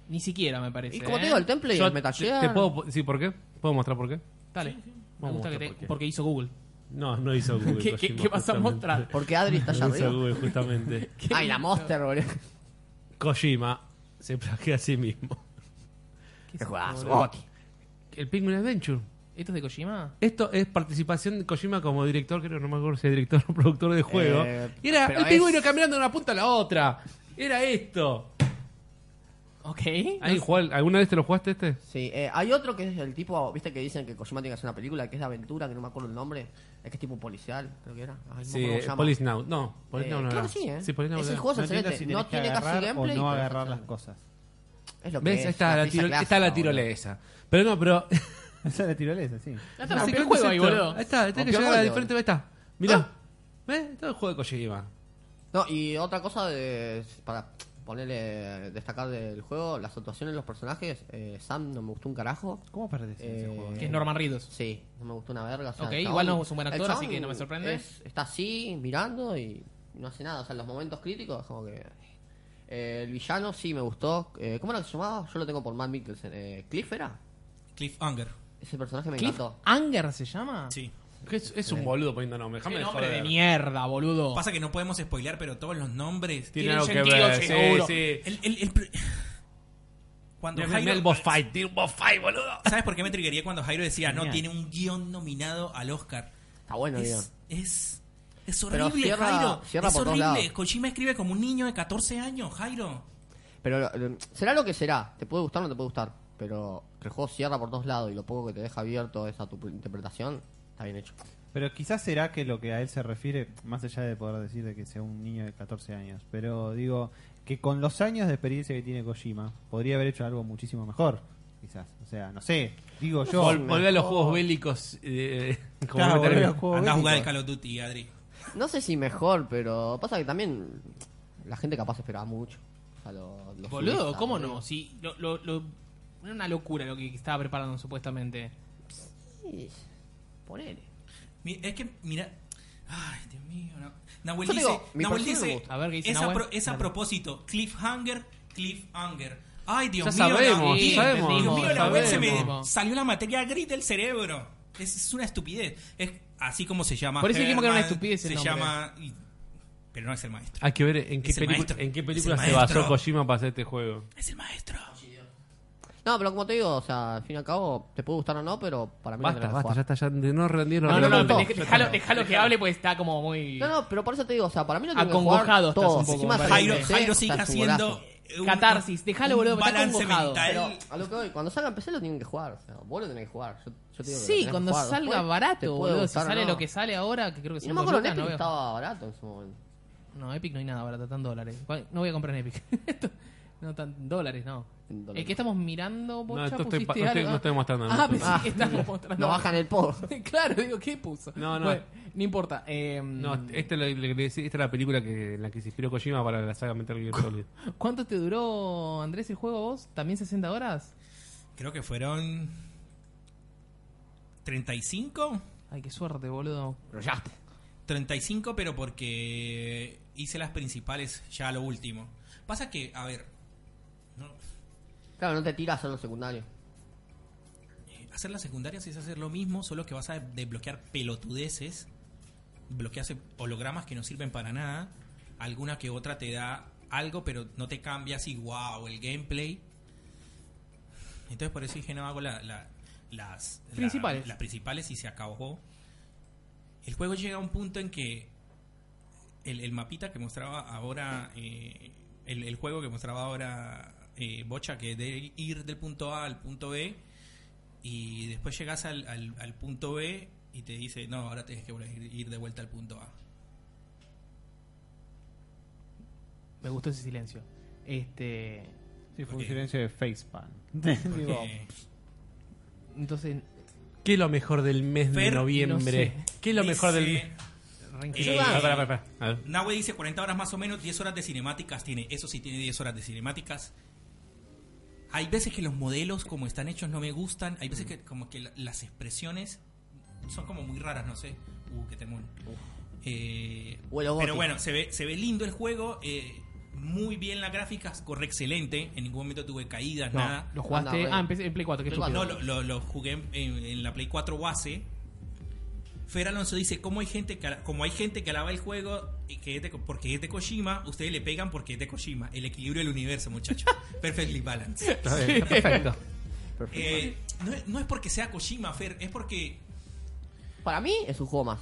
Ni siquiera me parece.
Y como
¿eh?
te digo, el temple y
Yo
el Metal
te-
Gear.
te puedo- sí, ¿por qué? ¿Puedo mostrar por qué?
Dale. Me
Vamos
gusta
a
que
mostrar
te-
por qué.
porque hizo Google.
No, no hizo Google.
¿Qué, qué,
Kojima,
qué vas a
justamente.
mostrar?
Porque Adri está allá
No hizo
arriba.
Google, justamente.
Ay, la Monster, boludo.
Kojima se plagia a sí mismo.
Qué jugazo,
boludo?
Boti.
El Penguin Adventure.
¿Esto es de Kojima?
Esto es participación de Kojima como director, creo, no me acuerdo si es director o productor de juego.
Eh,
Y era
pero
el
es-
pingüino caminando de una punta a la otra. Era esto.
Ok.
¿Alguien jugó al- ¿Alguna vez te lo jugaste este?
Sí, eh, hay otro que es el tipo, viste que dicen que Kojima tiene que hacer una película, que es de aventura, que no me acuerdo el nombre. Es que es tipo policial, creo que era. Ay, no me
Sí,
acuerdo cómo
eh,
se llama.
Police Now. No, Police
Eh,
Now no
claro
era.
que sí,
Police
¿eh?
Now
Es
no
el
era.
juego es
No entiendo
excelente.
si tenés
no
que
tiene casi
agarrar o
gameplay.
no
pero es
agarrar las
excelente.
cosas.
Es lo que
¿Ves?
es,
Ahí está
una
la,
pizza
tiro-
clásica,
está la
boludo.
tirolesa. Pero no, pero.
Esa es la tirolesa, sí.
Ya
No,
está, se
¿qué
quedó el juego
es
ahí,
esto?
boludo.
Ahí está, ahí
Con
está que
Pio
llegar al
Golde,
frente.
boludo.
Ahí está. Mirá. ¿Ves? Todo el juego de Kojima.
No, y otra cosa de, para ponerle, destacar del juego, las actuaciones de los personajes. eh, Sam no me gustó un carajo.
¿Cómo perdés en ese
Eh,
juego?
Que es Norman Reedus.
Sí, no me gustó una verga. o sea,
Ok,
el
igual
chabón-
no es un buen
el
actor, así
chabón
que no me sorprende.
es- está así, mirando y no hace nada. O sea, en los momentos críticos, como que. Eh, el villano sí me gustó. Eh, ¿Cómo era que se llamaba? Yo lo tengo por Matt Mikkelsen. Eh, ¿Cliff era?
Cliff Unger.
Ese personaje me
Cliff
encantó.
Anger se llama.
Sí.
Es, es un boludo poniendo nombre.
Qué
Déjame
nombre de
joder.
mierda, boludo.
Pasa que no podemos spoilear, pero todos los nombres.
Tiene
Oh. Tiene
algo que
sentido,
ver.
seguro.
Sí, sí.
El, el- el pr- cuando
Mira, mira
Jairo,
el boss fight. Tiene un boss fight, boludo.
¿Sabes por qué me triggería cuando Jairo decía, no,
Genial.
tiene un guión nominado al Oscar?
Está bueno, digo.
Es, es, es
Pero
horrible,
cierra-
Jairo.
cierra
es
por todos
horrible.
lados.
Kojima escribe como un niño de 14 años, Jairo.
Pero eh, será lo que será. Te puede gustar o no te puede gustar. pero que el juego cierra por dos lados y lo poco que te deja abierto es a tu interpretación, está bien hecho.
Pero quizás será que lo que a él se refiere, más allá de poder decir de que sea un niño de 14 años, pero digo que con los años de experiencia que tiene Kojima, podría haber hecho algo muchísimo mejor, quizás. O sea, no sé, digo yo.
Vol- volver a los juegos bélicos. eh, como
Claro,
no
volver a
termina.
los juegos
Andá a jugar
bélicos.
el Call of Duty, Adri.
No sé si mejor, pero pasa que también la gente capaz esperaba mucho. O sea, lo- los
Boludo,
juristas,
¿cómo
¿no?
no? Si lo, lo- lo- era una locura lo que estaba preparando supuestamente.
Sí, Ponele.
Mi- Es que, mira. Ay, Dios mío. no. Nahuel
Yo te
dice.
digo, mi
Nahuel
perfil me
dice.
gusta.
A ver, ¿qué dice
es, a
Nahuel?
pro- es a propósito. Cliffhanger, cliffhanger. Ay, Dios
Ya
mío.
sabemos,
Nahuel.
ya sabemos,
Dios mío, Nahuel se me
sabemos.
salió la materia gris del cerebro. Es, es una estupidez. Es así como se llama.
Por eso dijimos que era una
Herman,
estupidez el
Se
nombre.
llama. y- Pero no es el maestro.
Hay que ver en qué,
Es el
pelicu-
maestro.
en qué
Es
película
el
se
maestro.
basó Kojima para hacer este juego.
Es el maestro.
No, pero como te digo, o sea, al fin y al cabo, te puede gustar o no, pero para mí no
Basta,
tenés que
basta,
jugar.
ya está, ya de- no rendir
No, no, no,
no,
dej- dejalo, dejalo que hable porque está como muy...
No, no, pero por eso te digo, o sea, para mí no tengo que jugar
Acongojado estás un
todos.
poco,
Encima
me
sale
parece.
Jairo,
en PC,
Jairo
o sea,
sigue
es un golazo.
haciendo. eh, un-
Catarsis, dejalo,
un
boludo, porque está
balance
acongojado.
Pero
mental.
a lo que voy, cuando salga en PC lo tienen que jugar, o sea, vos lo tenés que jugar. Yo, yo te digo que lo tenés
Sí,
que
cuando
jugar.
salga
Después te
barato,
puede
boludo, si
gustar o
sale
no.
lo que sale ahora, que creo que
Y
son
no me
dos
acuerdo,
lucas,
Netflix
veo.
estaba barato en su momento.
No, Epic no hay nada barato, están dólares. ¿Cuál- No voy a comprar en Epic. Esto- no, tan dólares, no.
En dólares.
Es que estamos mirando, bocha,
esto
pusiste
estoy pa- no estoy-
algo?
no estoy mostrando, no
Ah,
estoy-
pensé que estábamos mostrando.
No bajan el pod.
claro, digo, ¿qué puso?
No, no.
Bueno, no importa. eh,
No, este esta es, la, le- le- esta es la película que, en la que se inspiró Kojima para la saga Metal Gear Solid.
¿Cuánto te duró, Andrés, el juego a vos? ¿También 60 horas?
Creo que fueron. 35.
Ay, qué suerte, boludo.
Rollaste.
35, pero porque hice las principales ya a lo último. Pasa que, a ver, no,
Claro, no te tiras a los secundarios.
eh, hacer las secundarias es hacer lo mismo, solo que vas a desbloquear pelotudeces, bloqueas hologramas que no sirven para nada, alguna que otra te da algo, pero no te cambia así, wow, el gameplay. Entonces por eso dije, no hago la- la- las la-
Principales.
las principales y se acabó. El juego llega a un punto en que el, el mapita que mostraba ahora, eh, el, el juego que mostraba ahora eh, Bocha, que es de ir del punto A al punto B, y después llegas al, al- al punto B y te dice, no, ahora tienes que volver a ir- ir de vuelta al punto A.
Me gustó ese silencio. Este.
Sí, fue un
Ok.
silencio de facepan.
Porque
Digo,
Entonces,
¿Qué es lo mejor del mes de
Fer,
noviembre?
no
¿Qué es lo mejor del ah, mes?
dice-
reingeniería.
Eh,
Pará, pará, pará, pará. A ver.
Nahue dice 40 horas más o menos, 10 horas de cinemáticas tiene. Eso sí tiene 10 horas de cinemáticas. Hay veces que los modelos como están hechos no me gustan. Hay veces que como que la- las expresiones son como muy raras, no sé. Uh, qué temón. Eh,
Huele a
pero
gótico.
bueno, se ve, se ve lindo el juego. eh, muy bien las gráficas, corre excelente. En ningún momento tuve caídas,
No,
nada.
lo jugaste.
Anda,
ah, empecé en Play 4, qué
Play
estúpido.
No, lo, lo- lo jugué en, en la Play 4 base. Fer Alonso dice, ¿cómo hay gente que, ala- como hay gente que alaba el juego y que es de Ko- porque es de Kojima, ustedes le pegan porque es de Kojima. El equilibrio del universo, muchachos. Perfectly balanced.
Está bien, está perfecto.
Eh, no, es- no es porque sea Kojima, Fer, es porque...
Para mí es un juego más.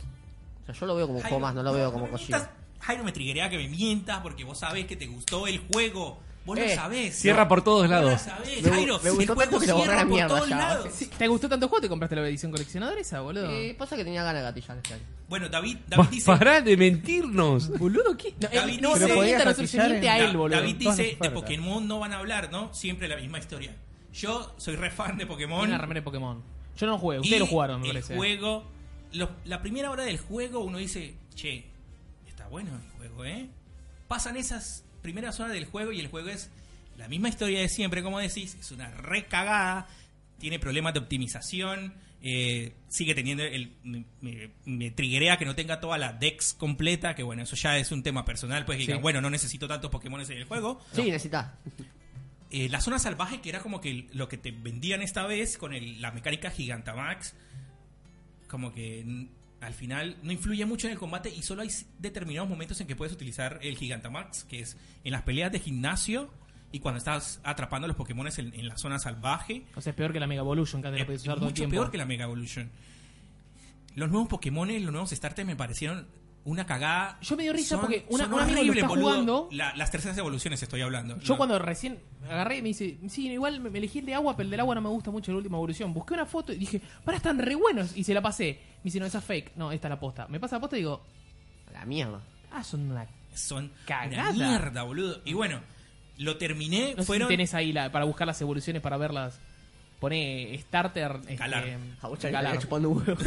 O sea, yo lo veo como un juego más, no lo veo como
me
Kojima.
mientas. Jairo, me triguea que me mientas porque vos sabés que te gustó el juego. Vos
Eh,
lo sabés.
Cierra por todos
Vos lo
lados.
sabés,
Me gu-
Jairo.
me
el
gustó tanto
juego
que lo borré a
cierra
la
por
mierda
todos
ya.
lados.
Sí, ¿Te gustó tanto juego? ¿Te compraste la edición coleccionadora esa, boludo?
Y Eh, pasa que tenía ganas de gatillar este año.
Bueno, David, David dice...
Pará de mentirnos.
¿Boludo qué? No,
David
él- no se limita,
dice-
Pero
no
podías
se
gatillar
limite
en-
a
Da-
él, boludo.
David
Todas
dice,
las
de
ofertas.
Pokémon no van a hablar, ¿no? Siempre la misma historia. Yo soy re fan de
Tiene
Pokémon.
una remera de Pokémon. Yo no lo jugué,
y
ustedes lo jugaron, me parece.
El juego, lo- la primera hora del juego uno dice, che, está bueno el juego, ¿eh? Pasan esas primeras horas del juego y el juego es la misma historia de siempre, como decís, es una recagada, tiene problemas de optimización, eh, sigue teniendo el... Me, me, me triggerea que no tenga toda la Dex completa, que bueno, eso ya es un tema personal, pues que diga, bueno, no necesito tantos Pokémon en el juego.
Sí, necesitas.
Eh, la zona salvaje, que era como que lo que te vendían esta vez con el- la mecánica Gigantamax, como que mm, al final no influye mucho en el combate y solo hay s- determinados momentos en que puedes utilizar el Gigantamax, que es en las peleas de gimnasio y cuando estás atrapando a los Pokémon en, en la zona salvaje. eh,
O sea, es peor que la Mega Evolution, que antes lo
Es
podías usar todo el
mucho
tiempo.
peor que la Mega Evolution. Los nuevos Pokémon, los nuevos starters me parecieron una cagada.
Yo me dio risa
Son-
porque una-
son
un amigo lo
horribles,
está
boludo.
jugando.
La- las terceras evoluciones estoy hablando.
Yo
No.
cuando recién agarré me dice, sí, igual me me elegí el de agua, pero el del agua no me gusta mucho la última evolución. Busqué una foto y dije, para, están re buenos. Y se la pasé. Me dice, no, esa es fake. No, esta es la posta. Me pasa la posta y digo,
La mierda.
ah, son una...
Son
Cagada.
una mierda, boludo. Y bueno, lo terminé.
No sé si
fueron.
tenés ahí la, para buscar las evoluciones, para verlas. Pone starter... este,
Galar.
A mucha gente
Galar.
está chupando un huevo.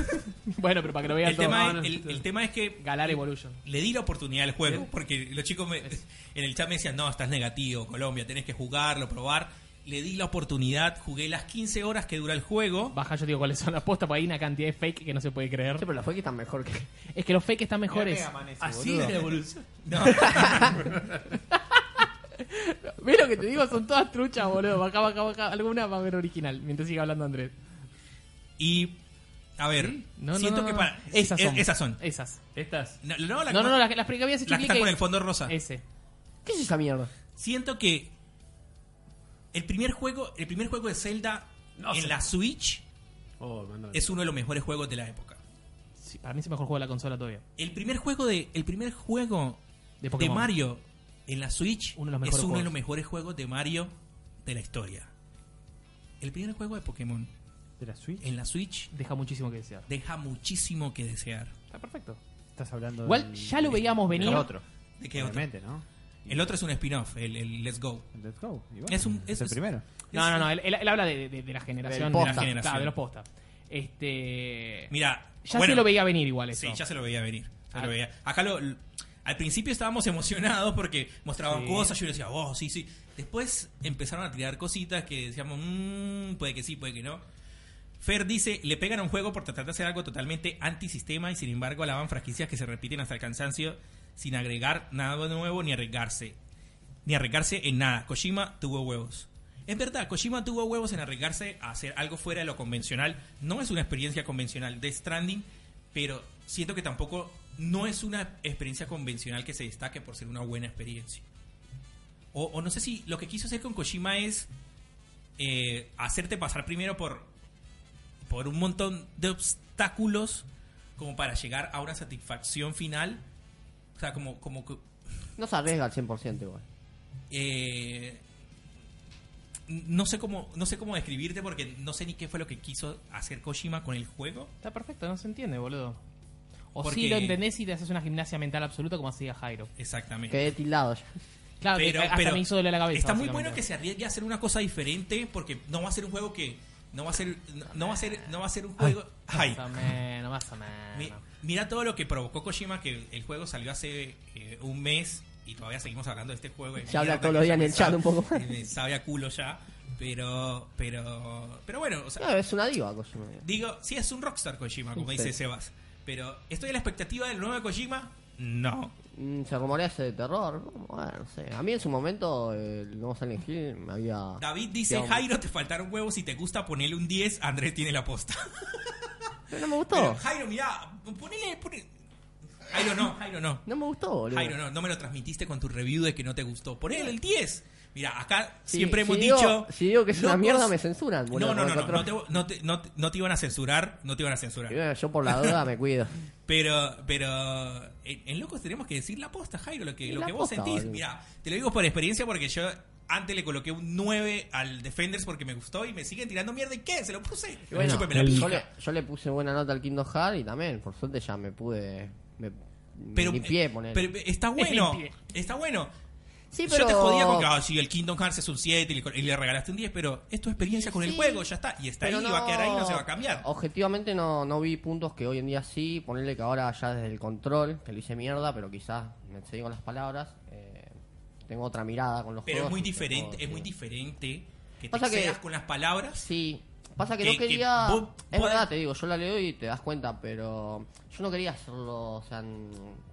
Bueno, pero para que lo vean
el,
todos.
tema
Ah, no,
es, el, el tema es que
Galar Evolution.
le di la oportunidad al juego, porque los chicos me- en el chat me decían, no, estás negativo, Colombia, tenés que jugarlo, probar. Le di la oportunidad, jugué las 15 horas que dura el juego.
Baja, yo digo cuáles son las postas, porque hay una cantidad de fake que no se puede creer.
Sí, pero los fue que están mejor que.
Es que los fake están mejores.
Mega Man ese,
Así
boludo.
es la evolución. No,
¿Ves lo que te digo? Son todas truchas, boludo. Baja, baja, baja. Alguna va a ver original, mientras siga hablando Andrés.
y, a ver,
No, no,
siento
no,
que
no.
para...
Esas
e-
son.
Esas son.
Esas.
Estas.
No, no, la-
No, no, no, las, las que habías hecho
las
clic
que están con
ahí.
el fondo rosa.
Ese.
¿Qué es esa mierda?
Siento que el primer juego, el primer juego de Zelda en la Switch
Oh, hermano.
es uno de los mejores juegos de la época.
Sí, para mí es el mejor juego de la consola todavía.
El primer juego de, el primer juego
De
de,
Pokémon.
Mario en la Switch
Uno de los mejores
es uno
juegos.
de los mejores juegos de Mario de la historia. El primer juego de Pokémon
¿De la Switch?
en la Switch
Deja muchísimo que desear.
deja muchísimo que desear.
Está perfecto.
Estás hablando
Igual ya lo veíamos venir.
El otro.
¿De qué otro?
Obviamente, ¿no?
El otro es un spin-off, el, el Let's Go.
El Let's Go. y bueno,
Es un-
es
es-
el
es-
primero.
No, no, no. Él, él- él habla de, de- de la generación.
Del posta.
De la generación.
generación.
Claro, de los postas. Este.
Mira,
Ya
bueno,
se lo veía venir igual eso.
Sí, ya se lo veía venir. ya
Ah.
lo veía. Acá lo, l- al principio estábamos emocionados porque mostraban
Sí.
cosas. Yo decía, oh, sí, sí. Después empezaron a tirar cositas que decíamos, "Mm, puede que sí, puede que no. Fer dice, le pegan a un juego por tratar de hacer algo totalmente antisistema y sin embargo alaban franquicias que se repiten hasta el cansancio sin agregar nada nuevo ni arriesgarse. Ni arriesgarse en nada. Kojima tuvo huevos. Es verdad, Kojima tuvo huevos en arriesgarse a hacer algo fuera de lo convencional. No es una experiencia convencional de Stranding, pero siento que tampoco no es una experiencia convencional que se destaque por ser una buena experiencia. O, o no sé si lo que quiso hacer con Kojima es eh, hacerte pasar primero por, por un montón de obstáculos como para llegar a una satisfacción final. O sea, como, como que
No se arriesga al 100% igual.
eh, no sé cómo no sé cómo describirte porque no sé ni qué fue lo que quiso hacer Kojima con el juego
Está perfecto, no se entiende, boludo. O
Porque-
sí lo entendés y te haces una gimnasia mental absoluta como hacía Jairo.
exactamente
Quedé tildado ya.
Claro, que hasta me hizo doler la cabeza.
está muy
básicamente.
bueno que se arriesgue a hacer una cosa diferente porque no va a ser un juego que no va a ser no, no va a ser no va a ser un juego ay,
Más o menos, más o menos.
mi- mira todo lo que provocó Kojima que el juego salió hace eh, un mes y todavía seguimos hablando de este juego de
Se habla
mierda
todos los
que
días en
me
el chat
sabe-
un poco.
me sabe a culo ya pero pero pero bueno o sea,
No, Eh, es una diva, Kojima.
Digo, sí es un rockstar Kojima, como
Sí.
dice Sebas. Pero, ¿estoy a la expectativa del nuevo de Kojima? No.
Mm, Se rumorea ese de terror. Bueno, no sé. A mí en su momento, el nuevo Silent Hill me había.
David dice,
Digamos.
Jairo, te faltaron huevos, si te gusta ponele un 10, Andrés tiene la posta.
Pero no me
Pero,
gustó.
Jairo, mirá, ponele, ponele... Jairo no, Jairo no.
No me gustó, boludo.
Jairo no, no me lo transmitiste con tu review de que no te gustó. Ponele el 10. Mira, acá
Sí,
siempre
si
hemos
digo-
dicho...
si digo que es una
locos-
mierda, me censuran,
No,
boludo,
no,
por
no, no, no
control.
te, no, te, no te- no te iban a censurar, no te iban a
Y
censurar.
bueno, yo por la duda me cuido.
Pero, pero en, en locos tenemos que decir la posta, Jairo, lo que,
Sí,
lo
la
que vos
posta,
sentís.
boludo.
Mira, te lo digo por experiencia porque yo antes le coloqué un 9 al Defenders porque me gustó y me siguen tirando mierda. ¿Y qué? Se lo puse.
Y bueno,
Chúpeme la
el-
pija.
yo, le, yo le puse buena nota al Kingdom Hearts y también, por suerte, ya me pude. Me, me
pero, eh,
limpié, ponele.
pero está bueno.
Limpié.
Está bueno.
sí, pero.
Yo te jodía con que ah, sí, el Kingdom Hearts es un 7 y le, y le regalaste un 10, pero es tu experiencia con el
Sí,
juego, ya está. Y está
pero
ahí, y va a quedar ahí, no se va a cambiar.
Objetivamente no, no vi puntos que hoy en día sí, ponerle que ahora ya desde el control, que lo hice mierda, pero quizás me excedí con las palabras, eh, tengo otra mirada con los
Pero es
juegos
muy
y te
diferente,
puedo
es muy
decir.
diferente que te
Pasa que-
excedas con las palabras.
Sí, pasa que,
Que-
no
que
quería...
vos
es
podés-
verdad, te digo, yo la leo y te das cuenta, pero yo no quería hacerlo, o sea, n-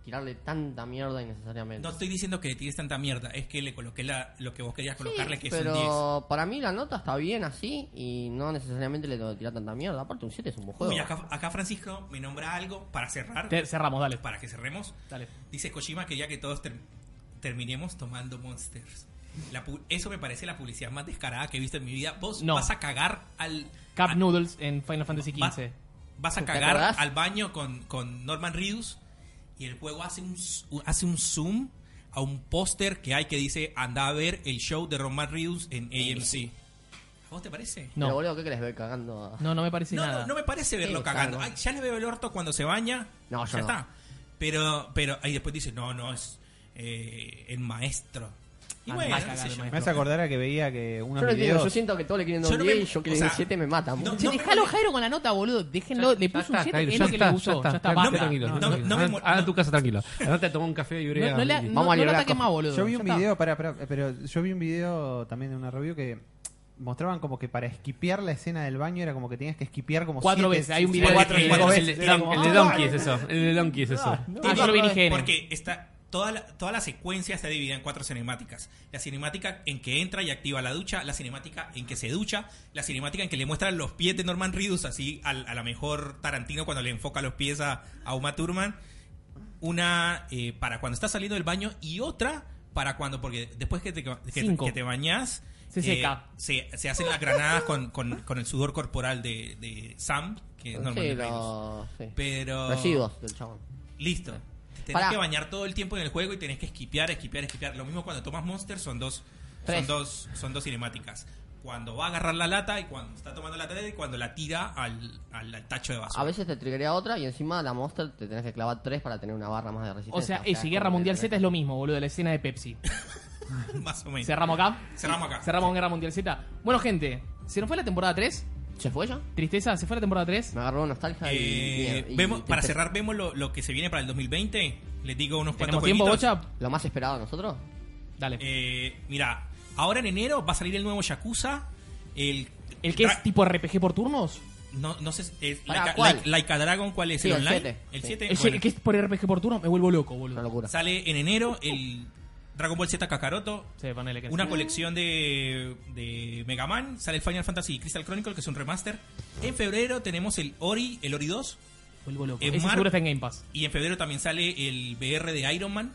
tirarle tanta mierda innecesariamente.
No estoy diciendo que le tires tanta mierda, es que le coloqué la, lo que vos querías
Sí,
colocarle, que es un 10.
pero para mí la nota está bien así y no necesariamente le tengo que tirar tanta mierda. Aparte, un 7 es un buen juego.
Uy, acá, acá Francisco me nombra algo para cerrar,
Te- cerramos, dale.
para que cerremos.
Dale.
Dice Kojima que ya que todos ter- terminemos tomando Monsters. La pu- eso me parece la publicidad más descarada que he visto en mi vida. Vos
No.
vas a cagar al...
Cup
a-
Noodles en Final Fantasy
Ah. va-
XV.
vas a
¿Te
cagar
acordás?
al baño con, con Norman Reedus y el juego hace un, s- un- hace un zoom a un póster que hay que dice anda a ver el show de Roman Reigns en AMC. ¿A vos te parece?
No.
Pero boludo, ¿qué querés ver cagando? a-
No, no me parece
No,
nada.
no, no me parece verlo
Sí,
cagando.
claro.
Ay, ya le veo el orto cuando se baña.
No, yo
ya
no.
está. Pero, pero ahí después dice, no, no, es eh, el maestro. Y
Ah,
bueno,
va a
qué
cagar
sé
el
yo.
Me hace acordar a que veía que unos
Yo no entiendo, yo
videos...
siento que todos le quieren dar
Yo
un
no
10
me-
y yo
o
quiero
sea,
un 7 me mata.
no-
Sí, dejalo a Jairo con la nota, boludo. Déjenlo, le puso un 7, es lo que le gustó. Ya está,
basta.
basta.
Tranquilo,
no,
tranquilo.
no, no me
Ahora-
mo-
ahora a tu
no.
casa tranquilo. Ahora te tomó un café y
No,
urea.
no, le-
Ricky.
no-
Vamos a
no lo
liberar
ataques
la
más, boludo.
Yo vi
Ya
un
está.
video, pará, pará, pero yo vi un video también de una review que mostraban como que para esquipear la escena del baño era como que tenías que esquipear como
Cuatro
siete-
veces, hay un
El-
video
el-
cuatro
el-
cuatro
el-
veces.
el-
Era como,
El de
ah,
Donkey es eso. El de Donkey es eso.
no.
Ah, yo lo vi en IGN.
Porque está toda la, toda la secuencia está dividida en cuatro cinemáticas. La cinemática en que entra y activa la ducha, la cinemática en que se ducha, la cinemática en que le muestran los pies de Norman Reedus, así al- a la mejor Tarantino cuando le enfoca los pies a, a Uma Thurman. Una eh, para cuando estás saliendo del baño y otra para cuando, porque después que te, que,
Cinco.
que te bañas,
Se seca.
se, se hacen las granadas con, con- con el sudor corporal de, de Sam, que es Norman
Sí,
Reedus.
los sí.
Pero...
residuos del chabón.
Listo. Tenés
Pará.
que bañar todo el tiempo en el juego y tenés que esquipear, esquipear, esquipear. Lo mismo cuando tomas Monster son dos, son
Tres.
dos, son dos cinemáticas. Cuando va a agarrar la lata y cuando está tomando la tela y cuando la tira al, al, al tacho de
A
basura.
veces te triggerea otra y encima la monster te tenés que clavar 3 para tener una barra más de
O
resistencia.
sea, ese Guerra Mundial Z es lo mismo, boludo, la escena de Pepsi.
Ah,
Más o menos.
¿Cerramos acá?
Cerramos acá.
Cerramos con Guerra Mundial Z. Bueno, gente, se nos fue la temporada 3.
¿Se fue ya?
Tristeza, se fue la temporada 3.
Me agarró nostalgia y-
Eh,
y, y-
vemos,
y-
para cerrar, vemos lo, lo que se viene para el 2020. Les digo unos cuantos
¿Tenemos tiempo,
jueguitos.
Bocha?
¿Lo más esperado de nosotros?
Dale.
Eh, mira, ahora en enero va a salir el nuevo Yakuza. El,
¿El que
Dra-
es tipo RPG por turnos?
No, no sé, si- es
Pará,
Laika,
¿cuál?
Laika- Laika Dragon, ¿cuál es?
Sí,
¿El
el
online?
siete.
¿El
Sí.
7?
Ese que es por RPG por turno? Me vuelvo loco, boludo.
Una locura.
Sale en enero el Dragon Ball Z Kakaroto.
Sí, ponele que
Una colección de, de Mega Man. Sale el Final Fantasy Crystal Chronicle, que es un remaster. En febrero tenemos el Ori, el Ori 2.
Vuelvo loco.
en
Ese
mar-
seguro está en Game Pass.
Y en febrero también sale el BR de Iron Man.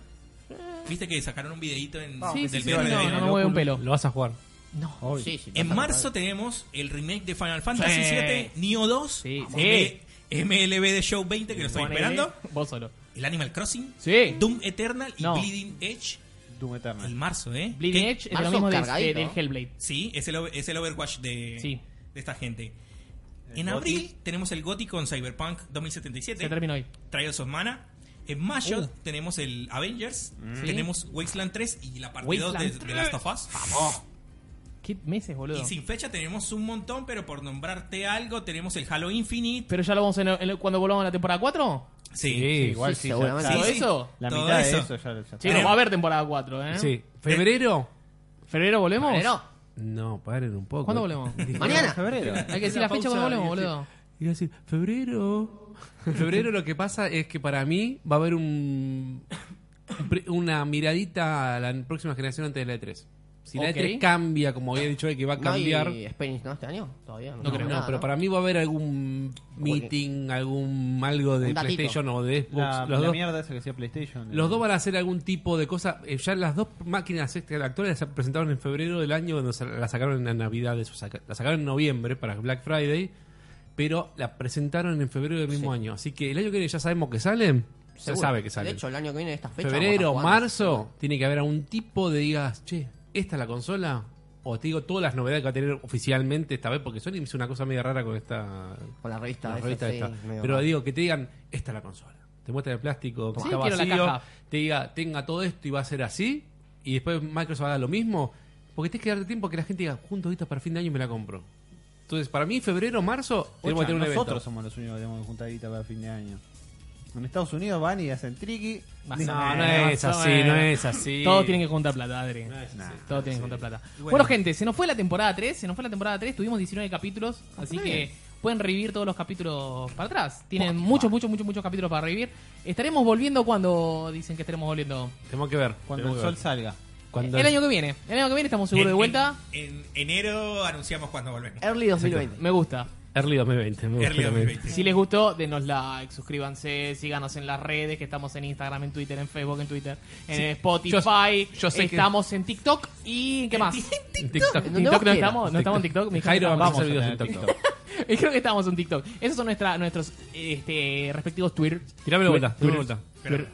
Viste que sacaron un videito en,
Sí,
del
sí, sí,
BR de
no, no
Iron Man.
me mueve un pelo.
Lo vas a jugar.
No.
Sí, sí,
En
pasa
marzo
total.
tenemos el remake de Final Fantasy
Sí.
7, Neo 2.
Sí,
M- MLB de Show 20, que lo estoy
Ponele.
esperando.
Vos solo.
El Animal Crossing.
Sí.
Doom Eternal y
No.
Bleeding Edge.
Doom
El
Eternal.
marzo, ¿eh?
Bleeding
Que-
Edge es lo
Marzo
mismo de- de-
cargadito.
del Hellblade.
Sí, es el, over- es el Overwatch de,
Sí.
de esta gente. En abril tenemos el GOTY con Cyberpunk 2077.
Se terminó hoy.
Trials of Mana. En mayo tenemos el Avengers.
Mm.
Sí.
Tenemos Wasteland 3 y la parte 2 de,
Wasteland
de Last of Us.
¿Qué meses, boludo?
Y sin fecha tenemos un montón, pero por nombrarte algo, tenemos el Halo Infinite.
Pero ya lo vamos a en- en- cuando volvamos a la temporada 4.
Sí.
igual
Sí,
sí, ya-
seguramente.
¿Todo
sí.
eso?
La
Todo
mitad
eso.
de eso ya lo ya
Sí,
está.
no, va a haber temporada 4, ¿eh?
Sí. ¿Febrero?
¿Febrero volvemos?
¿Febrero?
No, paren un poco.
¿Cuándo volvemos?
Mañana.
Febrero.
Hay que decir la fecha cuando volvemos, boludo.
Y iba a decir, febrero. En febrero lo que pasa es que para mí va a haber un, un pre- una miradita a la próxima generación antes de la E3. Si la
Ok.
E3 cambia, como había dicho, hoy, que va a
¿No hay
cambiar.
Experience no este año? Todavía no.
No, creo,
nada,
no, pero para mí va a haber algún meeting, algún algo de
Un datito.
PlayStation o de Xbox.
La,
los,
la
dos,
mierda esa que hacía PlayStation.
los dos van a hacer algún tipo de cosa. Eh, ya las dos máquinas este, actuales se presentaron en febrero del año, cuando sa- la sacaron en la Navidad, de su saca- la sacaron en noviembre para Black Friday, pero la presentaron en febrero del mismo año. Así que el año que viene ya sabemos que salen, se
Seguro.
sabe que salen.
De hecho, el año que viene, esta fecha.
febrero,
vamos a jugar.
marzo, tiene que haber algún tipo de digas, che, ¿esta es la consola? O te digo todas las novedades que va a tener oficialmente esta vez, porque Sony hizo una cosa media rara con esta
Con la revista.
la
esa,
revista
sí,
esta.
medio
Pero
raro.
digo, que te digan, esta es la consola. Te muestra el plástico, que
Sí,
está
quiero la
vacío,
caja.
te diga, tenga todo esto y va a ser así, y después Microsoft va a dar lo mismo, porque tienes que darte tiempo que la gente diga, junto ahorita para fin de año y me la compro. Entonces, para mí, febrero, marzo, tenemos que tener un
nosotros
evento.
somos los únicos que tenemos que juntar guita para fin de año. En Estados Unidos van y hacen triqui.
Más
Dicen,
o
No, no
menos,
es
más o
así,
menos.
no es así.
Todos tienen que juntar plata, Adri.
así.
Todos tienen que juntar plata. Bueno.
Bueno.
gente, se nos fue la temporada 3. Se nos fue la temporada 3. Tuvimos 19 capítulos. Así que pueden revivir todos los capítulos para atrás. Tienen muchos, muchos, muchos, muchos capítulos para revivir. ¿Estaremos volviendo cuando dicen que estaremos volviendo?
Tenemos que ver.
Cuando
tenemos
el
que ver.
sol salga.
Cuando-
El año que viene. El año que viene estamos seguros
En-
de vuelta. Eh,
En, en enero anunciamos cuando volvemos.
Early 2020.
Me gusta.
Early 2020. me gusta
Early
también.
2020.
Si les gustó, denos like, suscríbanse, síganos en las redes, que estamos en Instagram, en Twitter, en Facebook, en Twitter, en Spotify,
Yo- yo sé que-
estamos en TikTok y ¿qué más?
En TikTok.
¿En TikTok no
quieras.
estamos? ¿No estamos en TikTok? Mi hija,
Jairo, vamos a hacer
vamos.
videos en
tener
TikTok.
Y creo que estábamos en TikTok. Esos son nuestra, nuestros este, respectivos Twitter.
Tirame la vuelta, tirame la vuelta.
Pero-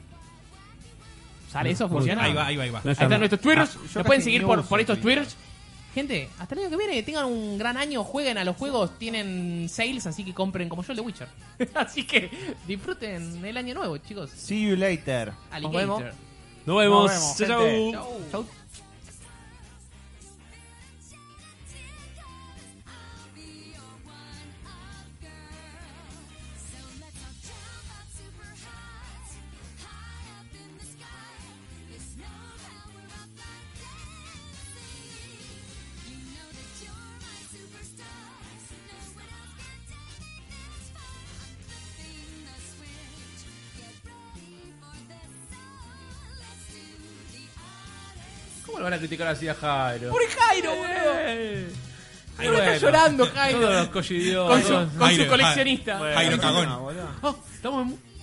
¿Sale eso? ¿Funciona?
Ahí va, ahí va, ahí va.
No,
Ahí están nuestros Twitter.
Ah, yo
Nos
casi
pueden seguir
no
por,
uso
por estos
Twitter.
Twitter. Gente, hasta el año que viene, tengan un gran año, jueguen a los juegos, tienen sales, así que compren como yo el de Witcher. así que disfruten el año nuevo, chicos.
See you later.
vemos.
Alligator.
Nos vemos.
vemos,
Chau,
gente.
chau.
Chau.
Chau.
¿Cómo lo van a criticar así a Jairo?
Por Jairo, boludo.
Jairo,
Jairo está llorando, Jairo.
Todos los collidios.
Con su,
todos-
con su
Jairo,
coleccionista.
Jairo Cagón.
boludo.
Oh, estamos en-